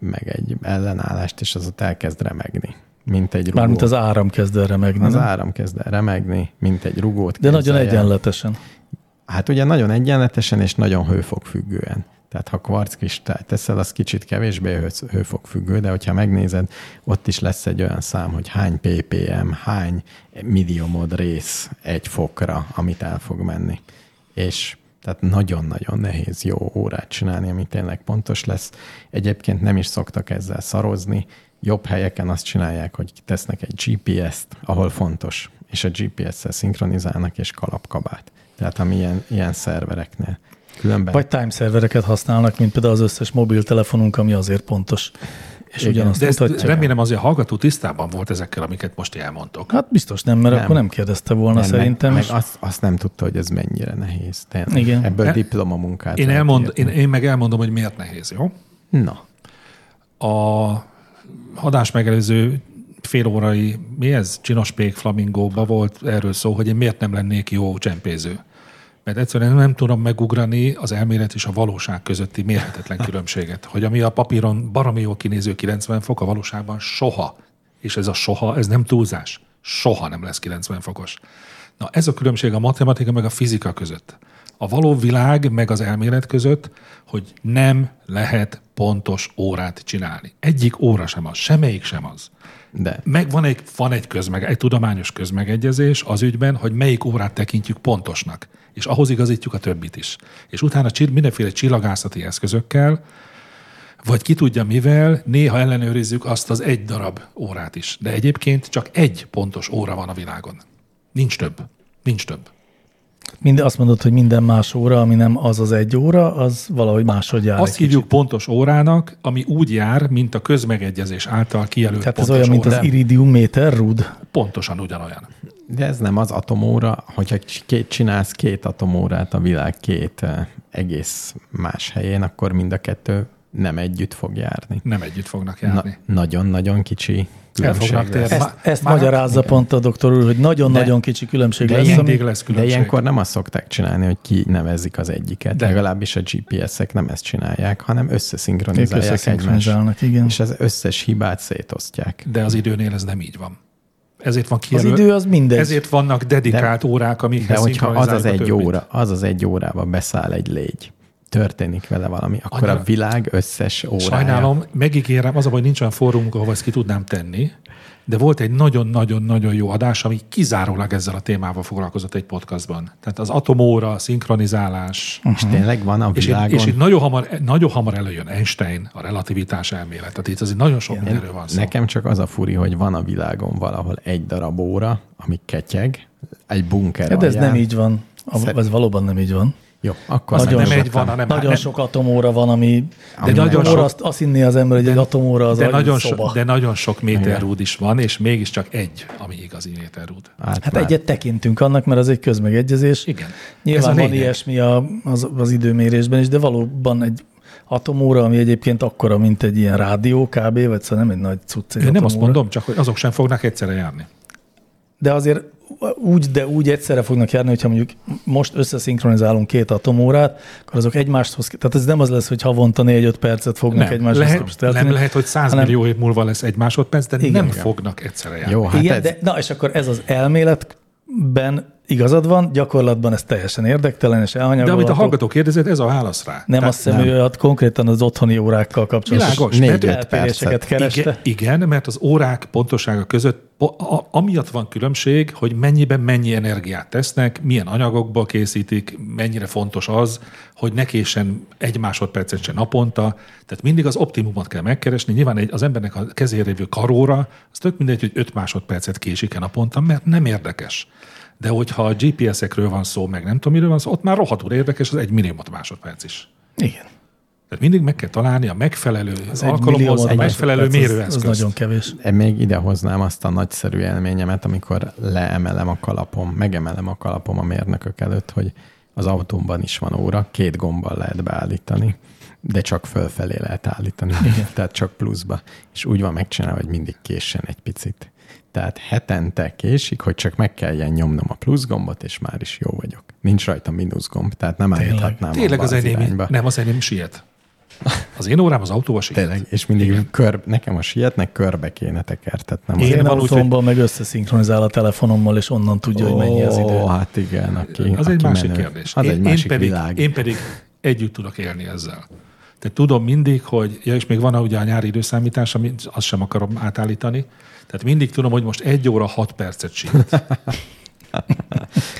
Speaker 1: meg egy ellenállást, és az ott elkezd remegni. Mint egy rugó.
Speaker 4: Mármint az áram kezd el remegni.
Speaker 1: az
Speaker 4: nem?
Speaker 1: áram kezd el remegni, mint egy rugót.
Speaker 4: De nagyon
Speaker 1: képzelj el.
Speaker 4: egyenletesen.
Speaker 1: Hát ugye nagyon egyenletesen és nagyon hőfokfüggően. Tehát ha kvarckristályt teszel, az kicsit kevésbé hő- hőfokfüggő, de hogyha megnézed, ott is lesz egy olyan szám, hogy hány ppm, hány milliomod rész egy fokra, amit el fog menni. És tehát nagyon-nagyon nehéz jó órát csinálni, ami tényleg pontos lesz. Egyébként nem is szoktak ezzel szarozni. Jobb helyeken azt csinálják, hogy tesznek egy GPS-t, ahol fontos, és a GPS-szel szinkronizálnak, és kalapkabát. Tehát ami ilyen, ilyen szervereknél. Különben
Speaker 4: Vagy timeservereket használnak, mint például az összes mobiltelefonunk, ami azért pontos. És
Speaker 1: Igen,
Speaker 4: ugyanazt
Speaker 2: De ezt
Speaker 4: mutatja.
Speaker 2: remélem azért a hallgató tisztában volt ezekkel, amiket most elmondtok.
Speaker 4: Hát biztos nem, mert
Speaker 1: Nem.
Speaker 4: akkor nem kérdezte volna
Speaker 1: nem,
Speaker 4: szerintem.
Speaker 1: Meg,
Speaker 4: és-
Speaker 1: meg azt, azt nem tudta, hogy ez mennyire nehéz. Tényleg.
Speaker 4: Igen.
Speaker 1: Ebből
Speaker 2: Hát,
Speaker 1: diplomamunkát.
Speaker 2: Én,
Speaker 1: lehet
Speaker 2: elmond, én,
Speaker 1: írni.
Speaker 2: én meg elmondom, hogy miért nehéz, jó?
Speaker 1: Na,
Speaker 2: a adás megelőző fél órai, mi ez? Csinospék flamingóba volt erről szó, hogy én miért nem lennék jó csempéző. Mert egyszerűen nem tudom megugrani az elmélet és a valóság közötti mérhetetlen különbséget. Hogy ami a papíron baromi jó kinéző 90 fok, a valóságban soha. És ez a soha, ez nem túlzás. Soha nem lesz 90 fokos. Na ez a különbség a matematika meg a fizika között. A való világ meg az elmélet között, hogy nem lehet pontos órát csinálni. Egyik óra sem az, semmelyik sem az.
Speaker 1: de
Speaker 2: Meg van egy, van egy, közmeg, egy tudományos közmegegyezés az ügyben, hogy melyik órát tekintjük pontosnak, és ahhoz igazítjuk a többit is. És utána csi- mindenféle csillagászati eszközökkel, vagy ki tudja mivel, néha ellenőrizzük azt az egy darab órát is. De egyébként csak egy pontos óra van a világon. Nincs több. Nincs több.
Speaker 4: Mind, azt mondod, hogy minden más óra, ami nem az az egy óra, az valahogy máshogy jár.
Speaker 2: Azt hívjuk pontos órának, ami úgy jár, mint a közmegegyezés által kijelölt
Speaker 4: Tehát ez
Speaker 2: pontos
Speaker 4: olyan, mint
Speaker 2: óra.
Speaker 4: az iridium méter rud.
Speaker 2: Pontosan ugyanolyan.
Speaker 1: De ez nem az atomóra, hogyha két, csinálsz két atomórát a világ két eh, egész más helyén, akkor mind a kettő nem együtt fog járni.
Speaker 2: Nem együtt fognak
Speaker 1: Na,
Speaker 2: járni.
Speaker 1: nagyon-nagyon kicsi különbség
Speaker 2: fognak
Speaker 1: lesz.
Speaker 2: térni.
Speaker 4: Ezt, ezt
Speaker 2: már-
Speaker 4: magyarázza pont a doktor úr, hogy nagyon-nagyon
Speaker 1: De-
Speaker 4: kicsi különbség
Speaker 1: de
Speaker 4: lesz.
Speaker 1: ilyen-
Speaker 4: ami-
Speaker 2: Mindig lesz
Speaker 1: De
Speaker 2: különbség.
Speaker 1: ilyenkor nem azt szokták csinálni, hogy kinevezik az egyiket.
Speaker 2: De.
Speaker 1: De. Legalábbis a GPS-ek nem ezt csinálják, hanem összeszinkronizálják egymást.
Speaker 4: Összeszinkronizálnak, igen.
Speaker 1: És az összes hibát szétosztják.
Speaker 2: De az időnél ez nem így van. Ezért van
Speaker 4: Az
Speaker 2: kijelöl...
Speaker 4: idő az mindegy.
Speaker 2: Ezért vannak dedikált de, órák,
Speaker 1: De
Speaker 2: amikhez
Speaker 1: hogyha az az
Speaker 2: szinkronizáljuk a
Speaker 1: egy
Speaker 2: többit.
Speaker 1: óra, az az egy órába beszáll egy légy, történik vele valami, akkor
Speaker 2: Annyira-
Speaker 1: a világ összes órája.
Speaker 2: Sajnálom, megígérem, az a baj, nincs olyan fórumunk, ahova ezt ki tudnám tenni, de volt egy nagyon-nagyon-nagyon jó adás, ami kizárólag ezzel a témával foglalkozott egy podcastban. Tehát az atomóra, a szinkronizálás,
Speaker 1: És tényleg van a
Speaker 2: és itt,
Speaker 1: világon.
Speaker 2: és itt nagyon hamar, nagyon hamar előjön Einstein, a relativitás elmélet. Tehát itt azért nagyon sok mindenről van szó.
Speaker 1: Nekem csak az a furi, hogy van a világon valahol egy darab óra, ami ketyeg, egy bunker
Speaker 2: Hát
Speaker 4: De Hát ez
Speaker 1: alján.
Speaker 4: nem így van. A-
Speaker 1: Szer-
Speaker 4: Ez valóban nem így van.
Speaker 1: Jó, akkor
Speaker 4: Nagyon
Speaker 1: nem
Speaker 2: nem
Speaker 4: sok.
Speaker 2: egy van, hanem
Speaker 4: Nagyon
Speaker 2: nem,
Speaker 4: sok atomóra van, ami...
Speaker 2: de nagyon
Speaker 4: atomóra,
Speaker 2: sok,
Speaker 4: azt, azt hinné az ember, hogy egy atomóra az
Speaker 2: de,
Speaker 4: agy
Speaker 2: nagyon
Speaker 4: szoba.
Speaker 2: so, de nagyon sok méterrúd is van, és mégiscsak egy, ami igazi méterrúd.
Speaker 1: Hát,
Speaker 4: Hát
Speaker 1: már-
Speaker 4: egyet tekintünk annak, mert az egy közmegegyezés.
Speaker 2: Igen. Ez a
Speaker 4: Nyilván van
Speaker 2: lényeg.
Speaker 4: ilyesmi a, az, az időmérésben is, de valóban egy atomóra, ami egyébként akkora, mint egy ilyen rádió kb, vagy szóval nem egy nagy cucc. egy
Speaker 2: Én nem azt
Speaker 4: atomóra.
Speaker 2: mondom, csak hogy azok sem fognak egyszerre járni.
Speaker 4: De azért úgy, de úgy egyszerre fognak járni, hogyha mondjuk most összeszinkronizálunk két atomórát, akkor azok egymáshoz, tehát ez nem az lesz, hogy havonta négy-öt percet fognak
Speaker 2: Nem,
Speaker 4: egymáshoz
Speaker 2: lehet,
Speaker 4: képestelteni,
Speaker 2: nem lehet, hogy 100
Speaker 4: hanem-
Speaker 2: millió év múlva lesz egy másodperc, de
Speaker 4: Igen.
Speaker 2: nem
Speaker 4: Igen.
Speaker 2: fognak egyszerre járni.
Speaker 1: Jó, hát
Speaker 4: Igen,
Speaker 1: ez,
Speaker 4: de, na és akkor ez az elméletben igazad van, gyakorlatban ez teljesen érdektelen és
Speaker 2: De
Speaker 4: elhanyagolható.
Speaker 2: amit a hallgató kérdezett, ez a válasz rá.
Speaker 4: Nem
Speaker 2: Tehát
Speaker 4: azt hiszem, ő ott konkrétan az otthoni órákkal kapcsolatos
Speaker 2: Világos.
Speaker 1: négy-öt
Speaker 4: eltéréseket
Speaker 1: percet.
Speaker 4: kereste.
Speaker 2: igen, igen, mert az órák pontossága között a, a, amiatt van különbség, hogy mennyiben mennyi energiát tesznek, milyen anyagokból készítik, mennyire fontos az, hogy ne késen egy másodpercet se naponta. Tehát mindig az optimumot kell megkeresni. Nyilván egy, az embernek a kezére lévő karóra, az tök mindegy, hogy öt másodpercet késik-e naponta, mert nem érdekes. De hogyha a GPS-ekről van szó, meg nem tudom, miről van szó, ott már rohadtul érdekes az egy milliómat másodperc is.
Speaker 4: Igen.
Speaker 2: Tehát mindig meg kell találni a megfelelő az
Speaker 4: egy
Speaker 2: alkalomhoz,
Speaker 4: milliómod
Speaker 2: a megfelelő
Speaker 4: másodperc, az-
Speaker 2: mérőeszközt.
Speaker 4: Az nagyon kevés.
Speaker 1: Én Még idehoznám azt a nagyszerű élményemet, amikor leemelem a kalapom, megemelem a kalapom a mérnökök előtt, hogy az autómban is van óra, két gombbal lehet beállítani, de csak fölfelé lehet állítani, tehát csak pluszba. És úgy van megcsinálva, hogy mindig késen egy picit. Tehát hetente késik, hogy csak meg kelljen nyomnom a plusz gombot, és már is jó vagyok. Nincs rajta mínusz gomb, tehát nem
Speaker 4: Tényleg.
Speaker 1: állíthatnám
Speaker 2: Tényleg
Speaker 1: abba
Speaker 2: az enyém,
Speaker 1: irányba.
Speaker 2: nem az enyém siet. Az én órám az autóval siet.
Speaker 1: Tényleg, és mindig kör, nekem a sietnek körbe kéne tekertetnem. az
Speaker 4: Én
Speaker 2: van úgy,
Speaker 4: autómban meg összeszinkronizál a telefonommal, és onnan tudja, hogy mennyi az idő.
Speaker 1: Ó, hát igen, aki,
Speaker 2: Az
Speaker 1: aki
Speaker 2: egy másik
Speaker 1: menő.
Speaker 2: kérdés.
Speaker 1: Az
Speaker 2: én,
Speaker 1: egy másik
Speaker 2: én pedig,
Speaker 1: világ.
Speaker 2: Én pedig együtt tudok élni ezzel. Tehát tudom mindig, hogy, ja, és még van ugye a nyári időszámítás, amit azt sem akarom átállítani, tehát mindig tudom, hogy most egy óra hat percet sírt.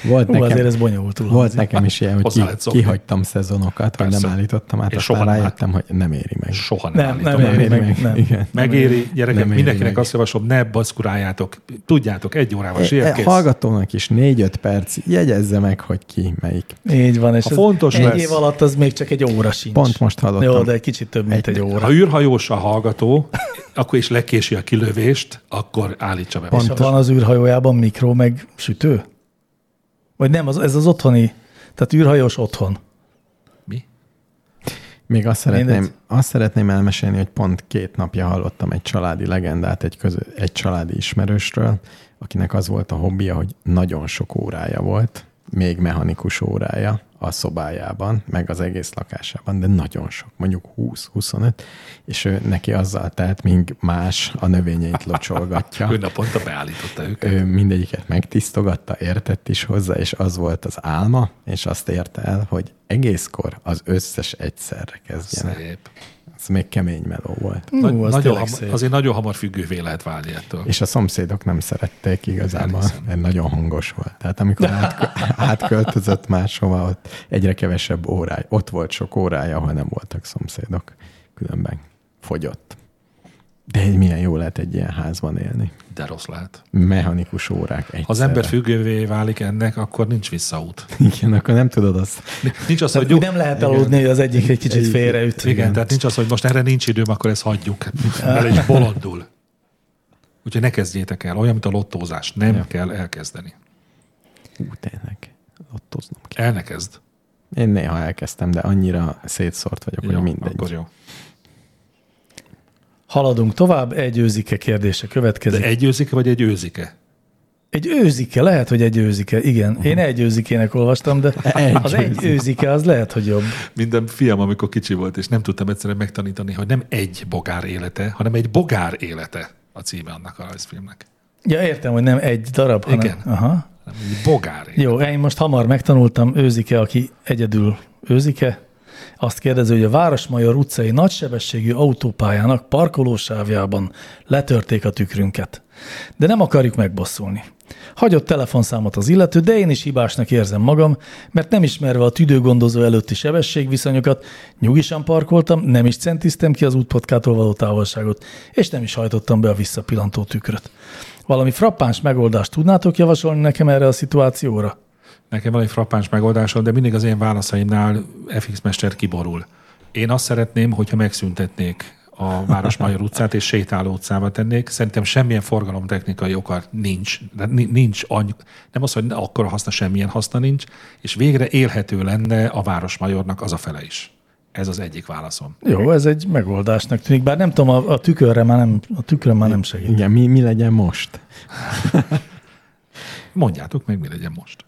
Speaker 1: Volt,
Speaker 4: Hú, azért
Speaker 1: nekem,
Speaker 4: ez bonyolultul.
Speaker 1: volt nekem is ilyen, hogy
Speaker 2: Hozzá
Speaker 1: ki,
Speaker 2: lehet szokni.
Speaker 1: kihagytam szezonokat, hogy
Speaker 2: Persze.
Speaker 1: nem állítottam át,
Speaker 2: És
Speaker 1: aztán
Speaker 2: soha nem
Speaker 1: rájöttem, hogy nem éri meg.
Speaker 2: Soha nem,
Speaker 4: Nem,
Speaker 2: állítom.
Speaker 4: nem éri meg. Nem.
Speaker 1: Igen.
Speaker 2: Megéri, gyerekek,
Speaker 1: Nem éri
Speaker 2: mindenkinek
Speaker 1: meg.
Speaker 2: azt javaslom, ne baszkuráljátok. Tudjátok, egy órával sírt,
Speaker 1: E,
Speaker 2: kész.
Speaker 1: hallgatónak is 4-5 perc, jegyezze meg, hogy ki, melyik.
Speaker 4: Így van, és
Speaker 2: Ha
Speaker 4: ez
Speaker 2: fontos
Speaker 4: egy
Speaker 2: lesz.
Speaker 4: év alatt az még csak egy óra sincs.
Speaker 1: Pont most hallottam.
Speaker 4: Jó, de egy kicsit több, mint egy, óra.
Speaker 2: Ha űrhajós a hallgató, akkor is lekési a kilövést, akkor állítsa be.
Speaker 4: És ha van az űrhajójában mikro, meg sütő? Vagy nem, az, ez az otthoni, tehát űrhajós otthon.
Speaker 2: Mi?
Speaker 1: Még azt szeretném,
Speaker 4: Mindegy.
Speaker 1: azt szeretném elmesélni, hogy pont két napja hallottam egy családi legendát egy, köz, egy családi ismerősről, akinek az volt a hobbija, hogy nagyon sok órája volt, még mechanikus órája a szobájában, meg az egész lakásában, de nagyon sok, mondjuk 20-25, és ő neki azzal telt, míg más a növényeit locsolgatja
Speaker 2: Ő naponta beállította őket.
Speaker 1: ő mindegyiket megtisztogatta, értett is hozzá, és az volt az álma, és azt érte el, hogy egészkor az összes egyszerre kezdjen.
Speaker 2: Szép.
Speaker 1: Ez még kemény meló volt.
Speaker 2: Nagy,
Speaker 4: Ú, az
Speaker 2: nagyon
Speaker 4: tényleg
Speaker 2: hamar,
Speaker 4: szép.
Speaker 2: azért nagyon hamar függővé lehet válni ettől.
Speaker 1: És a szomszédok nem szerették igazából, mert nagyon hangos volt. Tehát amikor átkö- átköltözött máshova, ott egyre kevesebb órája, ott volt sok órája, ha nem voltak szomszédok. Különben fogyott. De egy milyen jó lehet egy ilyen házban élni.
Speaker 2: De rossz lehet.
Speaker 1: Mechanikus órák egyszerre.
Speaker 2: Ha az ember függővé válik ennek, akkor nincs visszaút.
Speaker 1: Igen, akkor nem tudod azt.
Speaker 2: Nincs az, hogy
Speaker 4: Tehát
Speaker 2: jó,
Speaker 4: nem lehet aludni, hogy az egyik egy kicsit félreüt.
Speaker 2: Hát igen, tehát nincs az, hogy most erre nincs időm, akkor ezt hagyjuk. Bele is bolondul. Úgyhogy ne kezdjétek el. Olyan, mint a lottózás. Nem ja. kell elkezdeni.
Speaker 1: Ú, tényleg, lottoznom kell.
Speaker 2: El ne kezd.
Speaker 1: Én néha elkezdtem, de annyira szétszórt vagyok,
Speaker 2: Jó,
Speaker 1: hogy mindegy.
Speaker 2: Akkor jó.
Speaker 4: Haladunk tovább, egy őzike kérdése következik.
Speaker 2: De egy őzike vagy egy őzike?
Speaker 4: Egy őzike, lehet, hogy egy őzike, igen. Én egy őzikének olvastam, de
Speaker 1: Egy
Speaker 4: az egy őzike az lehet, hogy jobb.
Speaker 2: Minden fiam, amikor kicsi volt, és nem tudtam egyszerűen megtanítani, hogy nem egy bogár élete, hanem egy bogár élete a címe annak a rajzfilmnek.
Speaker 4: Ja, értem, hogy nem egy darab, hanem...
Speaker 2: Igen.
Speaker 4: Aha.
Speaker 2: Hanem egy bogár élete.
Speaker 4: Jó, én most hamar megtanultam őzike, aki egyedül őzike. Azt kérdezi, hogy a Városmajor utcai nagysebességű autópályának parkolósávjában letörték a tükrünket. De nem akarjuk megbosszulni. Hagyott telefonszámot az illető, de én is hibásnak érzem magam, mert nem ismerve a tüdőgondozó előtti sebességviszonyokat, nyugisan parkoltam, nem is centiztem ki az útpotkától való távolságot, és nem is hajtottam be a visszapillantó tükröt. Valami frappáns megoldást tudnátok javasolni nekem erre a szituációra?
Speaker 2: Nekem van egy frappáns megoldásom, de mindig az én válaszaimnál FX Mester kiborul. Én azt szeretném, hogyha megszüntetnék a Városmajor utcát és sétáló utcába tennék. Szerintem semmilyen forgalomtechnikai oka nincs. De ni- nincs any- nem az, hogy ne akkora haszna, semmilyen haszna nincs, és végre élhető lenne a Városmajornak az a fele is. Ez az egyik válaszom.
Speaker 4: Jó, ez egy megoldásnak tűnik, bár nem tudom, a, a tükörre már nem, a tükrön már nem segít.
Speaker 1: Igen, mi, mi legyen most?
Speaker 2: Mondjátok meg, mi legyen most.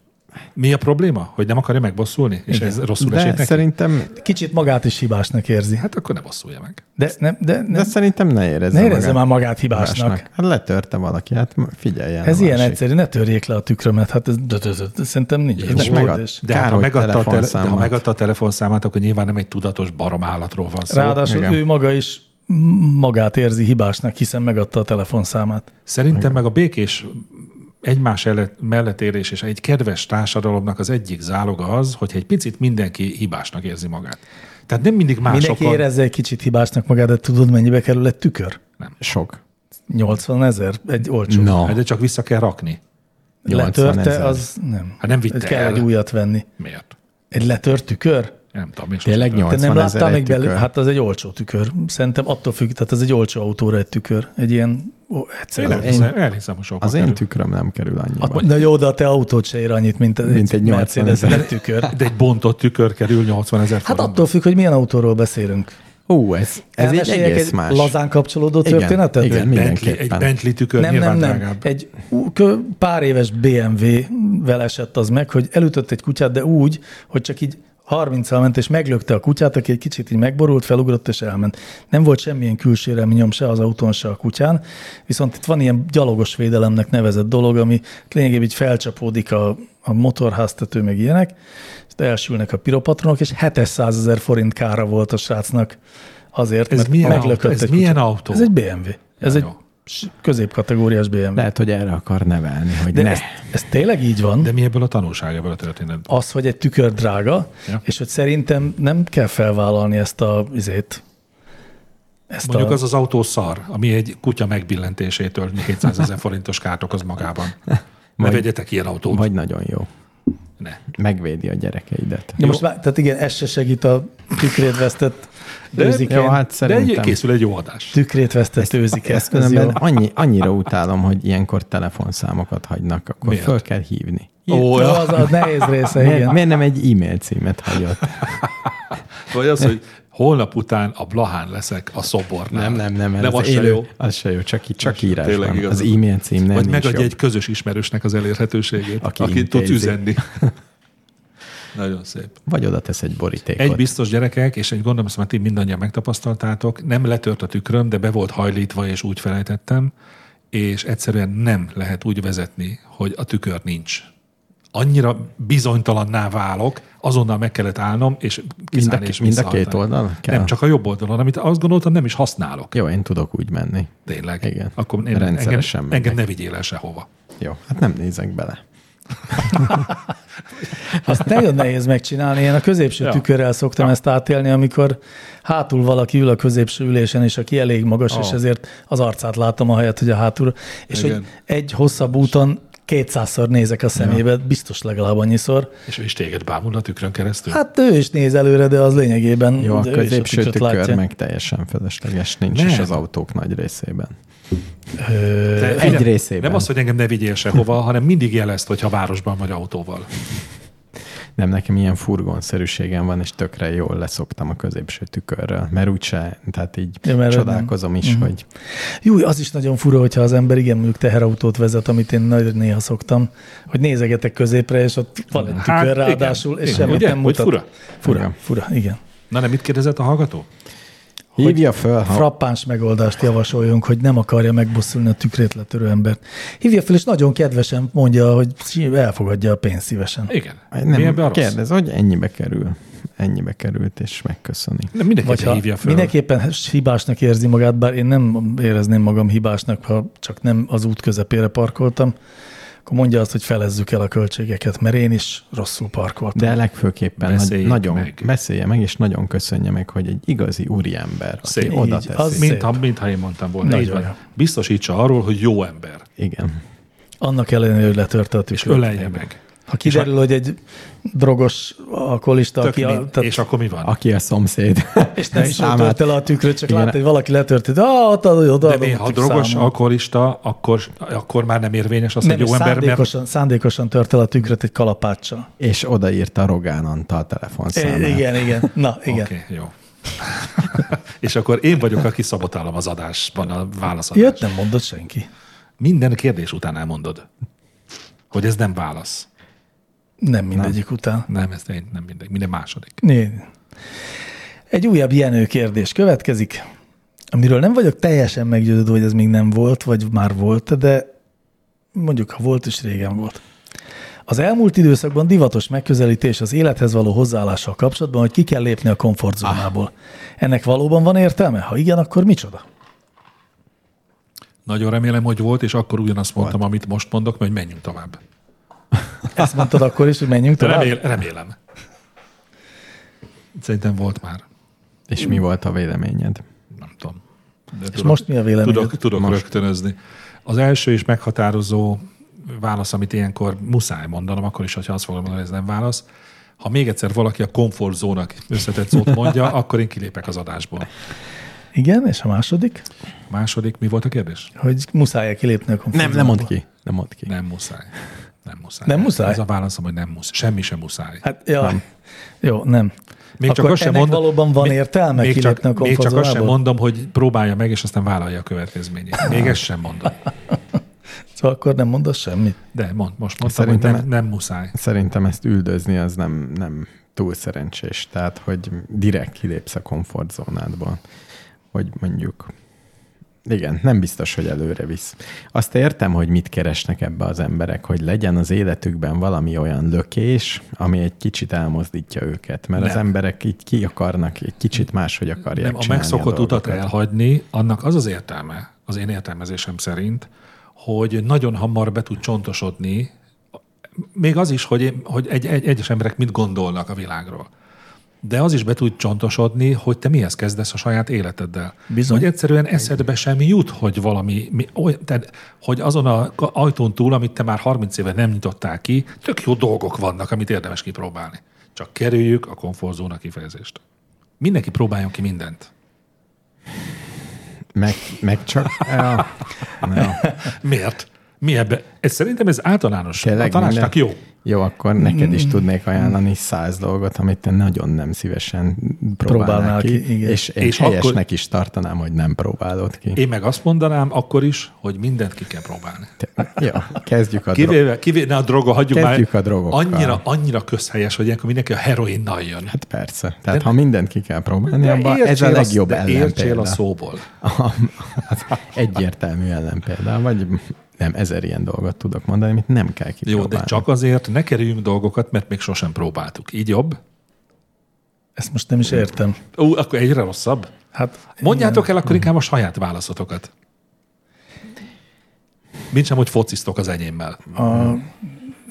Speaker 2: Mi a probléma? Hogy nem akarja megbosszulni? És ez rosszul
Speaker 1: de
Speaker 2: esik Szóval neki?
Speaker 1: szerintem,
Speaker 4: Kicsit magát is hibásnak érzi.
Speaker 2: Hát akkor ne bosszulja meg.
Speaker 4: De, nem, de, nem,
Speaker 1: de szerintem ne érezze
Speaker 4: ne érezze már
Speaker 1: magát
Speaker 4: magát hibásnak.
Speaker 1: másnak. Hát letörte valaki, hát figyeljen.
Speaker 4: Ez
Speaker 1: a
Speaker 4: ilyen
Speaker 1: másik.
Speaker 4: egyszerű, ne törjék le a tükrömet, hát ez dö, dö, dö, dö, szerintem nincs. Ez
Speaker 1: Jó,
Speaker 4: nem
Speaker 1: megad-
Speaker 4: kérdés.
Speaker 2: De, hát, ha
Speaker 1: Károly
Speaker 2: megadta a tele, de ha
Speaker 1: telefonszámát.
Speaker 2: megadta a telefonszámát, akkor nyilván nem egy tudatos baromállatról van szó.
Speaker 4: Ráadásul
Speaker 1: Szóval, igen.
Speaker 4: ő maga is magát érzi hibásnak, hiszen megadta a telefonszámát.
Speaker 2: Szerintem meg a békés egymás ele- mellett érés és egy kedves társadalomnak az egyik záloga az, hogy egy picit mindenki hibásnak érzi magát. Tehát nem mindig
Speaker 4: Mindenki
Speaker 2: másokon...
Speaker 4: érezze egy kicsit hibásnak magát, de tudod, mennyibe kerül egy tükör?
Speaker 1: Sok.
Speaker 4: 80 ezer, egy olcsó.
Speaker 1: Na,
Speaker 2: Hát De csak vissza kell rakni.
Speaker 1: 80 ezer.
Speaker 4: Letörte, az nem.
Speaker 2: Hát nem vitte
Speaker 4: Egy kell
Speaker 2: el.
Speaker 4: egy újat venni.
Speaker 2: Miért?
Speaker 4: Egy letört tükör?
Speaker 2: Nem tudom. én sosem
Speaker 1: Tényleg
Speaker 2: tudom.
Speaker 4: Te
Speaker 1: 80
Speaker 4: nem
Speaker 1: ezer
Speaker 4: láttál még
Speaker 1: egy
Speaker 4: belőle?
Speaker 1: tükör?
Speaker 4: Hát az egy olcsó tükör. Szerintem attól függ, tehát ez egy olcsó autóra egy tükör. Egy ilyen ó,
Speaker 2: Tényleg,
Speaker 4: egyszerűen.
Speaker 2: az elhiszem, hogy sokkal
Speaker 1: Az én
Speaker 2: kerül.
Speaker 1: tükröm nem kerül annyiba.
Speaker 4: Na jó, de a te autód se ér annyit, mint,
Speaker 1: Mint egy 80
Speaker 4: Mercedes
Speaker 1: ezer.
Speaker 4: egy tükör.
Speaker 2: De egy bontott tükör kerül 80 ezer
Speaker 4: Hát attól függ, hogy milyen autóról beszélünk.
Speaker 1: Ó, ez, ez egy
Speaker 4: Elmeséljek
Speaker 1: egész más.
Speaker 4: lazán kapcsolódó
Speaker 1: Igen,
Speaker 4: történetet?
Speaker 1: igen,
Speaker 2: Bentley, egy
Speaker 1: mindenképpen.
Speaker 2: Bentley tükör
Speaker 4: nem,
Speaker 2: nyilván
Speaker 4: nem, nem.
Speaker 2: drágább.
Speaker 4: Egy ú- kö- pár éves BMW-vel esett az meg, hogy elütött egy kutyát, de úgy, hogy csak így 30 ment, és meglökte a kutyát, aki egy kicsit így megborult, felugrott, és elment. Nem volt semmilyen külsérelmi nyom se az autón, se a kutyán, viszont itt van ilyen gyalogos védelemnek nevezett dolog, ami lényegében így felcsapódik a, a motorháztető, meg ilyenek, és elsülnek a piropatronok, és 700 ezer forint kára volt a srácnak azért,
Speaker 2: Ez
Speaker 4: mert
Speaker 2: milyen
Speaker 4: meglökött
Speaker 2: autó? Ez
Speaker 4: egy
Speaker 2: milyen
Speaker 4: kutyát.
Speaker 2: autó?
Speaker 4: Ez egy BMW. Ez
Speaker 2: Ja,
Speaker 4: egy
Speaker 2: jó.
Speaker 4: s- középkategóriás BMW.
Speaker 1: Lehet, hogy erre akar nevelni, hogy
Speaker 4: De
Speaker 1: ne.
Speaker 4: ez, ez tényleg így van,
Speaker 2: De
Speaker 4: De
Speaker 2: mi ebből a tanulság ebből a történetből?
Speaker 4: az, hogy egy tükör drága,
Speaker 2: Ja.
Speaker 4: ja. és hogy szerintem nem kell felvállalni ezt a izét. Ezt
Speaker 2: Mondjuk
Speaker 4: a,
Speaker 2: az az autó szar, ami egy kutya megbillentésétől 700 ezer forintos kárt okoz magában. Ne
Speaker 1: Vagy-
Speaker 2: vegyetek ilyen autót.
Speaker 1: Vagy nagyon jó.
Speaker 2: Ne.
Speaker 1: hát Megvédi a gyerekeidet.
Speaker 4: ja, most már, tehát igen, ez se segít a tükrét vesztett őzikén.
Speaker 1: jó, hát
Speaker 2: De egy,
Speaker 1: szerintem.
Speaker 2: készül egy jó adás.
Speaker 4: Tükrét vesztett őzike.
Speaker 1: Ezt
Speaker 4: Ez jó.
Speaker 1: különben annyi, annyira utálom, hogy ilyenkor telefonszámokat hagynak, akkor
Speaker 2: Miért?
Speaker 1: föl kell hívni.
Speaker 2: Ó,
Speaker 4: Jó,
Speaker 2: ja.
Speaker 4: az a nehéz része,
Speaker 1: Miért,
Speaker 4: igen.
Speaker 1: miért nem egy e-mail címet hagyott?
Speaker 2: Vagy az, hogy holnap után a Blahán leszek a szobornál.
Speaker 1: Nem, nem, nem.
Speaker 2: nem
Speaker 1: az
Speaker 2: az se
Speaker 1: élő-
Speaker 2: jó.
Speaker 1: Az se jó, csak, í- csak
Speaker 2: se jó, tényleg
Speaker 1: írásban. Az
Speaker 2: igazad
Speaker 1: e-mail cím nem
Speaker 2: Vagy
Speaker 1: nincs
Speaker 2: megadja
Speaker 1: jobb.
Speaker 2: egy közös ismerősnek az elérhetőségét,
Speaker 1: Aki
Speaker 2: aki, aki tudsz
Speaker 1: intézi.
Speaker 2: üzenni. Nagyon szép.
Speaker 1: Vagy oda tesz egy borítékot.
Speaker 2: Egy biztos gyerekek, és egy gondolom, ezt már ti mindannyian megtapasztaltátok, nem letört a tükröm, de be volt hajlítva, és úgy felejtettem, és egyszerűen nem lehet úgy vezetni, hogy a tükör nincs. Annyira bizonytalanná válok, azonnal meg kellett állnom, és kiszállni
Speaker 1: a-
Speaker 2: és
Speaker 1: mind a két
Speaker 2: visszahatni.
Speaker 1: oldalon kell?
Speaker 2: Nem, csak a jobb oldalon, amit azt gondoltam, nem is használok.
Speaker 1: Jó, én tudok úgy menni.
Speaker 2: Tényleg.
Speaker 1: Igen.
Speaker 2: Akkor én, engem,
Speaker 1: Rendszeresen mennek.
Speaker 2: engem ne vigyél el sehova.
Speaker 1: Jó, hát nem nézek bele.
Speaker 4: Azt nagyon nehéz megcsinálni. Én a középső
Speaker 2: Ja.
Speaker 4: ja. tükörrel szoktam ja. ezt átélni, amikor hátul valaki ül a középső ülésen, és aki elég magas, oh. és ezért az arcát látom a helyet, hogy a hátul. És
Speaker 2: Igen.
Speaker 4: hogy egy hosszabb úton 200-szor nézek a szemébe, ja. biztos legalább annyiszor.
Speaker 2: És ő is téged bámul a tükrön keresztül?
Speaker 4: Hát ő is néz előre, de az lényegében
Speaker 1: Jó, a
Speaker 4: de ő is
Speaker 1: középső
Speaker 4: tükröt
Speaker 1: tükör
Speaker 4: látja.
Speaker 1: meg teljesen felesleges nincs
Speaker 2: Nem.
Speaker 1: is az autók nagy részében.
Speaker 2: Te
Speaker 1: egy részében.
Speaker 2: Nem az, hogy engem ne vigyél sehova, hanem mindig jelezt, hogyha városban vagy autóval.
Speaker 1: Nem, nekem ilyen furgonszerűségem van, és tökre jól leszoktam a középső tükörrel, mert úgyse, tehát így
Speaker 4: Ja, mert Mhm.
Speaker 1: csodálkozom is, hogy
Speaker 4: Jó, az is nagyon fura, hogyha az ember igen mondjuk teherautót vezet, amit én nagyon néha szoktam, hogy nézegetek középre, és ott van egy tükör
Speaker 2: Hát, igen.
Speaker 4: ráadásul, és
Speaker 2: Igen.
Speaker 4: semmit
Speaker 2: Ugye?
Speaker 4: nem
Speaker 2: Hogy
Speaker 4: mutat.
Speaker 2: fura?
Speaker 4: Fura,
Speaker 1: Igen.
Speaker 4: fura, igen.
Speaker 2: Na nem, mit kérdezett a hallgató?
Speaker 1: hívja föl, ha
Speaker 4: frappáns megoldást javasoljunk, hogy nem akarja megbosszulni a tükrét letörő embert. Hívja fel, és nagyon kedvesen mondja, hogy elfogadja a pénzt szívesen.
Speaker 2: Igen. Mi ebben a
Speaker 1: nem,
Speaker 2: rossz?
Speaker 1: kérdez, hogy ennyibe kerül. Ennyibe került, és megköszöni.
Speaker 2: Nem, mindenki
Speaker 4: Vagy
Speaker 2: Vagy
Speaker 4: ha
Speaker 2: hívja föl.
Speaker 4: mindenképpen hibásnak érzi magát, bár én nem érezném magam hibásnak, ha csak nem az út közepére parkoltam, akkor mondja azt, hogy felezzük el a költségeket, mert én is rosszul parkoltam.
Speaker 1: De legfőképpen nagy-
Speaker 2: Beszéljék
Speaker 1: nagyon
Speaker 2: meg.
Speaker 1: beszélje meg, és nagyon köszönje meg, hogy egy igazi úriember, aki
Speaker 2: Szép.
Speaker 1: oda
Speaker 4: Így,
Speaker 1: teszi.
Speaker 4: az mi-
Speaker 2: Mintha, mintha én mondtam volna.
Speaker 4: Nagyon
Speaker 2: Így
Speaker 4: jó.
Speaker 2: van. Biztosítsa arról, hogy jó ember,
Speaker 1: Igen.
Speaker 4: Annak ellenére, hogy letörte a
Speaker 2: és
Speaker 4: tükröt.
Speaker 2: ölelje meg.
Speaker 4: Ha kiderül, hogy egy drogos alkoholista,
Speaker 2: Tök
Speaker 4: aki a,
Speaker 2: mind, és akkor mi van?
Speaker 1: Aki a szomszéd.
Speaker 4: És nem is ő
Speaker 1: Számát-
Speaker 4: törte le a tükröt, csak
Speaker 1: Igen.
Speaker 4: látta, hogy valaki letörte, de ah, ott az, oda
Speaker 2: De néha drogos alkoholista, akkor, akkor már nem érvényes az,
Speaker 4: nem,
Speaker 2: hogy jó ember, mert
Speaker 4: szándékosan, szándékosan törte le a tükröt egy kalapáccsal.
Speaker 1: És odaírta Rogán Antal telefonszámát.
Speaker 4: É, E, igen, igen. Na, igen. Okay.
Speaker 2: Oké, okay, jó. és akkor én vagyok, aki szabotálom az adásban a válaszadást.
Speaker 4: Jött, nem mondott senki.
Speaker 2: Minden kérdés után elmondod, hogy ez nem válasz.
Speaker 4: Nem mindegyik nem. után.
Speaker 2: Nem, ez én, nem mindegy, minden második.
Speaker 4: Né. Egy újabb Jenő kérdés következik, amiről nem vagyok teljesen meggyőződve, hogy ez még nem volt, vagy már volt, de mondjuk, ha volt, is régen volt. Az elmúlt időszakban divatos megközelítés az élethez való hozzáállással kapcsolatban, hogy ki kell lépni a
Speaker 1: Ah.
Speaker 4: komfortzónából. Ennek valóban van értelme? Ha igen, akkor micsoda?
Speaker 2: Nagyon remélem, hogy volt, és akkor ugyanazt mondtam, amit most mondok, mert hogy menjünk tovább.
Speaker 4: Ezt mondtad akkor is, hogy menjünk tovább?
Speaker 2: Remél, remélem. Szerintem volt már.
Speaker 1: És mi volt a véleményed?
Speaker 2: Nem tudom. De
Speaker 4: És most mi a véleményed?
Speaker 2: Tudok, tudok most. rögtönözni. Az első és meghatározó válasz, amit ilyenkor muszáj mondanom, akkor is, hogyha azt fogom mondani, hogy ez nem válasz. Ha még egyszer valaki a komfortzónak összetett szót mondja, akkor én kilépek az adásból.
Speaker 4: Igen, és a második?
Speaker 2: A második, mi volt a kérdés?
Speaker 4: Hogy muszáj kilépni a
Speaker 1: Nem,
Speaker 4: komfortzónából.
Speaker 1: nem mondd ki. Nem mondd ki.
Speaker 2: Nem muszáj. Nem muszáj.
Speaker 4: Nem muszáj?
Speaker 2: Ez a válaszom, hogy nem muszáj. Semmi sem muszáj.
Speaker 4: Hát, ja. nem. Jó, nem.
Speaker 2: Még
Speaker 4: akkor
Speaker 2: csak azt sem
Speaker 4: ennek
Speaker 2: mondom-
Speaker 4: valóban van
Speaker 2: még-
Speaker 4: értelme
Speaker 2: még csak,
Speaker 4: kilépni a
Speaker 2: még csak azt sem
Speaker 4: komfortzónából?
Speaker 2: mondom, hogy próbálja meg, és aztán vállalja a következményét. Még ezt sem mondom.
Speaker 4: Szóval akkor nem mondasz semmit.
Speaker 2: De mond, most mondtam, hogy
Speaker 1: Szerintem-
Speaker 2: nem, nem muszáj.
Speaker 1: Szerintem ezt üldözni az nem, nem túl szerencsés. Tehát, hogy direkt kilépsz a komfortzónádból. Hogy mondjuk... Igen, nem biztos, hogy előre visz. Azt értem, hogy mit keresnek ebbe az emberek, hogy legyen az életükben valami olyan lökés, ami egy kicsit elmozdítja őket, mert nem. az
Speaker 2: Nem.
Speaker 1: emberek így ki akarnak, egy kicsit máshogy akarják
Speaker 2: Nem, a
Speaker 1: csinálni
Speaker 2: megszokott utat
Speaker 1: dolgokat.
Speaker 2: elhagyni, annak az az értelme, az én értelmezésem szerint, hogy nagyon hamar be tud csontosodni, még az is, hogy, én, hogy egy, egy, egyes emberek mit gondolnak a világról. De az is be tud csontosodni, hogy te mihez kezdesz a saját életeddel.
Speaker 4: Bizony.
Speaker 2: Hogy egyszerűen eszedbe sem jut, hogy valami, mi, oly, tehát, hogy azon a ka- ajtón túl, amit te már 30 éve nem nyitottál ki, tök jó dolgok vannak, amit érdemes kipróbálni. Csak kerüljük a komfortzóna kifejezést. Mindenki próbáljon ki mindent.
Speaker 1: Meg, meg csak... Ja, ja.
Speaker 2: Miért? Mi ebbe? Ez szerintem ez általános. Tényleg, a tanácsnak
Speaker 1: minden-
Speaker 2: jó.
Speaker 1: Jó, akkor neked is tudnék ajánlani száz dolgot, amit te nagyon nem szívesen
Speaker 4: Próbálnál
Speaker 1: próbálnál ki,
Speaker 4: ki, igen.
Speaker 1: és én
Speaker 2: És
Speaker 1: és
Speaker 2: akkor-
Speaker 1: helyesnek akkor... is tartanám, hogy nem próbálod ki.
Speaker 2: Én meg azt mondanám akkor is, hogy mindent ki kell próbálni.
Speaker 1: Te, Hát jó, kezdjük a drog...
Speaker 2: Kivéve, kivéve ne a droga, hagyjuk
Speaker 1: Kezdjük
Speaker 2: már.
Speaker 1: a drogokkal.
Speaker 2: annyira, annyira közhelyes, hogy ilyenkor mindenki a heroinnal jön.
Speaker 1: Hát persze. Tehát de, ha mindent ki kell próbálni, abban ez a
Speaker 2: értsél
Speaker 1: legjobb
Speaker 2: de értsél
Speaker 1: ellenpélda.
Speaker 2: a szóból.
Speaker 1: Az egyértelmű ellenpélda, vagy nem, ezer ilyen dolgot tudok mondani, amit nem kell
Speaker 2: Jó,
Speaker 1: kipróbálni.
Speaker 2: de csak azért ne kerüljünk dolgokat, mert még sosem próbáltuk. Így jobb?
Speaker 4: Ezt most nem is értem.
Speaker 2: Ú, akkor egyre rosszabb.
Speaker 4: Hát,
Speaker 2: Mondjátok el akkor inkább a saját válaszotokat. Mint sem, hogy fociztok az enyémmel.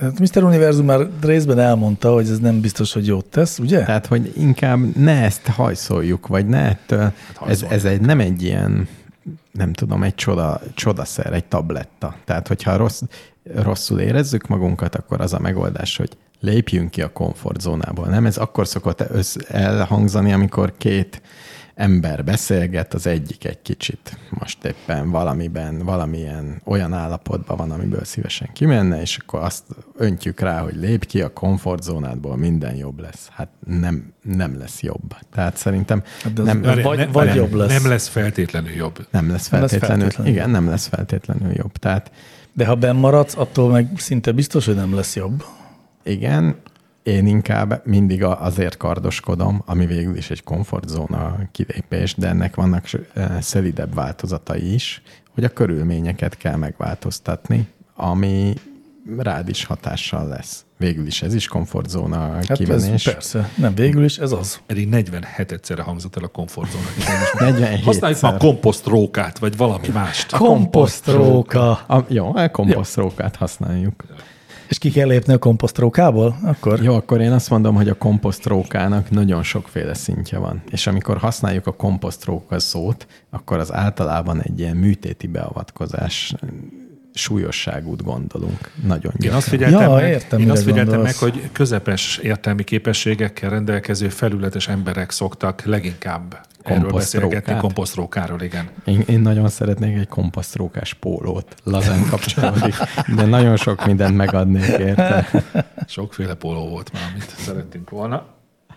Speaker 4: hát Mr. Univerzum már részben elmondta, hogy ez nem biztos, hogy jót tesz, ugye?
Speaker 1: Tehát, hogy inkább ne ezt hajszoljuk, vagy ne ettől.
Speaker 2: Hát
Speaker 1: ez,
Speaker 2: hajszoljuk.
Speaker 1: ez egy, nem egy ilyen, nem tudom, egy csoda, csodaszer, egy tabletta. Tehát, hogyha rossz, rosszul érezzük magunkat, akkor az a megoldás, hogy lépjünk ki a komfortzónából. Nem? Ez akkor szokott össz, elhangzani, amikor két ember beszélget, az egyik egy kicsit most éppen valamiben, valamilyen olyan állapotban van, amiből szívesen kimenne, és akkor azt öntjük rá, hogy lép ki a komfortzónádból, minden jobb lesz. Hát nem, nem lesz jobb. Tehát szerintem
Speaker 4: Hát de az-
Speaker 1: nem,
Speaker 4: Várj, vagy- vagy
Speaker 2: nem,
Speaker 4: jobb lesz.
Speaker 2: Nem lesz feltétlenül jobb.
Speaker 1: nem lesz
Speaker 4: nem lesz
Speaker 1: feltétlenül.
Speaker 4: feltétlenül.
Speaker 1: Igen, nem lesz feltétlenül jobb. Tehát
Speaker 4: De ha benn maradsz, attól meg szinte biztos, hogy nem lesz jobb.
Speaker 1: Igen, én inkább mindig a- azért kardoskodom, ami végül is egy komfortzóna kilépés, de ennek vannak s- eh, szelidebb változatai is, hogy a körülményeket kell megváltoztatni, ami rád is hatással lesz. Végül is ez is komfortzóna
Speaker 4: Hát ez
Speaker 1: kimenés.
Speaker 4: persze. Nem, végül is ez az.
Speaker 2: Eddig 47 egyszerre hangzott el a komfortzóna.
Speaker 1: 47
Speaker 2: Használjuk már komposztrókát, vagy valami mást.
Speaker 4: Komposztróka.
Speaker 1: a, jó, a komposztrókát használjuk.
Speaker 4: És ki kell lépni a komposztrókából? Akkor?
Speaker 1: Jó, akkor én azt mondom, hogy a komposztrókának nagyon sokféle szintje van. És amikor használjuk a komposztróka szót, akkor az általában egy ilyen műtéti beavatkozás súlyosságút gondolunk. Nagyon
Speaker 2: Én
Speaker 1: gyakran.
Speaker 2: azt figyeltem,
Speaker 4: Ja,
Speaker 2: meg,
Speaker 4: értem,
Speaker 2: én
Speaker 4: mire
Speaker 2: azt figyeltem meg,
Speaker 4: gondolsz.
Speaker 2: hogy közepes értelmi képességekkel rendelkező felületes emberek szoktak leginkább erről
Speaker 1: Komposztrókát.
Speaker 2: beszélgetni, komposztrókáról, igen.
Speaker 1: Én, én nagyon szeretnék egy komposztrókás pólót. Lazán kapcsolódik, de nagyon sok mindent megadnék érte.
Speaker 2: Sokféle póló volt már, amit szerettünk volna.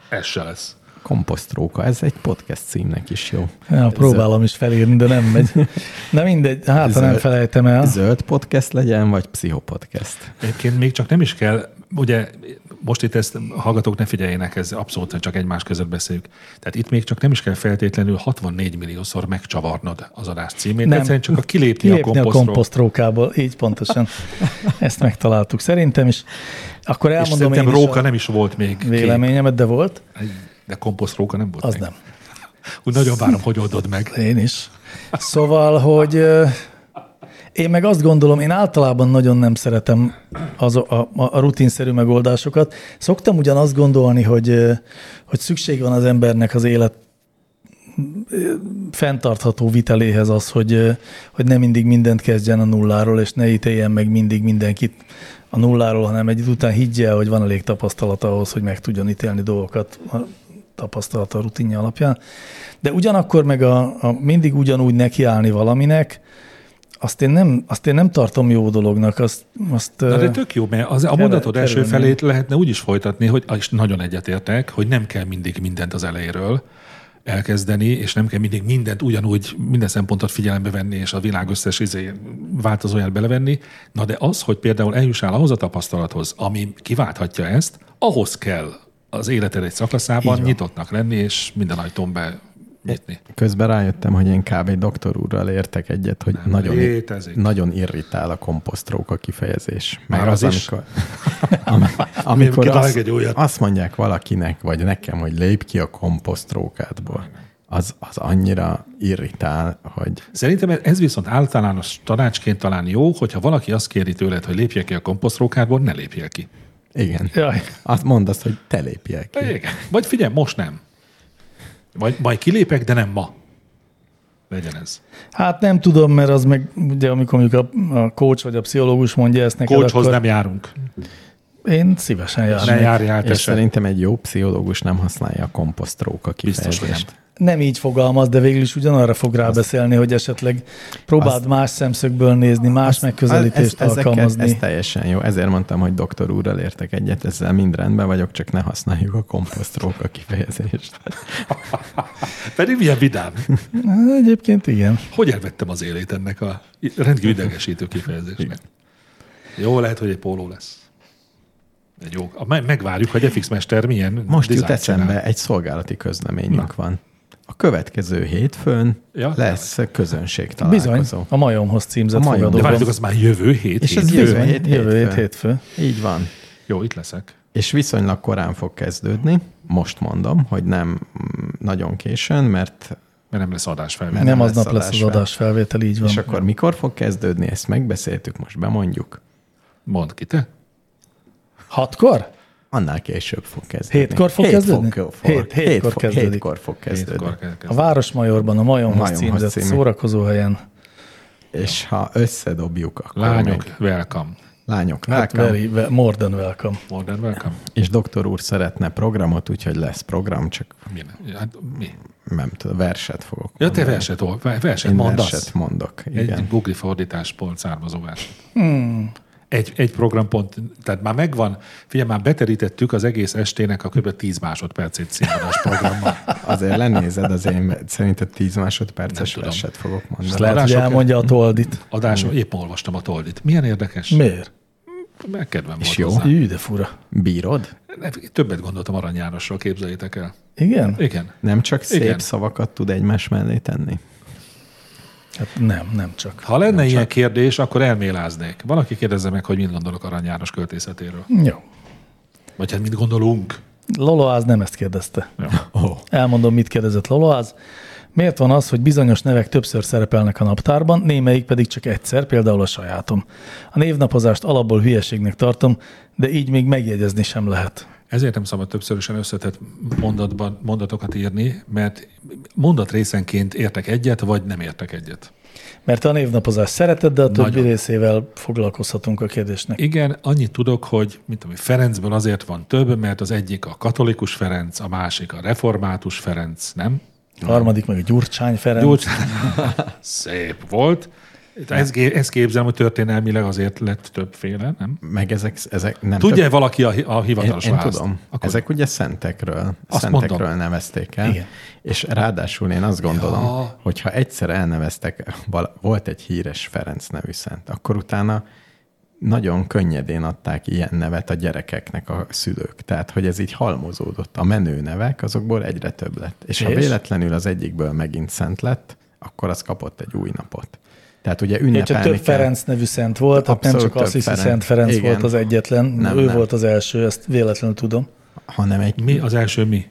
Speaker 2: Ez se lesz.
Speaker 1: Komposztróka, ez egy podcast címnek is jó.
Speaker 4: Ja, próbálom is felírni, de nem megy. Na mindegy, hát ha nem
Speaker 1: Zöld-
Speaker 4: felejtem el.
Speaker 1: Zöld podcast legyen, vagy pszichopodcast?
Speaker 2: Egyébként még csak nem is kell, ugye most itt ezt hallgatók ne figyeljenek, ez abszolút csak egymás között beszéljük. Tehát itt még csak nem is kell feltétlenül 64 milliószor megcsavarnod az adás címét, nem. egyszerűen csak a kilépni,
Speaker 4: Kilépni
Speaker 2: a
Speaker 4: a
Speaker 2: komposztról.
Speaker 4: komposztrókából, így pontosan. Ezt megtaláltuk szerintem is. Akkor
Speaker 2: és
Speaker 4: elmondom én
Speaker 2: szerintem
Speaker 4: is
Speaker 2: róka
Speaker 4: a
Speaker 2: nem is volt még. kép.
Speaker 4: véleményemet, de volt.
Speaker 2: De komposztróka nem volt
Speaker 4: Az
Speaker 2: még.
Speaker 4: nem.
Speaker 2: Úgy nagyon várom, hogy oldod meg.
Speaker 4: Én is. Szóval, hogy ö, én meg azt gondolom, én általában nagyon nem szeretem az, a, a, a rutinszerű megoldásokat. Szoktam ugyan azt gondolni, hogy, ö, hogy szükség van az embernek az élet ö, fenntartható viteléhez az, hogy, ö, hogy ne mindig mindent kezdjen a nulláról, és ne ítéljen meg mindig mindenkit a nulláról, hanem egy idő után higgye el, hogy van elég tapasztalata ahhoz, hogy meg tudjon ítélni dolgokat a tapasztalata a rutinja alapján. De ugyanakkor meg a, a mindig ugyanúgy nekiállni valaminek, azt én nem, azt én nem tartom jó dolognak. Azt, azt,
Speaker 2: Na de tök jó, mert az, a mondatod első
Speaker 4: kerülni.
Speaker 2: felét lehetne úgy is folytatni, hogy és nagyon egyetértek, hogy nem kell mindig mindent az elejéről elkezdeni, és nem kell mindig mindent ugyanúgy, minden szempontot figyelembe venni, és a világ összes izé változóját belevenni. Na de az, hogy például eljussál ahhoz a tapasztalathoz, ami kiválthatja ezt, ahhoz kell az életed egy szakaszában nyitottnak lenni, és minden ajtón be nyitni.
Speaker 1: Közben rájöttem, hogy én kb. doktor úrral értek egyet, hogy
Speaker 2: Nem
Speaker 1: nagyon,
Speaker 2: létezik.
Speaker 1: nagyon irritál a komposztróka kifejezés. Meg
Speaker 2: Már
Speaker 1: az,
Speaker 2: az is?
Speaker 1: amikor, am, amikor
Speaker 2: kitalálok
Speaker 1: azt,
Speaker 2: egy újat.
Speaker 1: azt mondják valakinek, vagy nekem, hogy lépj ki a komposztrókádból, az, az annyira irritál, hogy
Speaker 2: Szerintem ez viszont általános tanácsként talán jó, hogyha valaki azt kéri tőled, hogy lépjél ki a komposztrókádból, ne lépjél ki.
Speaker 1: igen.
Speaker 4: Jaj.
Speaker 1: Azt mondd azt, hogy te lépjél ki.
Speaker 2: Igen. Vagy figyelj, most nem. Vagy majd kilépek, de nem ma. Legyen ez.
Speaker 4: Hát nem tudom, mert az meg, ugye amikor mondjuk a, a coach vagy a pszichológus mondja ezt neked,
Speaker 2: Kócshoz
Speaker 4: akkor
Speaker 2: nem járunk.
Speaker 4: én szívesen járnék.
Speaker 2: Ne járjál,
Speaker 1: És
Speaker 2: te
Speaker 1: Hát szerintem egy jó pszichológus nem használja a komposztróka
Speaker 2: Biztos, hogy nem.
Speaker 1: kifejezést.
Speaker 4: Nem így fogalmaz, de végül is ugyanarra fog rábeszélni, hogy esetleg próbáld más szemszögből nézni, más megközelítést
Speaker 1: ez,
Speaker 4: alkalmazni.
Speaker 1: Ez, ez teljesen jó. Ezért mondtam, hogy doktor úrral értek egyet, ezzel mind rendben vagyok, csak ne használjuk a komposztróka kifejezést.
Speaker 2: Pedig milyen vidám.
Speaker 4: Hát, Egyébként igen.
Speaker 2: Hogy elvettem az élét ennek a rendkívül idegesítő kifejezésnek? Jó, lehet, hogy egy póló lesz. Egy jó. a- me- Megvárjuk, hogy FX Mester milyen
Speaker 1: Most jut
Speaker 2: dizájnt csinál.
Speaker 1: eszembe, egy szolgálati közleményünk van. A következő hétfőn
Speaker 2: Ja,
Speaker 1: ja, lesz közönség
Speaker 4: Bizony,
Speaker 1: találkozó.
Speaker 4: a majomhoz címzett
Speaker 1: A majom.
Speaker 2: De
Speaker 4: fogadóban.
Speaker 2: várjuk, az már jövő hét.
Speaker 1: És
Speaker 2: hét.
Speaker 1: ez
Speaker 4: Jövő,
Speaker 1: jövő
Speaker 4: hét,
Speaker 1: hét
Speaker 4: jövő hét
Speaker 1: hétfő.
Speaker 4: hétfő.
Speaker 1: Így van.
Speaker 2: Jó, itt leszek.
Speaker 1: És viszonylag korán fog kezdődni. Most mondom, hogy nem mm, nagyon későn, mert
Speaker 2: Mert nem lesz adásfelvétel.
Speaker 1: Mert
Speaker 4: Nem
Speaker 1: nem
Speaker 4: aznap
Speaker 1: lesz
Speaker 4: lesz az
Speaker 1: adásfelvétel.
Speaker 4: adás felvétel, így van.
Speaker 1: és akkor mikor fog kezdődni, ezt megbeszéltük, most bemondjuk.
Speaker 2: Mondd ki te.
Speaker 4: Hatkor?
Speaker 1: Annál később fog kezdődni.
Speaker 4: Hétkor fog kezdődni?
Speaker 1: Fog, fog,
Speaker 4: Hét- hétkor
Speaker 1: hét fog,
Speaker 4: kezdődik.
Speaker 1: hétkor fog kezdődni.
Speaker 2: Hétkor
Speaker 1: Hétkor.
Speaker 2: kell kezdeni.
Speaker 4: A Városmajorban, a Majomhoz
Speaker 1: Majomhoz
Speaker 4: címzett
Speaker 1: című.
Speaker 4: szórakozóhelyen.
Speaker 1: És ha összedobjuk, akkor
Speaker 2: Lányok,
Speaker 1: még-
Speaker 2: welcome.
Speaker 1: lányok
Speaker 4: Hát
Speaker 1: rákam,
Speaker 4: very, ve- more than welcome.
Speaker 2: Modern welcome?
Speaker 1: és doktor úr szeretne programot, úgyhogy lesz program, csak
Speaker 2: Mi? nem? Hát mi?
Speaker 1: nem tudom, verset fogok
Speaker 2: Ja, te
Speaker 1: mondani.
Speaker 2: verset, ol- ve- verset
Speaker 1: Én
Speaker 2: mondasz.
Speaker 1: verset mondok, igen.
Speaker 2: Egy Google fordításból származó verset. Hmm. Egy, egy programpont, tehát már megvan, figyelj, már beterítettük az egész estének a kb. 10 másodpercét színvonás programmal.
Speaker 1: Azért lenézed az én, szerinted 10 másodperces
Speaker 2: Nem tudom.
Speaker 1: verset fogok
Speaker 4: Ezt
Speaker 1: mondani.
Speaker 4: lehet, hogy
Speaker 2: adások-
Speaker 4: elmondja a toldit.
Speaker 2: Adásom,
Speaker 1: Hmm.
Speaker 2: épp olvastam a toldit. Milyen érdekes.
Speaker 4: Miért?
Speaker 2: Mert kedvem volt
Speaker 1: jó?
Speaker 2: hozzá.
Speaker 4: Hű, de fura.
Speaker 1: Bírod?
Speaker 2: Nem, Többet gondoltam Arany Jánosról, képzeljétek el.
Speaker 4: Igen?
Speaker 2: Igen.
Speaker 1: Nem csak szép
Speaker 2: Igen.
Speaker 1: igen. szavakat tud egymás mellé tenni?
Speaker 4: Hát nem, nem csak.
Speaker 2: Ha lenne ilyen kérdés, akkor elméláznék. Valaki kérdezze meg, hogy mit gondolok Arany János költészetéről.
Speaker 4: Jó.
Speaker 2: Vagy hát mit gondolunk?
Speaker 4: Loloáz nem ezt kérdezte.
Speaker 2: Ja.
Speaker 1: Oh.
Speaker 4: Elmondom, mit kérdezett Loloáz. Miért van az, hogy bizonyos nevek többször szerepelnek a naptárban, némelyik pedig csak egyszer, például a sajátom? A névnapozást alapból hülyeségnek tartom, de így még megjegyezni sem lehet.
Speaker 2: Ezért nem szabad többszörösen összetett mondatban, mondatokat írni, mert mondat részenként értek egyet, vagy nem értek egyet.
Speaker 4: Mert te a névnapozást szereted, de a többi
Speaker 2: Nagyon.
Speaker 4: részével foglalkozhatunk a kérdésnek.
Speaker 2: Igen, annyit tudok, hogy mint ami Ferencből azért van több, mert az egyik a katolikus Ferenc, a másik a református Ferenc, nem?
Speaker 4: A harmadik meg a Gyurcsány Ferenc.
Speaker 2: Gyurcs... Szép volt. Ez, ez képzelem, hogy történelmileg azért lett többféle, nem?
Speaker 4: Hát
Speaker 1: Meg ezek, ezek nem
Speaker 2: Tudja -e valaki a, hi- a hivatalos
Speaker 1: én, én
Speaker 2: választ?
Speaker 1: tudom.
Speaker 2: Akkor
Speaker 1: Akkor... Ezek ugye szentekről,
Speaker 2: Azt
Speaker 1: szentekről
Speaker 2: mondom.
Speaker 1: nevezték el,
Speaker 4: Igen.
Speaker 1: Igen. és ráadásul én azt gondolom, ja. hogyha egyszer elneveztek, val- volt egy híres Ferenc nevű szent, akkor utána nagyon könnyedén adták ilyen nevet a gyerekeknek a szülők. Tehát, hogy ez így halmozódott. A menő nevek azokból egyre több lett. És, és ha
Speaker 4: És?
Speaker 1: véletlenül az egyikből megint szent lett, akkor az kapott egy új napot. Tehát ugye
Speaker 4: Ugye, csak
Speaker 1: ünnepelni
Speaker 4: több Ferenc nevű szent volt, tehát nem
Speaker 1: Abszolút
Speaker 4: csak azt
Speaker 1: több
Speaker 4: hiszi,
Speaker 1: Ferenc.
Speaker 4: Szent Ferenc
Speaker 1: Igen.
Speaker 4: volt az egyetlen,
Speaker 1: Nem,
Speaker 4: ő
Speaker 1: nem.
Speaker 4: volt az első, ezt véletlenül tudom.
Speaker 1: hanem egy...
Speaker 2: Mi az első mi?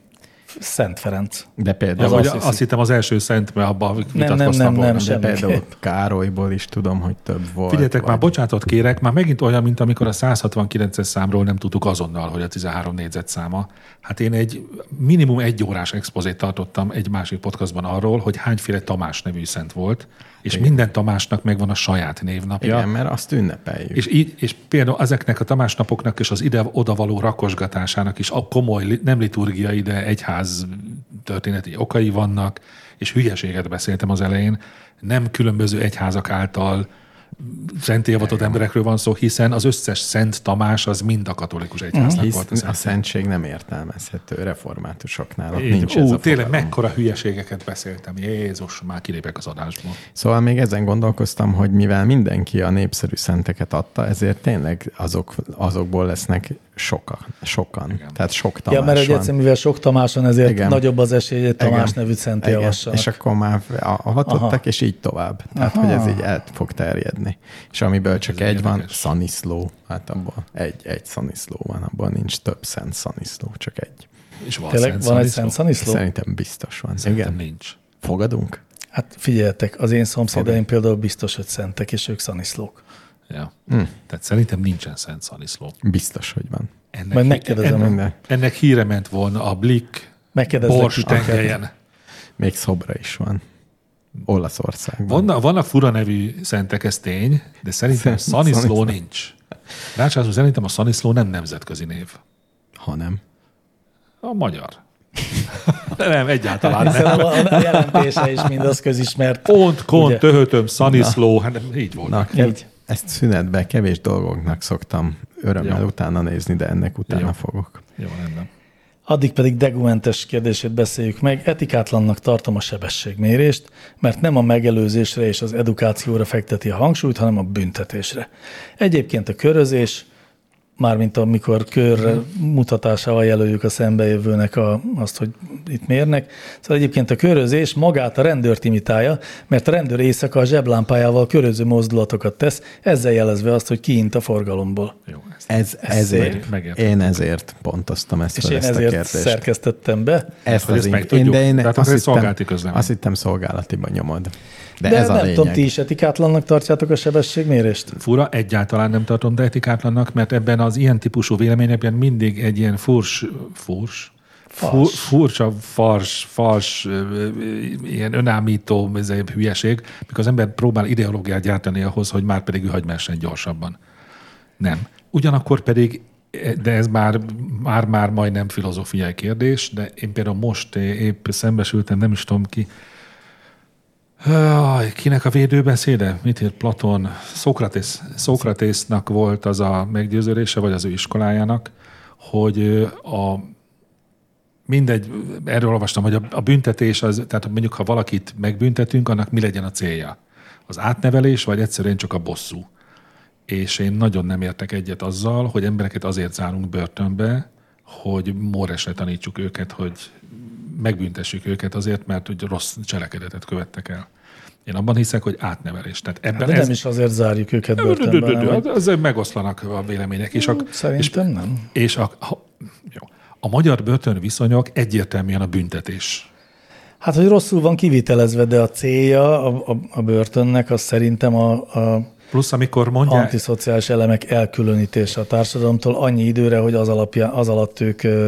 Speaker 4: Szent Ferenc.
Speaker 1: De
Speaker 2: Az,
Speaker 1: például,
Speaker 2: hogy
Speaker 4: azt
Speaker 2: azt,
Speaker 4: hiszi.
Speaker 2: hittem az első szent, mert abban
Speaker 4: nem,
Speaker 2: vitatkoztam
Speaker 4: nem,
Speaker 2: volna.
Speaker 4: nem,
Speaker 1: de
Speaker 4: semmi.
Speaker 1: például Károlyból is tudom, hogy több volt.
Speaker 2: Figyeljetek,
Speaker 1: vagy-
Speaker 2: már bocsánatot kérek, már megint olyan, mint amikor a 169-es számról nem tudtuk azonnal, hogy a 13 négyzetszáma. Hát én egy minimum egy órás expozét tartottam egy másik podcastban arról, hogy hányféle Tamás nevű szent volt, és Igen. minden Tamásnak megvan a saját névnapja.
Speaker 1: Igen, mert azt ünnepeljük.
Speaker 2: És, így, és például ezeknek a tamásnapoknak és az ide-oda való rakosgatásának is a komoly, li- nem liturgiai, de egyház történeti okai vannak, és hülyeséget beszéltem az elején, nem különböző egyházak által szentélvatott emberekről van szó, hiszen az összes Szent Tamás az mind a katolikus egyháznak Hisz, volt.
Speaker 1: Hisz a
Speaker 2: Az
Speaker 1: szentség nem értelmezhető reformátusoknál, ott
Speaker 2: így,
Speaker 1: nincs
Speaker 2: Ú,
Speaker 1: ez a
Speaker 2: tényleg
Speaker 1: fogalom.
Speaker 2: mekkora hülyeségeket beszéltem. Jézus, már kilépek az adásból.
Speaker 1: Szóval még ezen gondolkoztam, hogy mivel mindenki a népszerű szenteket adta, ezért tényleg azok, azokból lesznek sokan. sokan.
Speaker 2: Igen.
Speaker 1: Tehát sok Tamás
Speaker 4: Ja, mert egy
Speaker 1: van.
Speaker 4: egyszerűen, mivel sok Tamás van, ezért
Speaker 1: Igen.
Speaker 4: nagyobb az esély, hogy egy Tamás
Speaker 1: Igen.
Speaker 4: nevű szent
Speaker 1: Igen.
Speaker 4: javassanak.
Speaker 1: És akkor már a- avatottak, és így tovább. Tehát, hogy ez így el fog terjedni. És amiből csak
Speaker 2: Ez
Speaker 1: egy van,
Speaker 2: érdekes.
Speaker 1: szaniszló. Hát abból egy, egy szaniszló van, abban nincs több szent szaniszló, csak egy.
Speaker 2: És van
Speaker 4: Tényleg
Speaker 2: Szent
Speaker 4: van egy
Speaker 2: Szaniszló?
Speaker 4: Szent Szaniszló?
Speaker 1: Szerintem biztos van.
Speaker 2: Szerintem
Speaker 1: Igen.
Speaker 2: nincs.
Speaker 1: Fogadunk?
Speaker 4: Hát figyeljetek, az én szomszédaim például biztos, hogy szentek, és ők szaniszlók.
Speaker 2: Ja.
Speaker 4: Hm.
Speaker 2: Tehát szerintem nincsen Szent Szaniszló.
Speaker 1: Biztos, hogy van.
Speaker 2: Ennek,
Speaker 4: Majd megkérdezem,
Speaker 2: ennek,
Speaker 1: De
Speaker 2: ennek híre ment volna a Blick
Speaker 4: Megkérdezlek
Speaker 2: Bors
Speaker 4: titeket.
Speaker 2: tengelyen.
Speaker 1: Még szobra is van. Olaszországban.
Speaker 2: Vannak, vannak fura nevű szentek, ez tény, de szerintem
Speaker 1: Szent-
Speaker 2: Szaniszló
Speaker 1: Szaniszló.
Speaker 2: nincs. Rácsászó, szerintem a Szaniszló nem nemzetközi név.
Speaker 1: hanem.
Speaker 2: A magyar. nem, egyáltalán nem.
Speaker 4: Hiszen Szóval a, a jelentése is mindaz közismert.
Speaker 2: Pont,
Speaker 4: Ugye?
Speaker 2: kont, töhötöm, Szaniszló, hát nem, így volt.
Speaker 1: Na,
Speaker 4: Így.
Speaker 1: ezt szünetben kevés dolgoknak szoktam örömmel
Speaker 2: Jó.
Speaker 1: utána nézni, de ennek utána
Speaker 2: Jó.
Speaker 1: fogok.
Speaker 2: Jó, rendben.
Speaker 4: Addig pedig degumentes kérdését beszéljük meg. Etikátlannak tartom a sebességmérést, mert nem a megelőzésre és az edukációra fekteti a hangsúlyt, hanem a büntetésre. Egyébként a körözés, mármint amikor kör
Speaker 1: Mhm.
Speaker 4: mutatásával jelöljük a szembejövőnek a, azt, hogy itt mérnek. Szóval egyébként a körözés magát a rendőrt imitálja, mert a rendőr éjszaka a zseblámpájával köröző mozdulatokat tesz, ezzel jelezve azt, hogy kiint a forgalomból.
Speaker 2: Jó, ezt.
Speaker 1: Ez, ezért,
Speaker 2: meg- megértem.
Speaker 1: én ezért pontoztam ezt,
Speaker 4: És
Speaker 1: fel,
Speaker 4: én
Speaker 1: ezt a
Speaker 4: ezért
Speaker 1: kérdést.
Speaker 4: szerkesztettem be.
Speaker 1: Ezt az
Speaker 2: Hogy ezt
Speaker 1: ing-
Speaker 2: megtudjuk?
Speaker 1: én, de én
Speaker 2: Tehát
Speaker 1: azt,
Speaker 2: akkor ez
Speaker 1: hittem,
Speaker 2: szolgálati közlemény.
Speaker 1: azt hittem szolgálatiban nyomod. De,
Speaker 4: De, De
Speaker 1: ez
Speaker 4: nem
Speaker 1: a
Speaker 4: tudom,
Speaker 1: lényeg.
Speaker 4: ti is etikátlannak tartjátok a sebességmérést?
Speaker 2: Fura, egyáltalán nem tartom de etikátlannak, mert ebben az ilyen típusú véleményekben mindig egy ilyen furs, furs, fur,
Speaker 4: Fals.
Speaker 2: furcsa, fars, fals, ö, ö, ilyen önállító izé, hülyeség, mikor az ember próbál ideológiát gyártani ahhoz, hogy már pedig ő hagy messen gyorsabban. Nem. Ugyanakkor pedig, e, de ez már, már, már majdnem filozófiai kérdés, de én például most épp szembesültem, nem is tudom ki, Jaj, kinek a védőbeszéde? Mit írt Platon? Szokratész. Szokratésznak volt az a meggyőződése, vagy az ő iskolájának, hogy ö, a mindegy, erről olvastam, hogy a, a büntetés az, tehát mondjuk ha valakit megbüntetünk, annak mi legyen a célja? Az átnevelés, vagy egyszerűen csak a bosszú? És én nagyon nem értek egyet azzal, hogy embereket azért zárunk börtönbe, hogy móresre tanítsuk őket, hogy megbüntessük őket azért, mert hogy rossz cselekedetet követtek el. Én abban hiszek, hogy átnevelés. Tehát ebben
Speaker 4: Hát De
Speaker 2: ez,
Speaker 4: nem is azért zárjuk őket
Speaker 2: Dö, dö,
Speaker 4: börtönbe,
Speaker 2: dö, dö,
Speaker 4: hanem, hogy Hmm,
Speaker 2: Azért megoszlanak a vélemények. És a,
Speaker 4: szerintem
Speaker 2: és,
Speaker 4: nem.
Speaker 2: És a, ha, jó. a magyar börtönviszonyok egyértelműen a büntetés.
Speaker 4: Hát, hogy rosszul van kivitelezve, de a célja a, a, a börtönnek az szerintem a, a
Speaker 2: Plusz amikor mondják,
Speaker 4: antiszociális elemek elkülönítése a társadalomtól annyi időre, hogy az, alapján, az alatt ők ö,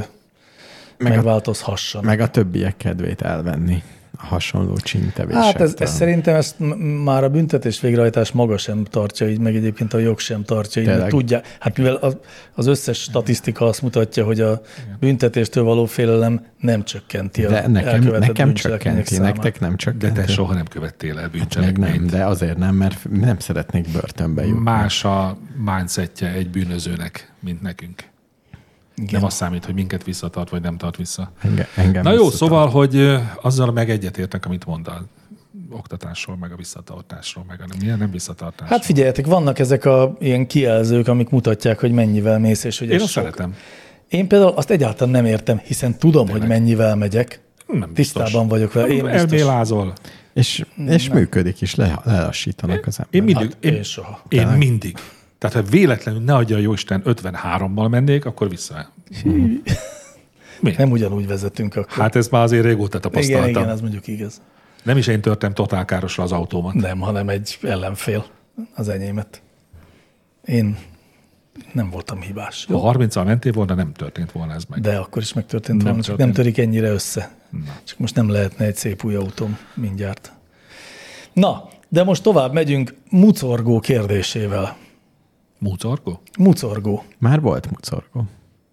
Speaker 1: Meg a-
Speaker 4: megváltozhassanak.
Speaker 1: Meg a többiek kedvét elvenni a hasonló csintevésektől.
Speaker 4: Hát ez, ez szerintem ezt m- m- már a büntetés végrehajtás maga sem tartja így, meg egyébként a jog sem tartja így, mert
Speaker 1: Tényleg.
Speaker 4: tudják. Hát mivel az, az összes statisztika azt mutatja, hogy a büntetéstől való félelem nem csökkenti a
Speaker 1: de nekem,
Speaker 4: elkövetett
Speaker 1: nekem
Speaker 4: bűncselekmények
Speaker 1: csökkenti,
Speaker 4: számát.
Speaker 1: nektek nem
Speaker 2: de
Speaker 1: csökkenti.
Speaker 2: te soha nem követtél el
Speaker 1: Meg nem,
Speaker 2: bűncselekményt.
Speaker 1: de azért nem, mert nem szeretnék börtönbe jutni.
Speaker 2: Más a mindsetje egy bűnözőnek, mint nekünk. Igen.
Speaker 4: Hát
Speaker 2: Nem azt számít, hogy minket visszatart, vagy nem tart vissza.
Speaker 1: Enge, engem
Speaker 2: Na jó,
Speaker 1: visszatart.
Speaker 2: szóval, hogy ö, azzal meg egyetértek, amit mondtál. oktatásról, meg a visszatartásról, meg a nem, nem visszatartásról.
Speaker 4: Hát figyeljetek, vannak ezek a ilyen kijelzők, amik mutatják, hogy mennyivel mész, és hogy
Speaker 2: Én
Speaker 4: ez
Speaker 2: azt
Speaker 4: sok.
Speaker 2: szeretem.
Speaker 4: Én például azt egyáltalán nem értem, hiszen tudom, hogy mennyivel megyek.
Speaker 2: Nem biztos.
Speaker 4: Tisztában vagyok vele. Én biztos.
Speaker 2: Elbélázol.
Speaker 1: És, és működik is, le, lelassítanak az
Speaker 2: Én
Speaker 1: ember.
Speaker 2: mindig,
Speaker 4: Hát,
Speaker 2: én,
Speaker 4: én soha.
Speaker 2: én mindig. Tehát ha véletlenül ne adja a Jóisten 53-mal mennék, akkor vissza.
Speaker 4: Nem ugyanúgy vezetünk akkor.
Speaker 2: Hát ezt már azért régóta tapasztaltam.
Speaker 4: igen, igen, ez mondjuk igaz.
Speaker 2: Nem is én törtem totálkárosra az autómat.
Speaker 4: Nem, hanem egy ellenfél az enyémet. Én nem voltam hibás.
Speaker 2: Ha 30 al mentél volna, nem történt volna ez meg. De.
Speaker 4: De akkor is megtörtént volna, csak nem
Speaker 2: történt.
Speaker 4: törik ennyire össze. Csak most nem lehetne egy szép új autóm mindjárt. Na, de most tovább megyünk mucorgó kérdésével.
Speaker 2: Múcorgó?
Speaker 4: Mucorgó.
Speaker 1: Már volt mucorgó.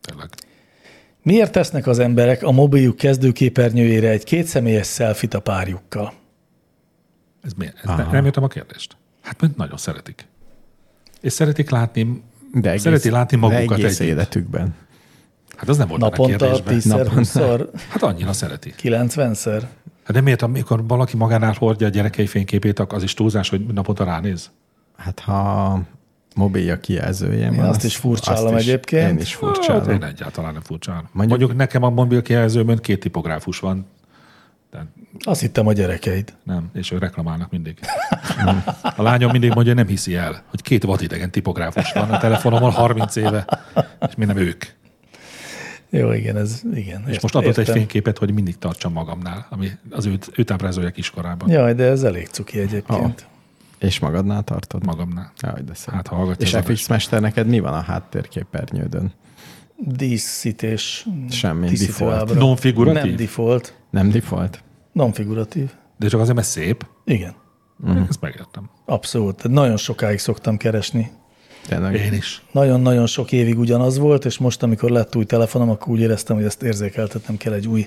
Speaker 2: Tényleg.
Speaker 4: Miért tesznek az emberek a mobiljuk kezdőképernyőjére egy kétszemélyes selfit a párjukkal?
Speaker 2: Ez mi? Ez ne, nem értem a kérdést. Hát mert nagyon szeretik. És szeretik látni,
Speaker 1: De egész,
Speaker 2: szereti látni
Speaker 1: de
Speaker 2: magukat
Speaker 1: egész
Speaker 2: együtt.
Speaker 1: életükben.
Speaker 2: Hát az nem volt benne a
Speaker 4: Naponta,
Speaker 2: kérdésben.
Speaker 4: 10-szer, 20-szor,
Speaker 2: Hát annyira szereti.
Speaker 4: 90-szer?
Speaker 2: Hát nem értem, amikor valaki magánál hordja a gyerekei fényképét, ak- az is túlzás, hogy naponta ránéz.
Speaker 1: Hát ha mobilja kijelzője van.
Speaker 4: azt is furcsálom egyébként.
Speaker 1: Én is
Speaker 2: Hát
Speaker 1: furcsálom.
Speaker 2: én egyáltalán nem furcsán.
Speaker 1: Mondjuk-
Speaker 2: Mondjuk, Mondjuk nekem a mobil kijelzőmön két tipográfus van,
Speaker 4: Azt hittem a gyerekeid.
Speaker 2: nem, és ők reklamálnak mindig. A lányom mindig mondja, hogy nem hiszi el, hogy két vadidegen tipográfus van a telefonomon 30 éve, és mi nem ők.
Speaker 4: Jó, igen, ez igen.
Speaker 2: És
Speaker 4: ért-
Speaker 2: most adott egy
Speaker 4: értem.
Speaker 2: fényképet, hogy mindig tartsam magamnál, ami az őt, őt ábrázolja kiskorában. Ja.
Speaker 4: Jaj, de ez elég cuki egyébként.
Speaker 1: És magadnál tartod?
Speaker 2: Magamnál.
Speaker 1: Jaj, de szép.
Speaker 2: Hát, ha hallgatja
Speaker 1: És
Speaker 2: az
Speaker 1: FX Mester, neked mi van a háttérképernyődön?
Speaker 4: díszítés.
Speaker 1: Ah. Semmi,
Speaker 4: díszítő
Speaker 1: default.
Speaker 4: ábra.
Speaker 2: Non-figuratív?
Speaker 4: Nem default,
Speaker 1: Nem default?
Speaker 4: non-figuratív.
Speaker 2: De csak azért, mert szép,
Speaker 4: Igen,
Speaker 2: uh-huh. ezt megértem.
Speaker 4: abszolút. Tehát Nagyon sokáig szoktam keresni.
Speaker 1: Tényleg?
Speaker 2: Én is.
Speaker 4: Nagyon-nagyon sok évig ugyanaz volt, és most, amikor lett új telefonom, akkor úgy éreztem, hogy ezt érzékeltetnem kell egy új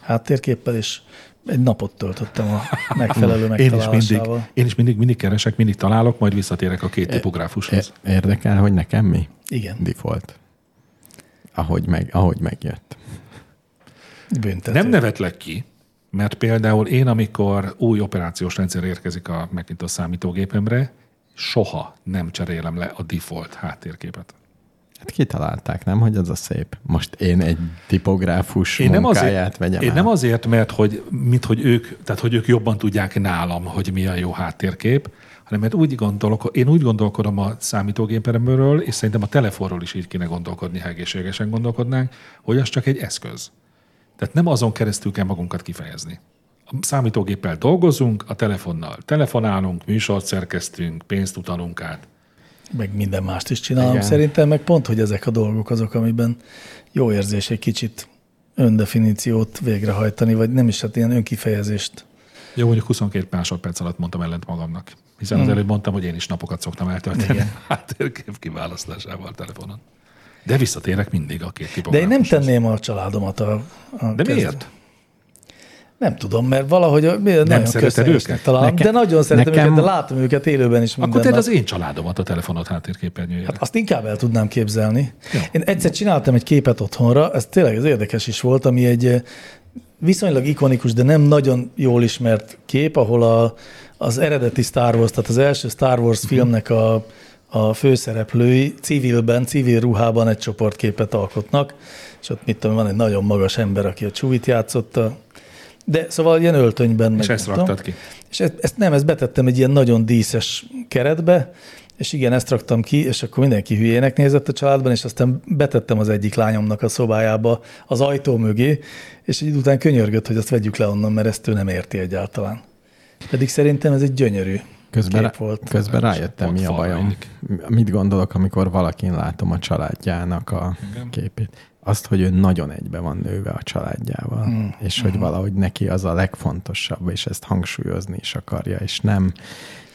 Speaker 4: háttérképpel, és egy napot töltöttem a megfelelő
Speaker 2: Én is, mindig,
Speaker 4: megtalálásával.
Speaker 2: én is mindig, mindig keresek, mindig találok, majd visszatérek a két tipográfushoz.
Speaker 1: É- Érdekel, hogy nekem mi?
Speaker 4: Igen,
Speaker 1: Default. Ahogy, meg, ahogy megjött.
Speaker 4: büntető.
Speaker 2: Nem nevetlek ki, mert például én, amikor új operációs rendszer érkezik a Macintosh számítógépemre, soha nem cserélem le a default háttérképet.
Speaker 1: Hát kitalálták, nem, hogy az a szép. Most én egy tipográfus
Speaker 2: Én nem,
Speaker 1: munkáját
Speaker 2: azért,
Speaker 1: vegyem
Speaker 2: én
Speaker 1: el.
Speaker 2: nem azért, mert hogy, mint hogy ők, tehát hogy ők jobban tudják nálam, hogy mi a jó háttérkép, hanem mert úgy gondolok, én úgy gondolkodom a számítógépemről, és szerintem a telefonról is így kéne gondolkodni, ha egészségesen gondolkodnánk, hogy az csak egy eszköz. Tehát nem azon keresztül kell magunkat kifejezni. A számítógéppel dolgozunk, a telefonnal telefonálunk, műsort szerkesztünk, pénzt utalunk át.
Speaker 4: Meg minden mást is csinálom. Igen.
Speaker 1: Igen.
Speaker 4: Szerintem meg pont, hogy ezek a dolgok azok, amiben jó érzés egy kicsit öndefiníciót végrehajtani, vagy nem is, hát ilyen önkifejezést
Speaker 2: Jó, mondjuk 22 másodperc alatt mondtam ellent magamnak. Hiszen
Speaker 4: Hmm.
Speaker 2: az előbb mondtam, hogy én is napokat szoktam eltölteni háttérkép kiválasztásával a telefonon. De visszatérek mindig a két
Speaker 4: De én nem
Speaker 2: tipográfushoz.
Speaker 4: tenném a családomat a, a
Speaker 2: De
Speaker 4: kezd-
Speaker 2: miért?
Speaker 4: Nem tudom, mert valahogy a- miért nagyon
Speaker 2: szereted
Speaker 4: közhelyesnek
Speaker 2: őket?
Speaker 4: találom,
Speaker 1: Nekem-
Speaker 4: de nagyon szeretem
Speaker 1: nekem-
Speaker 4: őket, de látom őket élőben is minden
Speaker 2: Akkor tedd
Speaker 4: nap.
Speaker 2: az én családomat a telefonot háttérképernyőjére. Hát,
Speaker 4: Azt inkább el tudnám képzelni. Én egyszer csináltam egy képet otthonra, ez tényleg ez érdekes is volt, ami egy eh, viszonylag ikonikus, de nem nagyon jól ismert kép, ahol a, az eredeti Star Wars, tehát az első Star Wars filmnek a, a főszereplői civilben, civil ruhában egy csoportképet alkotnak, és ott mit tudom, van egy nagyon magas ember, aki a csúvit játszotta, de szóval ilyen öltönyben.
Speaker 2: és ezt raktad ki.
Speaker 4: És e-, ezt, ezt nem, ezt betettem egy ilyen nagyon díszes keretbe, és igen, ezt raktam ki, és akkor mindenki hülyének nézett a családban, és aztán betettem az egyik lányomnak a szobájába az ajtó mögé, és egy idő után könyörgött, hogy azt vegyük le onnan, mert ezt ő nem érti egyáltalán. Pedig szerintem ez egy gyönyörű
Speaker 1: Közben,
Speaker 4: kép
Speaker 1: rá-
Speaker 4: volt.
Speaker 1: közben rájöttem,
Speaker 2: Pont
Speaker 1: mi a
Speaker 2: falra
Speaker 1: bajom.
Speaker 2: illik.
Speaker 1: Mit gondolok, amikor valakin látom a családjának a Igen. képét? Azt, hogy ő nagyon egybe van nőve a családjával, mm.
Speaker 4: Hmm.
Speaker 1: és hogy mm. valahogy neki az a legfontosabb, és ezt hangsúlyozni is akarja, és nem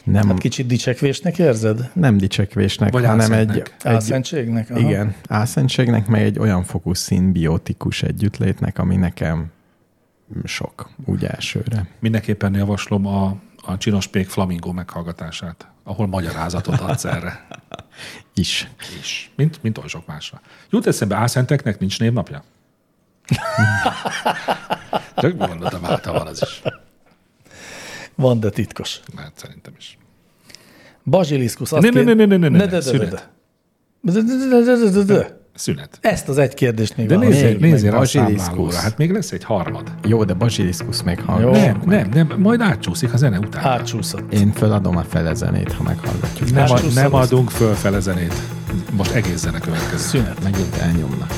Speaker 1: nem,
Speaker 4: Hát kicsit dicsekvésnek érzed?
Speaker 1: nem dicsekvésnek,
Speaker 2: Vagy
Speaker 1: hanem egy,
Speaker 2: álszentnek.
Speaker 1: egy,
Speaker 4: Álszentségnek? Aha.
Speaker 1: Igen, álszentségnek, meg egy olyan fokú szimbiotikus együttlétnek, ami nekem sok, úgy elsőre.
Speaker 2: Mindenképpen javaslom a, a Csinos Pék Flamingo meghallgatását, ahol magyarázatot adsz erre.
Speaker 1: Is.
Speaker 2: És, mint, mint oly sok másra. Jut eszembe, Ászenteknek nincs névnapja? hát, Csak gondoltam, által van az is.
Speaker 4: Van, de titkos.
Speaker 2: Hát szerintem is.
Speaker 4: Baziliszkusz azt
Speaker 2: Ne, ne,
Speaker 4: kér-
Speaker 2: ne, ne, ne, ne, ne,
Speaker 4: Ne, de,
Speaker 2: ne,
Speaker 4: de, de,
Speaker 2: szünet.
Speaker 4: de. De, de, de, de, de, de.
Speaker 2: Szünet.
Speaker 4: Ezt az egy kérdést még
Speaker 2: De
Speaker 4: válaszoljuk
Speaker 2: nézzél,
Speaker 4: meg.
Speaker 2: nézzél rá a
Speaker 1: baziliszkusz.
Speaker 2: számlálóra, hát még lesz egy harmad.
Speaker 1: Jó, de bazsiliszkusz még
Speaker 4: Jó.
Speaker 1: hallgass.
Speaker 2: Nem, nem, nem, majd átcsúszik a zene után.
Speaker 4: Átcsúszott.
Speaker 1: Én föladom a fele zenét, ha meghallgatjuk.
Speaker 2: Nem, a,
Speaker 4: Átcsúszott.
Speaker 2: nem adunk fölfele zenét. Most egész zene következik.
Speaker 4: Szünet.
Speaker 1: Megint elnyomnak.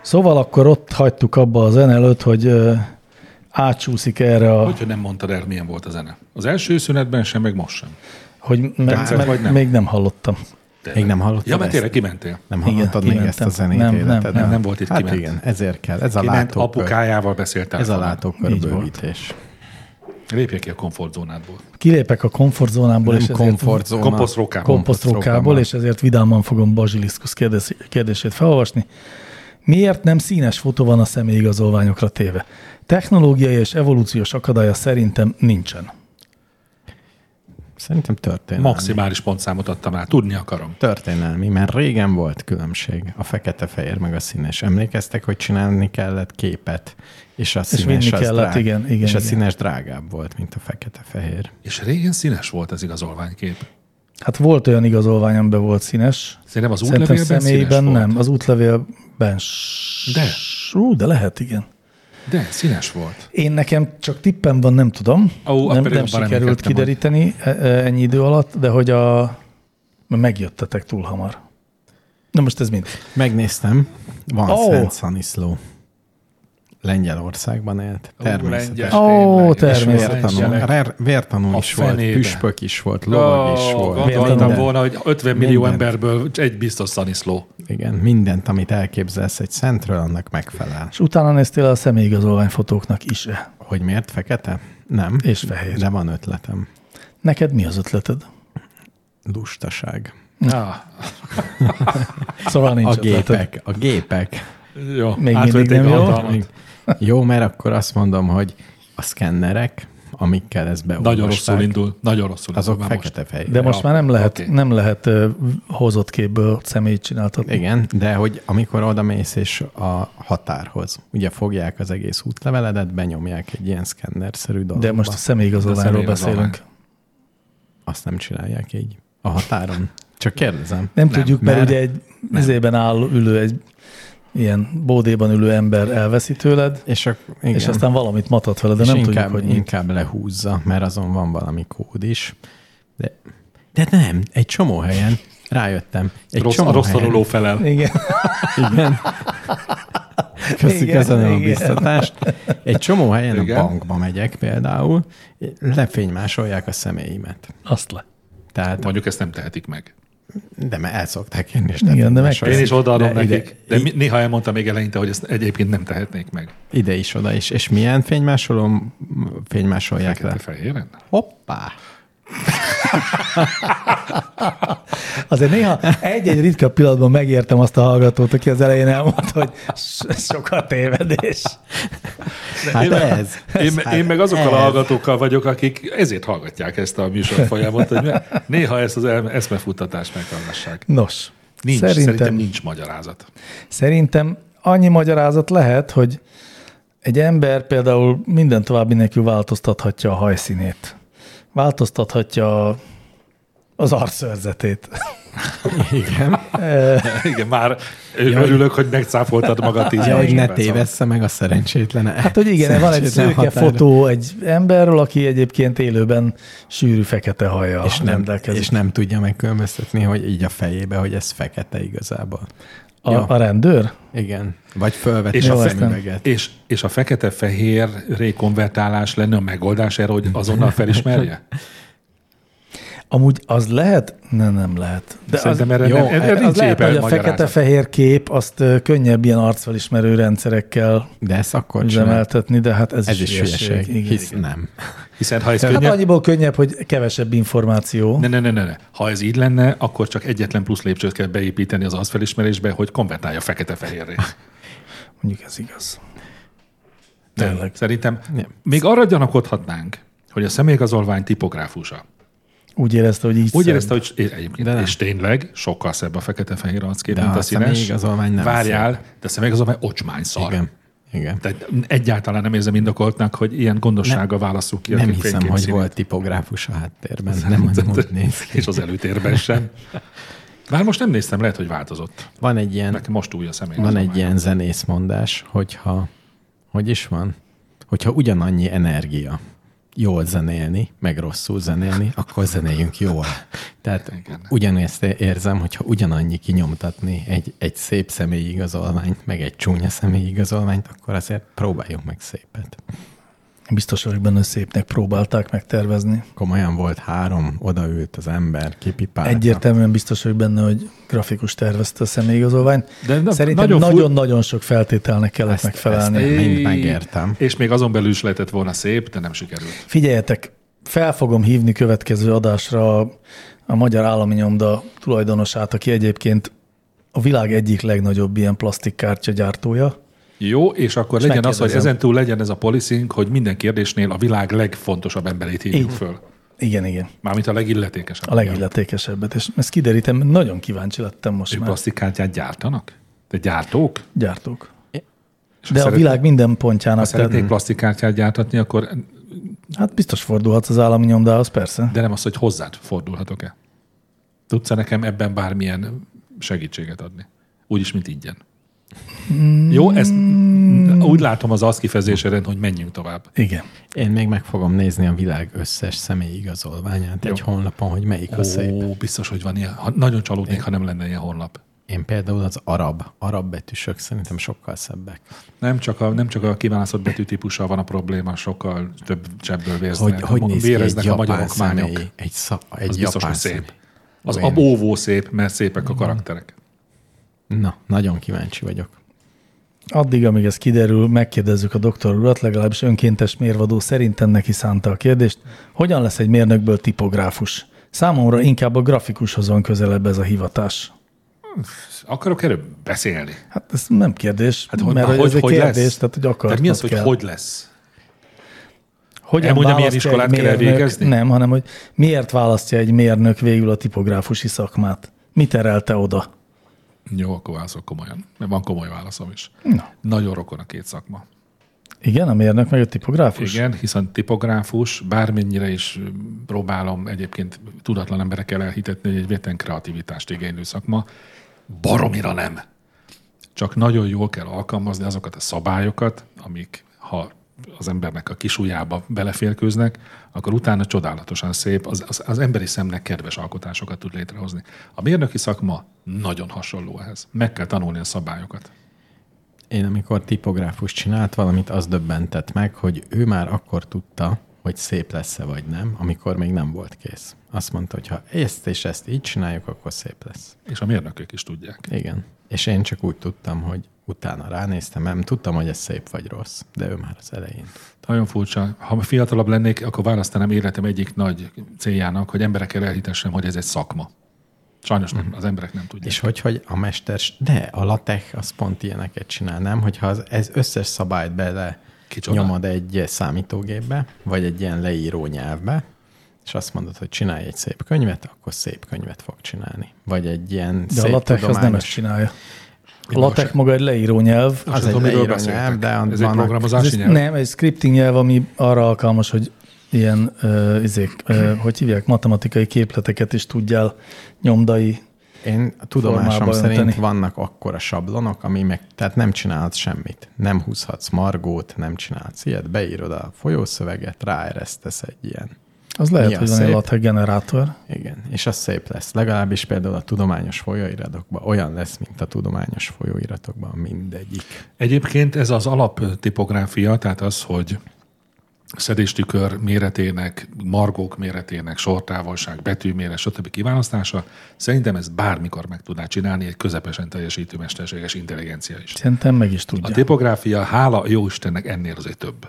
Speaker 4: Szóval akkor ott hagytuk abba a zene előtt, hogy ö, átsúszik erre a...
Speaker 2: Hogy, hogy nem mondtad el, milyen volt a zene. Az első szünetben sem, meg most sem.
Speaker 4: Hogy meg,
Speaker 2: tetszett,
Speaker 4: meg,
Speaker 2: vagy nem?
Speaker 4: még nem hallottam.
Speaker 1: Még nem hallottad
Speaker 2: Ja, mert
Speaker 1: ezt?
Speaker 2: tényleg kimentél.
Speaker 1: Nem hallottad még
Speaker 4: kimentem.
Speaker 1: ezt a zenét
Speaker 4: Nem, nem,
Speaker 1: életedben?
Speaker 4: nem,
Speaker 2: nem volt itt,
Speaker 1: Hát
Speaker 2: kiment.
Speaker 1: igen, ezért kell. Ez a
Speaker 2: Kiment,
Speaker 1: látókör.
Speaker 2: apukájával beszéltél.
Speaker 1: Ez a
Speaker 2: talán.
Speaker 1: látókör
Speaker 4: Így volt.
Speaker 1: bővítés.
Speaker 2: Lépje ki a komfortzónádból.
Speaker 4: Kilépek a komfortzónámból,
Speaker 1: Nem
Speaker 4: és ezért
Speaker 1: komfortzóna.
Speaker 2: Komposztrókából.
Speaker 4: komposztrókából,
Speaker 1: komposztrókámmal.
Speaker 4: és ezért vidáman fogom Bazsiliszkusz kérdés, kérdését felolvasni. Miért nem színes fotó van a személyigazolványokra téve? Technológiai és evolúciós akadálya szerintem nincsen.
Speaker 1: Szerintem történelmi.
Speaker 2: Maximális pontszámot adtam rá. Tudni akarom.
Speaker 1: Történelmi, mert régen volt különbség. A fekete-fehér meg a színes. Emlékeztek, hogy csinálni kellett képet, és a színes
Speaker 4: vinni
Speaker 1: az
Speaker 4: kellett,
Speaker 1: drág-
Speaker 4: igen, igen,
Speaker 1: És a
Speaker 4: igen.
Speaker 1: színes drágább volt, mint a fekete-fehér.
Speaker 2: És régen színes volt az igazolványkép.
Speaker 4: Hát volt olyan igazolvány, amiben volt színes.
Speaker 2: Szerintem az
Speaker 4: Szerintem
Speaker 2: útlevélben színes
Speaker 4: személyben
Speaker 2: volt.
Speaker 4: nem. Az útlevélben s-
Speaker 2: De.
Speaker 4: Ú, de lehet, igen.
Speaker 2: De színes volt.
Speaker 4: Én nekem csak tippem van, nem tudom.
Speaker 2: Ó, akkor
Speaker 4: nem,
Speaker 2: én
Speaker 4: nem
Speaker 2: abban
Speaker 4: sikerült
Speaker 2: reménykedtem, hogy-
Speaker 4: kideríteni e- e- ennyi idő alatt, de hogy a... Megjöttetek túl hamar. Na most ez mind.
Speaker 1: Megnéztem, van
Speaker 4: Ó.
Speaker 1: oh. Szent Szaniszló. Lengyelországban élt.
Speaker 2: Ú,
Speaker 1: Természetesen.
Speaker 2: lengyel. És
Speaker 4: Ó,
Speaker 1: És
Speaker 4: természetesen.
Speaker 1: vértanú,
Speaker 2: Lengyelek.
Speaker 1: rár- vértanú
Speaker 2: A
Speaker 1: is volt,
Speaker 2: fenébe.
Speaker 1: püspök is volt, lovag is volt.
Speaker 2: Gondoltam
Speaker 1: Minden-
Speaker 2: volna, hogy 50 millió
Speaker 1: Mindent.
Speaker 2: emberből egy biztos szaniszló.
Speaker 1: Igen, mindent, amit elképzelsz egy szentről, annak megfelel.
Speaker 4: És utána néztél a személyigazolványfotóknak is -e.
Speaker 1: Hogy miért fekete? Nem.
Speaker 4: És fehér.
Speaker 1: De van ötletem.
Speaker 4: Neked mi az ötleted?
Speaker 1: Lustaság.
Speaker 2: Ah,
Speaker 4: Szóval nincs
Speaker 1: A
Speaker 4: ötleted.
Speaker 1: gépek, a gépek.
Speaker 2: jó,
Speaker 4: Még
Speaker 2: átvörték
Speaker 4: mindig
Speaker 2: a
Speaker 4: nem jó.
Speaker 2: hatalmat.
Speaker 1: Jó, mert akkor azt mondom, hogy a szkennerek, amikkel ez beolvasták,
Speaker 2: Nagyon rosszul indul. Nagyon rosszul
Speaker 1: azok
Speaker 2: indul már most.
Speaker 1: fekete-fehér.
Speaker 4: De most
Speaker 2: Ja,
Speaker 4: már nem lehet,
Speaker 2: oké.
Speaker 4: nem lehet ö, hozott képből személyt csináltatni.
Speaker 1: Igen, de hogy amikor oda mész és a határhoz, ugye fogják az egész útleveledet, benyomják egy ilyen szkennerszerű dologba.
Speaker 4: De most a személyigazolványról
Speaker 2: személyigazolvány.
Speaker 4: beszélünk.
Speaker 1: Azt nem csinálják így a határon. Csak kérdezem.
Speaker 4: Nem, tudjuk, mert,
Speaker 1: mert
Speaker 4: ugye egy izében áll ülő, egy ilyen bódéban ülő ember elveszi tőled,
Speaker 1: És, a, igen.
Speaker 4: Igen. és aztán valamit matat vele, de
Speaker 1: és
Speaker 4: nem
Speaker 1: inkább,
Speaker 4: tudjuk, hogy mit.
Speaker 1: inkább lehúzza, mert azon van valami kód is. De, de nem, egy csomó helyen rájöttem. Egy
Speaker 2: Rossz,
Speaker 1: csomó
Speaker 2: a rossz
Speaker 1: helyen,
Speaker 2: tanuló felel.
Speaker 4: Igen.
Speaker 1: Igen. Köszik
Speaker 4: Igen,
Speaker 1: ezen a
Speaker 4: igen.
Speaker 1: biztatást. Egy csomó helyen
Speaker 2: Igen.
Speaker 1: igen. a bankba megyek például, lefénymásolják a személyimet.
Speaker 4: Azt le.
Speaker 1: Tehát,
Speaker 2: Mondjuk ezt nem tehetik meg.
Speaker 1: de mert el szokták jönni, és
Speaker 4: Igen, de
Speaker 1: lefénymásolják.
Speaker 4: Persze.
Speaker 2: Én is odaadom
Speaker 1: De
Speaker 2: nekik,
Speaker 1: ide-
Speaker 2: de mi, néha elmondtam még eleinte, hogy ezt egyébként nem tehetnék meg.
Speaker 1: Ide is, oda is. És milyen fénymásolom fénymásolják le?
Speaker 2: Fekete-fehéren?
Speaker 1: Hoppá!
Speaker 4: Azért néha egy-egy ritka pillanatban megértem azt a hallgatót, aki az elején elmondta, hogy so- sokat tévedés.
Speaker 1: Hát ez.
Speaker 2: Én,
Speaker 1: ez, hát
Speaker 2: én meg azokkal a
Speaker 1: ez.
Speaker 2: hallgatókkal vagyok, akik ezért hallgatják ezt a műsor folyamot, hogy ne- néha ezt az el- eszmefuttatást meghallgassák.
Speaker 4: Nos,
Speaker 2: Nincs, szerintem, szerintem nincs magyarázat.
Speaker 4: Szerintem annyi magyarázat lehet, hogy egy ember például minden további nélkül változtathatja a hajszínét. Változtathatja a- az arszörzetét.
Speaker 1: Igen.
Speaker 2: Igen, már örülök, hogy megcáfoltad magad tíz szóval.
Speaker 1: Ja, hogy ne
Speaker 2: másodperc alatt.
Speaker 1: tévessze meg a szerencsétlen.
Speaker 4: Hát, hogy igen, van egy szőke fotó egy emberről, aki egyébként élőben sűrű fekete haja
Speaker 1: És nem,
Speaker 4: rendelkezik.
Speaker 1: és nem tudja megkülönböztetni, hogy így a fejébe, hogy ez fekete igazából.
Speaker 4: a, a rendőr?
Speaker 1: Igen. Vagy fölvetni
Speaker 2: És
Speaker 1: és a
Speaker 2: a fe-
Speaker 1: szemüveget.
Speaker 2: És, és a fekete-fehér rékonvertálás lenne a megoldás erre, hogy azonnal felismerje?
Speaker 4: Amúgy az lehet? Ne, nem lehet.
Speaker 2: De Szerintem erre
Speaker 1: jó,
Speaker 2: nem, erre
Speaker 4: az,
Speaker 2: nincs
Speaker 4: az lehet,
Speaker 2: éppen
Speaker 4: hogy a
Speaker 2: magyarázat.
Speaker 4: fekete-fehér kép azt ö, könnyebb ilyen arcfelismerő rendszerekkel
Speaker 1: De ezt akkor csinál.
Speaker 4: üzemeltetni, de hát ez,
Speaker 1: Ez is hülyeség.
Speaker 4: Igen,
Speaker 1: Hisz
Speaker 4: igen.
Speaker 1: nem.
Speaker 2: Hiszen ha ez
Speaker 4: Hát
Speaker 2: könnyebb,
Speaker 4: annyiból könnyebb, hogy kevesebb információ.
Speaker 2: ne, ne, ne, ne, ne. Ha ez így lenne, akkor csak egyetlen plusz lépcsőt kell beépíteni az arcfelismerésbe, hogy konvertálja fekete-fehérre.
Speaker 4: Mondjuk ez igaz.
Speaker 2: Nem.
Speaker 4: Tényleg.
Speaker 2: Szerintem
Speaker 1: Nem.
Speaker 2: még arra gyanakodhatnánk, hogy a személyigazolvány tipográfusa.
Speaker 4: Úgy érezte, hogy így
Speaker 2: Úgy
Speaker 4: szebb.
Speaker 2: érezte, hogy é- egyébként,
Speaker 1: De nem.
Speaker 2: és tényleg sokkal szebb a fekete-fehér arckép,
Speaker 1: De
Speaker 2: mint
Speaker 1: a
Speaker 2: a színes.
Speaker 1: személyigazolvány nem
Speaker 2: Várjál, de a személyigazolvány ocsmány szar.
Speaker 1: Igen. Igen.
Speaker 2: Tehát egyáltalán nem érzem indokoltnak, hogy ilyen gondossággal válasszuk ki. a
Speaker 1: Nem
Speaker 2: kép-
Speaker 1: hiszem,
Speaker 2: fénykép
Speaker 1: hogy
Speaker 2: színét.
Speaker 1: volt tipográfus a háttérben. Nem nem úgy néz ki.
Speaker 2: És az előtérben sem. Már most nem néztem, lehet, hogy változott.
Speaker 1: Van egy ilyen
Speaker 2: Nekem most új a személy.
Speaker 1: Van egy ilyen zenészmondás, hogyha, hogy is van? Hogyha ugyanannyi energia jól zenélni, meg rosszul zenélni, akkor zenéljünk jól. Tehát
Speaker 2: Igen.
Speaker 1: ugyanezt érzem, hogyha ugyanannyi kinyomtatni egy, egy szép személyigazolványt, meg egy csúnya személyigazolványt, akkor azért próbáljunk meg szépet.
Speaker 4: Biztos vagyok benne, hogy szépnek próbálták megtervezni.
Speaker 1: Komolyan volt három, odaült az ember, kipipálta.
Speaker 4: Egyértelműen biztos vagyok benne, hogy grafikus tervezte a személyigazolványt.
Speaker 2: De na-
Speaker 4: Szerintem
Speaker 2: nagyon fur-
Speaker 4: nagyon-nagyon sok feltételnek kellett
Speaker 1: Ezt-
Speaker 4: megfelelni.
Speaker 1: ezt- Mind megértem.
Speaker 2: És még azon belül is lehetett volna szép, de nem sikerült.
Speaker 4: Figyeljetek, fel fogom hívni következő adásra a, a Magyar Állami Nyomda tulajdonosát, aki egyébként a világ egyik legnagyobb ilyen plastikkártya gyártója.
Speaker 2: Jó, és akkor
Speaker 4: És
Speaker 2: legyen az, hogy
Speaker 4: megkérdezem.
Speaker 2: ezentúl legyen ez a policing, hogy minden kérdésnél a világ legfontosabb emberét hívjuk
Speaker 4: Így.
Speaker 2: föl.
Speaker 4: Igen, igen.
Speaker 2: Mármint a legilletékesebb.
Speaker 4: A legilletékesebbet, és ezt kiderítem, nagyon kíváncsi lettem most
Speaker 2: Ők
Speaker 4: már.
Speaker 2: plastikkártyát gyártanak? De gyártók?
Speaker 4: Gyártók.
Speaker 2: És ha
Speaker 4: De a
Speaker 2: szeret-
Speaker 4: világ minden
Speaker 2: Ha
Speaker 4: pontjának. Tehát,
Speaker 2: szeretnék plastikkártyát gyártatni, akkor
Speaker 4: hát biztos fordulhatsz az állami nyomdához, persze.
Speaker 2: de nem az, hogy hozzád fordulhatok-e. tudsz nekem ebben bármilyen segítséget adni? Úgyis, mint ingyen.
Speaker 1: Mm.
Speaker 2: Jó, ezt úgy látom az az kifejezéseren, hogy menjünk tovább.
Speaker 4: Igen.
Speaker 1: Én még meg fogom nézni a világ összes személyigazolványát egy honlapon, hogy melyik a szép.
Speaker 2: Ó, biztos, hogy van ilyen. Ha, nagyon csalódnék, ha nem lenne ilyen honlap.
Speaker 1: Én például az arab, arab betűsök szerintem sokkal szebbek.
Speaker 2: Nem csak a, nem csak a kiválasztott betűtípussal van a probléma, sokkal több csebből
Speaker 1: Hogy,
Speaker 2: vérznek,
Speaker 1: hogy néz ki egy
Speaker 2: véreznek a
Speaker 1: japán
Speaker 2: magyarok mányok.
Speaker 1: személy, egy, sza, egy japán
Speaker 2: Az biztos, hogy
Speaker 1: személy.
Speaker 2: szép. Az
Speaker 1: Olyan.
Speaker 2: abóvó szép, mert szépek a karakterek.
Speaker 1: Na, nagyon kíváncsi vagyok.
Speaker 4: Addig, amíg ez kiderül, megkérdezzük a doktor urat, legalábbis önkéntes mérvadó szerintem neki szánta a kérdést, hogyan lesz egy mérnökből tipográfus? Számomra inkább a grafikushoz van közelebb ez a hivatás.
Speaker 2: Akarok erről beszélni?
Speaker 4: Hát ez nem kérdés, hát, mert
Speaker 2: na,
Speaker 4: hogy, ez egy kérdés,
Speaker 2: lesz?
Speaker 4: tehát hogy akartad
Speaker 2: Tehát mi az, hogy
Speaker 4: kell.
Speaker 2: hogy lesz?
Speaker 4: Hogyan
Speaker 2: Elmondja, milyen
Speaker 4: választja
Speaker 2: iskolát
Speaker 4: egy
Speaker 2: kell
Speaker 4: mérnök-
Speaker 2: elvégezni?
Speaker 4: Nem, hanem hogy miért választja egy mérnök végül a tipográfusi szakmát? Mi terelte oda?
Speaker 2: Jó, akkor válaszok komolyan. Mert van komoly válaszom is.
Speaker 4: Na.
Speaker 2: Nagyon rokon a két szakma.
Speaker 4: Igen, a mérnök meg a tipográfus?
Speaker 2: Igen, hiszen tipográfus, bármennyire is próbálom egyébként tudatlan emberekkel elhitetni, hogy egy véten kreativitást igénylő szakma, baromira nem. Csak nagyon jól kell alkalmazni azokat a szabályokat, amik ha az embernek a kisujjába beleférkőznek, akkor utána csodálatosan szép, az, az, az emberi szemnek kedves alkotásokat tud létrehozni. A mérnöki szakma nagyon hasonló ehhez. Meg kell tanulni a szabályokat.
Speaker 1: Én amikor tipográfus csinált valamit, az döbbentett meg, hogy ő már akkor tudta, hogy szép lesz-e vagy nem, amikor még nem volt kész. Azt mondta, hogy ha ezt és ezt így csináljuk, akkor szép lesz.
Speaker 2: És a mérnökök is tudják.
Speaker 1: Igen. És én csak úgy tudtam, hogy utána ránéztem, nem tudtam, hogy ez szép vagy rossz, de ő már az elején.
Speaker 2: Nagyon furcsa. Ha fiatalabb lennék, akkor választanám életem egyik nagy céljának, hogy emberekkel elhitessem, hogy ez egy szakma. Sajnos nem, az emberek nem tudják.
Speaker 1: És hogy, hogy a mester, de a latek az pont ilyeneket csinál, nem? Hogyha az, ez összes szabályt bele
Speaker 2: Kicsoda.
Speaker 1: Kicsoda. nyomod egy számítógépbe, vagy egy ilyen leíró nyelvbe, és azt mondod, hogy csinálj egy szép könyvet, akkor szép könyvet fog csinálni. Vagy egy ilyen
Speaker 4: De a
Speaker 1: szép
Speaker 4: latek az nem
Speaker 1: tudományos-
Speaker 4: ezt csinálja. A
Speaker 2: Én
Speaker 4: latek
Speaker 2: sem.
Speaker 4: maga egy leíró nyelv,
Speaker 2: Azt
Speaker 1: az
Speaker 2: tudom,
Speaker 1: egy
Speaker 2: miről
Speaker 1: leíró
Speaker 2: beszéltek.
Speaker 1: nyelv, de
Speaker 2: ez egy
Speaker 1: vannak-
Speaker 4: Ez
Speaker 2: programozási
Speaker 4: egy-
Speaker 2: nyelv.
Speaker 4: Nem, egy scripting nyelv, ami arra alkalmas, hogy ilyen, uh, izék, uh, hogy hívják, matematikai képleteket is tudjál nyomdai.
Speaker 1: Én a tudomásom
Speaker 4: formába
Speaker 1: szerint
Speaker 4: önteni.
Speaker 1: önteni. vannak akkora sablonok, ami meg, tehát nem csinálhatsz semmit. Nem húzhatsz margót, nem csinálsz ilyet, beírod a folyószöveget, ráeresztesz egy ilyen.
Speaker 4: Az lehet,
Speaker 1: Mi a
Speaker 4: hogy van egy
Speaker 1: szép?
Speaker 4: LaTeX generátor.
Speaker 1: Igen, és az szép lesz. Legalábbis például a tudományos folyóiratokban olyan lesz, mint a tudományos folyóiratokban mindegyik.
Speaker 2: Egyébként ez az alaptipográfia, tehát az, hogy szedéstükör méretének, margók méretének, sortávolság, betűméret, stb. kiválasztása, szerintem ez bármikor meg tudná csinálni egy közepesen teljesítő mesterséges intelligencia is.
Speaker 4: Szerintem meg is
Speaker 2: A
Speaker 4: tudja.
Speaker 2: tipográfia, hála jó Istennek, ennél azért több.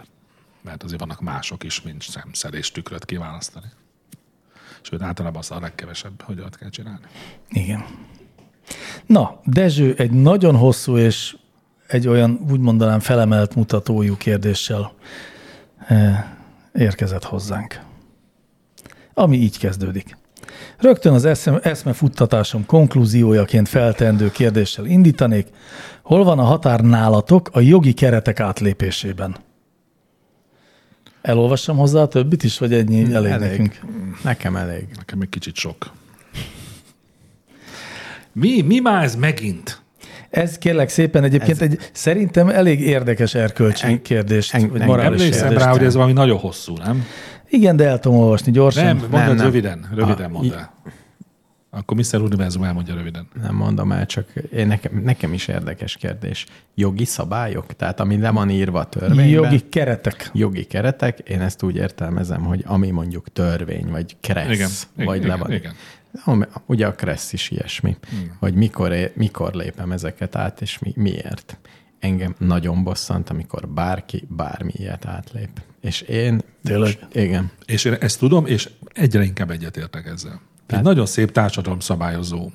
Speaker 2: Mert azért vannak mások is, mint szemszer és tükröt kiválasztani. Sőt, általában az a legkevesebb, hogy ott kell csinálni.
Speaker 4: Igen. Na, Dezső egy nagyon hosszú és egy olyan, úgy mondanám, felemelt mutatójú kérdéssel eh, érkezett hozzánk. Ami így kezdődik. Rögtön az eszem, eszme futtatásom konklúziójaként feltendő kérdéssel indítanék, hol van a határ nálatok a jogi keretek átlépésében? Elolvassam hozzá a többit is, vagy ennyi elég, elég. nekünk?
Speaker 1: Nekem elég.
Speaker 2: Nekem egy kicsit sok. Mi, mi már ez megint?
Speaker 4: Ez kérlek szépen egyébként ez, egy szerintem elég érdekes erkölcsi en, kérdést, en,
Speaker 1: en-
Speaker 4: vagy
Speaker 1: en-
Speaker 4: morális
Speaker 2: Emlékszem
Speaker 4: kérdést.
Speaker 2: rá, hogy ez valami nagyon hosszú, nem?
Speaker 4: Igen, de el tudom olvasni gyorsan.
Speaker 2: Nem,
Speaker 4: Nem.
Speaker 2: mondd nem,
Speaker 1: nem.
Speaker 2: röviden, röviden
Speaker 1: A-
Speaker 2: mondd el. Akkor Mr. Univerzum elmondja röviden.
Speaker 1: Nem mondom el, csak én nekem, nekem is érdekes kérdés. Jogi szabályok? Tehát ami le van írva a törvényben.
Speaker 4: Jogi keretek.
Speaker 1: jogi keretek, én ezt úgy értelmezem, hogy ami mondjuk törvény, vagy kressz,
Speaker 2: Igen, igen,
Speaker 1: vagy
Speaker 2: igen,
Speaker 1: le van.
Speaker 2: igen.
Speaker 1: Ami- Ugye a kressz is ilyesmi, igen. hogy mikor, é- mikor lépem ezeket át, és mi, miért. Engem nagyon bosszant, amikor bárki bármi ilyet átlép. És én...
Speaker 4: Tényleg?
Speaker 1: Igen.
Speaker 2: És én ezt tudom, és egyre inkább egyetértek ezzel. Tehát nagyon szép társadalom szabályozó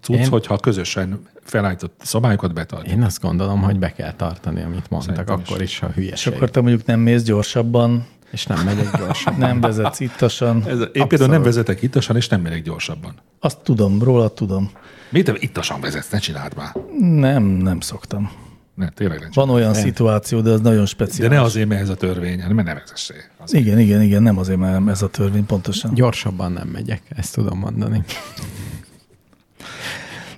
Speaker 2: cucc, én...
Speaker 1: Én-
Speaker 2: hogyha közösen felállított szabályokat betartjuk.
Speaker 1: Én azt gondolom, hogy be kell tartani, amit mondtak,
Speaker 2: Szerintem is.
Speaker 1: akkor is, ha
Speaker 4: És
Speaker 1: hülyeség.
Speaker 4: akkor te mondjuk nem mész gyorsabban,
Speaker 1: És nem megyek gyorsan.
Speaker 4: nem vezetsz ittasan.
Speaker 2: Ez, én például nem vezetek ittasan, és nem megyek gyorsabban.
Speaker 4: Azt tudom, róla tudom.
Speaker 2: Mit te ittasan vezetsz? Ne csináld már.
Speaker 4: Nem, nem szoktam.
Speaker 2: Ne, tényleg ne csináld.
Speaker 4: Van olyan nem. szituáció, de az nagyon
Speaker 2: De
Speaker 4: speciális.
Speaker 2: ne azért, mert ez a törvény, hanem mert ne vezessé. Az.
Speaker 4: Igen, igen, igen, nem azért, mert ez a törvény pontosan.
Speaker 1: Gyorsabban nem megyek, ezt tudom mondani.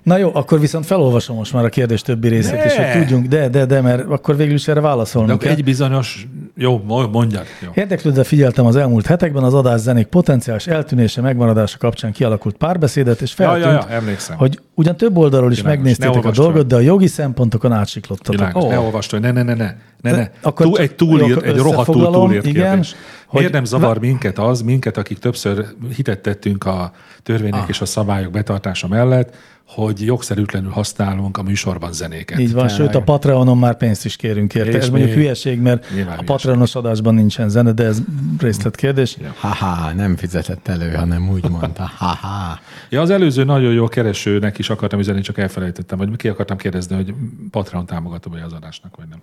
Speaker 4: Na jó, akkor viszont felolvasom most már a kérdés többi részét,
Speaker 2: Ne!
Speaker 4: és hogy tudjunk, de, de, de, mert akkor végül is erre
Speaker 2: De
Speaker 4: válaszolnunk
Speaker 2: akkor
Speaker 4: kell.
Speaker 2: egy bizonyos Jó, mo- mondjad. Jó.
Speaker 4: Érdeklődve figyeltem az elmúlt hetekben az adás zenék potenciális eltűnése megmaradása kapcsán kialakult párbeszédet, és
Speaker 2: Ja,
Speaker 4: feltűnt,
Speaker 2: ja, ja, emlékszem.
Speaker 4: hogy ugyan több oldalról is
Speaker 2: Világos. Ne
Speaker 4: megnéztétek a
Speaker 2: olvasd fel.
Speaker 4: dolgot, de a jogi szempontokon átsiklottatok.
Speaker 2: Világos, ne olvast, hogy ne, ne, ne, ne, ne, ne.
Speaker 4: Oh. De
Speaker 2: Akkor
Speaker 4: akkor
Speaker 2: túl,
Speaker 4: csak-
Speaker 2: egy túlírt,
Speaker 4: akkor
Speaker 2: egy rohadtul
Speaker 4: összefoglalom,
Speaker 2: túlírt
Speaker 4: igen,
Speaker 2: kérdés.
Speaker 4: hogy-
Speaker 2: Miért nem zavar minket az, minket, akik többször hitet tettünk a törvények
Speaker 4: Ah.
Speaker 2: és a szabályok betartása mellett, hogy jogszerűtlenül használunk a műsorban zenéket.
Speaker 4: Így van, sőt a Patreonon már pénzt is kérünk érte.
Speaker 2: És
Speaker 4: ez mondjuk
Speaker 2: még-
Speaker 4: hülyeség, mert
Speaker 2: Nyilván
Speaker 4: a
Speaker 2: hülyeség.
Speaker 4: Patreonos adásban nincsen zene, de ez részletkérdés.
Speaker 1: Haha, nem fizetett elő, hanem úgy mondta. Haha.
Speaker 2: Ja, az előző nagyon jó keresőnek is akartam üzenni, csak elfelejtettem, vagy ki akartam kérdezni, hogy Patreon támogatom vagy az adásnak, vagy nem.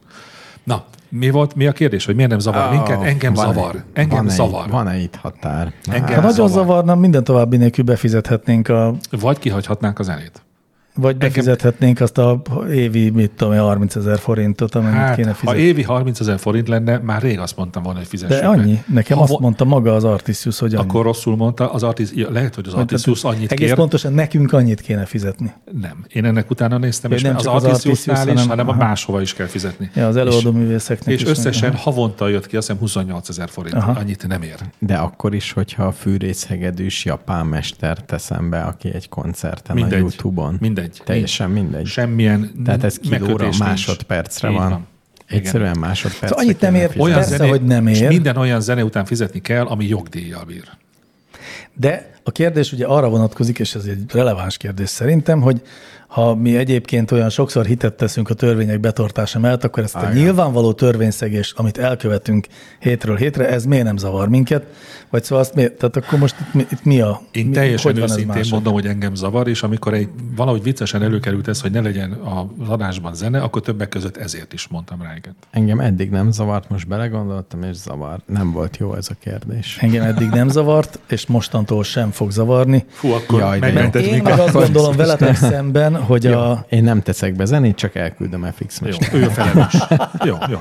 Speaker 2: Na, mi volt, mi a kérdés, hogy miért nem zavar
Speaker 4: Ah,
Speaker 2: minket? Engem
Speaker 1: Van-e-
Speaker 2: zavar. Engem
Speaker 1: van-e
Speaker 2: zavar.
Speaker 1: Itt, van-e itt határ? Hát,
Speaker 2: Engem
Speaker 4: Ha nagyon
Speaker 2: zavar.
Speaker 4: zavarna, minden további nélkül befizethetnénk a,
Speaker 2: Vagy kihagyhatnánk az zenét.
Speaker 4: vagy befizethetnénk azt a évi, mit tudom, én, 30 ezer forintot, amennyit kéne
Speaker 2: Hát, ha
Speaker 4: fizetni.
Speaker 2: évi 30 ezer forint lenne, már rég azt mondtam volna, hogy fizessük
Speaker 4: De
Speaker 2: be.
Speaker 4: annyi. Nekem
Speaker 2: Ha
Speaker 4: azt
Speaker 2: vo-
Speaker 4: mondta maga az Artisius, hogy annyi.
Speaker 2: Akkor rosszul mondta, az artis, ja, lehet, hogy az Artisius annyit
Speaker 4: Egész
Speaker 2: kér.
Speaker 4: pontosan nekünk annyit kéne fizetni.
Speaker 2: Nem, én ennek utána néztem,
Speaker 4: Vagy
Speaker 2: és
Speaker 4: nem
Speaker 2: nem az
Speaker 4: csak az
Speaker 2: Artisiusnál
Speaker 4: Artisius,
Speaker 2: is,
Speaker 4: hanem-
Speaker 2: hanem a
Speaker 4: aha.
Speaker 2: máshova is kell fizetni.
Speaker 4: Ja, az
Speaker 2: És-
Speaker 4: előadó művészeknek
Speaker 2: És
Speaker 4: is.
Speaker 2: összesen havonta jött ki, azt hiszem 28 ezer forint.
Speaker 4: Aha.
Speaker 2: Annyit nem ér.
Speaker 1: De akkor is, hogyha a fűrészhegedűs japán mester teszem be, aki egy koncerten
Speaker 2: Mindegy.
Speaker 1: a YouTube-on.
Speaker 2: Mindegy.
Speaker 1: Teljesen mindegy.
Speaker 2: Semmilyen
Speaker 1: Tehát ez kilóra
Speaker 2: megkötés nincs.
Speaker 1: másodpercre
Speaker 2: Így
Speaker 1: van.
Speaker 2: van. Igen.
Speaker 1: Egyszerűen másodpercre.
Speaker 4: Szóval annyit nem
Speaker 1: kéne
Speaker 4: ér-
Speaker 1: fizetni.
Speaker 2: Olyan
Speaker 4: Persze,
Speaker 2: zene,
Speaker 4: hogy nem
Speaker 2: és
Speaker 4: ér.
Speaker 2: Minden olyan zene után fizetni kell, ami jogdíjjal bír.
Speaker 4: De a kérdés ugye arra vonatkozik, és ez egy releváns kérdés szerintem, hogy ha mi egyébként olyan sokszor hitet teszünk a törvények betartása mellett, akkor ezt a nyilvánvaló törvényszegést, amit elkövetünk hétről hétre, ez miért nem zavar minket? Vagy szóval azt miért? Tehát akkor most itt mi, itt mi a...
Speaker 2: Én
Speaker 4: mi,
Speaker 2: teljesen
Speaker 4: van ez
Speaker 2: őszintén
Speaker 4: máshogy?
Speaker 2: mondom, hogy engem zavar, és amikor egy, valahogy viccesen előkerült ez, hogy ne legyen az adásban zene, akkor többek között ezért is mondtam rá igen.
Speaker 1: Engem eddig nem zavart, most belegondoltam, és zavar. Nem volt jó ez a kérdés.
Speaker 4: Engem eddig nem zavart, és mostantól sem fog zavarni.
Speaker 2: Fú, akkor
Speaker 1: Jaj, de jó.
Speaker 2: megmented
Speaker 4: Én
Speaker 2: minket.
Speaker 4: meg azt gondolom veletek szemben, hogy a,
Speaker 1: Én nem teszek be zenét, csak elküldöm FX
Speaker 2: Jó,
Speaker 1: mesternek.
Speaker 2: ő a felelős. Jó, jó.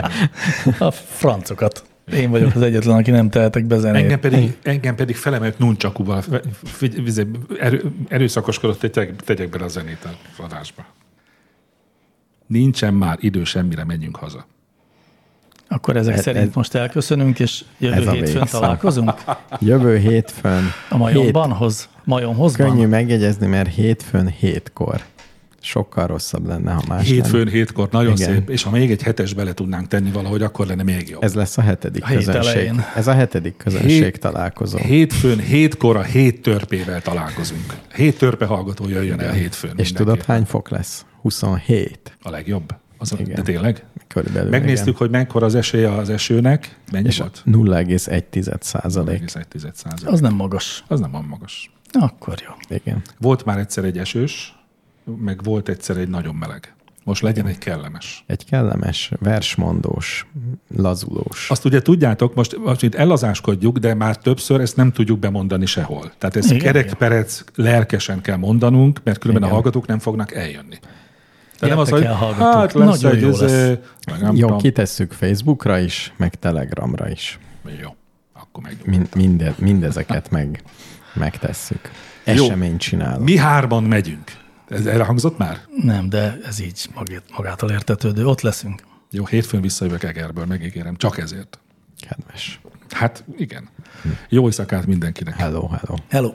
Speaker 4: a francokat. Én vagyok az egyetlen, aki nem tehetek be zenét.
Speaker 2: Engem pedig, engem pedig felemelt nuncsakúval figy- figy- erő- erőszakoskodott, hogy tegyek, tegyek bele a zenét az adásba. Nincsen már idő semmire, menjünk haza.
Speaker 4: Akkor ezek
Speaker 1: Ez-
Speaker 4: szerint
Speaker 1: ez-
Speaker 4: most elköszönünk, és jövő
Speaker 1: Ez a
Speaker 4: hétfőn
Speaker 1: vége.
Speaker 4: találkozunk
Speaker 1: Jövő hétfőn.
Speaker 4: a
Speaker 1: hét-
Speaker 4: majombanhoz, majomhozban.
Speaker 1: Könnyű megjegyezni, mert hétfőn hétkor. Sokkal rosszabb lenne, ha más Nem.
Speaker 2: Hétfőn, hétkor, nagyon
Speaker 1: Igen.
Speaker 2: szép, és ha még egy hetes bele tudnánk tenni valahogy, akkor lenne még jobb.
Speaker 1: Ez lesz a hetedik
Speaker 4: A hét
Speaker 1: közönség.
Speaker 4: elején.
Speaker 1: Ez a hetedik közönség
Speaker 2: Hét-
Speaker 1: találkozó.
Speaker 2: Szóval. Hétfőn, hétkor a hét törpével találkozunk. Hét törpe hallgató jöjjön el hétfőn.
Speaker 1: És
Speaker 2: mindenki.
Speaker 1: tudod, hát- hány fok lesz? 27
Speaker 2: A legjobb. Az,
Speaker 1: Igen.
Speaker 2: de tényleg?
Speaker 1: körülbelül.
Speaker 2: Megnéztük,
Speaker 1: igen.
Speaker 2: hogy mekkora az esélye az esőnek. Mennyi
Speaker 1: És
Speaker 2: volt?
Speaker 1: 0,1 százalék.
Speaker 2: 0,1 százalék.
Speaker 4: Az nem magas.
Speaker 2: Az nem van magas.
Speaker 4: Akkor jó.
Speaker 1: Igen.
Speaker 2: Volt már egyszer egy esős, meg volt egyszer egy nagyon meleg. Most legyen egy kellemes.
Speaker 1: Egy kellemes, versmondós, lazulós.
Speaker 2: Azt ugye tudjátok, most, most itt ellazáskodjuk, de már többször ezt nem tudjuk bemondani sehol. Tehát ezt
Speaker 4: Igen.
Speaker 2: kerekperec lelkesen kell mondanunk, mert különben a hallgatók nem fognak eljönni. Tehát nem az,
Speaker 4: Gyertek
Speaker 2: hogy
Speaker 4: el, hallgatók.
Speaker 2: hát lesz
Speaker 4: Nagyon
Speaker 2: egy
Speaker 4: jó
Speaker 2: ez,
Speaker 4: lesz.
Speaker 2: ö, meg nem
Speaker 1: Jó,
Speaker 2: tudom.
Speaker 1: kitesszük Facebookra is, meg Telegramra is.
Speaker 2: Jó, akkor meg.
Speaker 1: Mind, minde, mindezeket meg, megtesszük.
Speaker 2: Jó.
Speaker 1: Eseményt csinálunk.
Speaker 2: Mi hárman megyünk. Ez elhangzott már?
Speaker 4: Nem, de ez így magát, magától értetődő. Ott leszünk.
Speaker 2: Jó, hétfőn visszajövök Egerből, megígérem, csak ezért.
Speaker 1: Kedves.
Speaker 2: Hát igen. Jó éjszakát mindenkinek.
Speaker 1: Hello, hello.
Speaker 4: Hello!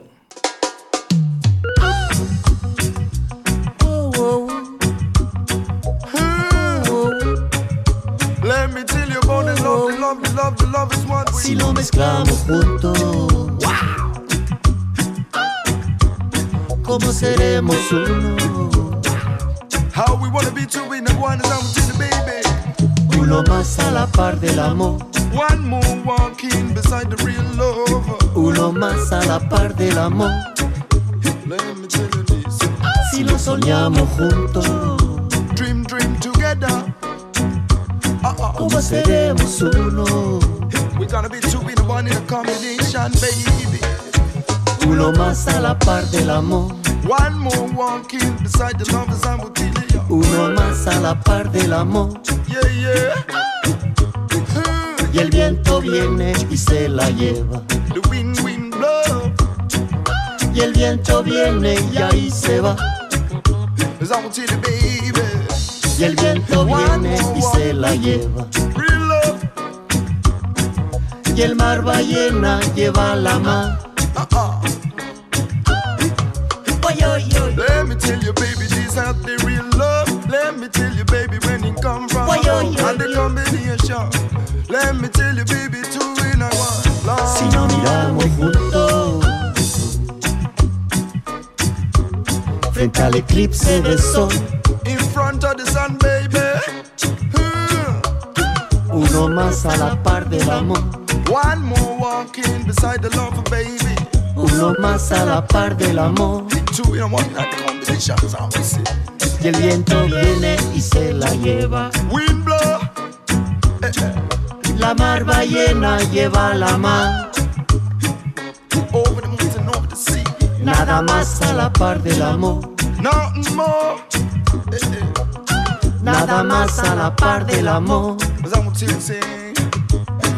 Speaker 5: Let me tell you about the love, the love, the love, the love is what we
Speaker 7: si lo mezclamos juntos. ¿Cómo seremos uno?
Speaker 5: How we wanna be two in the one is how we do the baby.
Speaker 7: Uno más a la par del amor,
Speaker 5: One more walking beside the real love.
Speaker 7: uno más a la par del amor.
Speaker 5: Let me tell you this.
Speaker 7: Si lo soñamos juntos,
Speaker 5: Dream, dream together. Uh-uh.
Speaker 7: ¿cómo seremos uno?
Speaker 5: We gonna be two in the one in a combination, baby.
Speaker 7: Uno más a la par del amor,
Speaker 5: One more walking beside the love is how we do it.
Speaker 7: uno más a la par del amor.
Speaker 5: Yeah, yeah. Uh,
Speaker 7: Y el viento viene y se la lleva.
Speaker 5: The wind, wind blow.
Speaker 7: Y el viento viene y ahí se va.
Speaker 5: Is how we do the baby.
Speaker 7: Y el viento viene y se la lleva.
Speaker 5: Real love.
Speaker 7: y el mar ballena lleva la mar. Oy, oy, oy.
Speaker 5: Let me tell you, baby, this not the real love. Let me tell you, baby, when it come from
Speaker 7: Why, yo,
Speaker 5: above
Speaker 7: yo,
Speaker 5: and the
Speaker 7: yo.
Speaker 5: combination. Let me tell you, baby, two in a one. Love.
Speaker 7: Si no miramos juntos, frente al eclipse de sol,
Speaker 5: in front of the sun, baby. Hmm.
Speaker 7: uno más a la par del amor,
Speaker 5: One more walking beside the love, baby.
Speaker 7: uno más a la par del amor.
Speaker 5: The two in a one, not the combination. So I'm say.
Speaker 7: Y el viento viene y se la lleva,
Speaker 5: Wind blow, Eh,
Speaker 7: la mar ballena lleva la mar,
Speaker 5: over the mountain, over the sea.
Speaker 7: nada más a la par del amor,
Speaker 5: Nothing more.
Speaker 7: nada más a la par del amor.
Speaker 5: Cause I'm gonna tell you, say,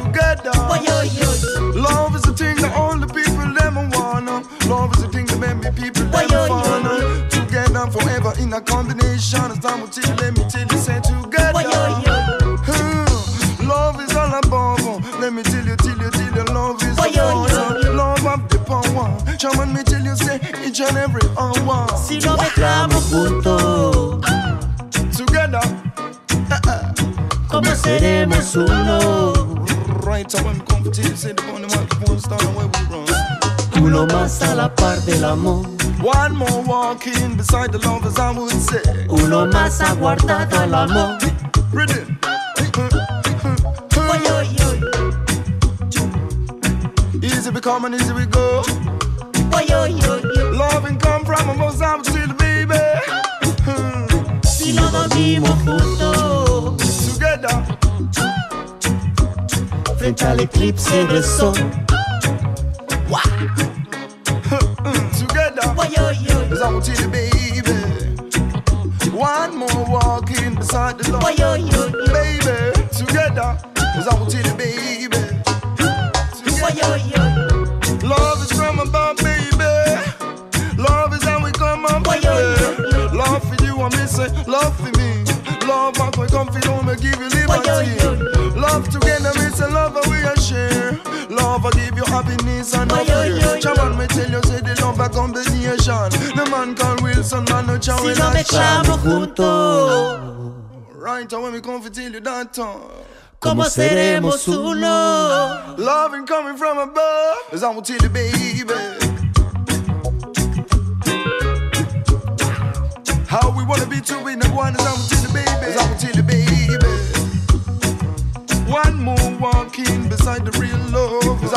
Speaker 5: together.
Speaker 7: Oy, oy, oy.
Speaker 5: Love is the thing that all the people them wanna. Love is the thing that many people
Speaker 7: Why,
Speaker 5: them
Speaker 7: yo, yo,
Speaker 5: wanna. Together and forever in a combination. As time will tell, let me tell you, say together.
Speaker 7: Oy, oy, oy.
Speaker 5: Hmm. Love is all above. Let me tell you, tell you, tell you, love is
Speaker 7: Why,
Speaker 5: the
Speaker 7: yo,
Speaker 5: power.
Speaker 7: yo.
Speaker 5: Love of the power. Come and me tell you, say each and every hour.
Speaker 7: Si no mezclamos juntos,
Speaker 5: Together,
Speaker 7: ¿cómo seremos uno?
Speaker 5: right now I'm comfortable. Say the phone, the microphone, start away we run.
Speaker 7: Uno más a la par del amor,
Speaker 5: One more walking beside the lovers, I would say.
Speaker 7: uno más aguardado al amor.
Speaker 5: Rhythm.
Speaker 7: Oy, oy, oy.
Speaker 5: Easy we come and easy we go.
Speaker 7: Oy, oy, oy, oy.
Speaker 5: Loving come from above, I'm still baby.
Speaker 7: Si no dormimos juntos.
Speaker 5: Together,
Speaker 7: frente al eclipse del sol.
Speaker 5: together.
Speaker 7: Oy, oy, oy.
Speaker 5: Cause I'm still baby. One more walking beside the
Speaker 7: Oy,
Speaker 5: lovers,
Speaker 7: oy, oy.
Speaker 5: baby. Together, cause I'm still baby.
Speaker 7: Oy,
Speaker 5: Together.
Speaker 7: oy, oy.
Speaker 5: Love is from above, baby. Love is how we come on,
Speaker 7: Why
Speaker 5: baby.
Speaker 7: you-
Speaker 5: Love for you, I'm missing. Love for me. Love back when come for home, I give you
Speaker 7: Why
Speaker 5: liberty.
Speaker 7: you-
Speaker 5: Love together, missing love and we are share. Love I give you happiness and no
Speaker 7: Why you-
Speaker 5: fear. Chaman, me tell you, say the love a combination. The man called Wilson, man, no chow
Speaker 7: Si
Speaker 5: in
Speaker 7: no
Speaker 5: a shop.
Speaker 7: mezclamos juntos,
Speaker 5: Right away, me come for tell you that uh. time.
Speaker 7: ¿cómo seremos uno?
Speaker 5: Loving coming from above, is I'm tell you, baby. How we wanna be two in a one is I'm till the baby. Is I'm till the baby. One more walking beside the real love. Is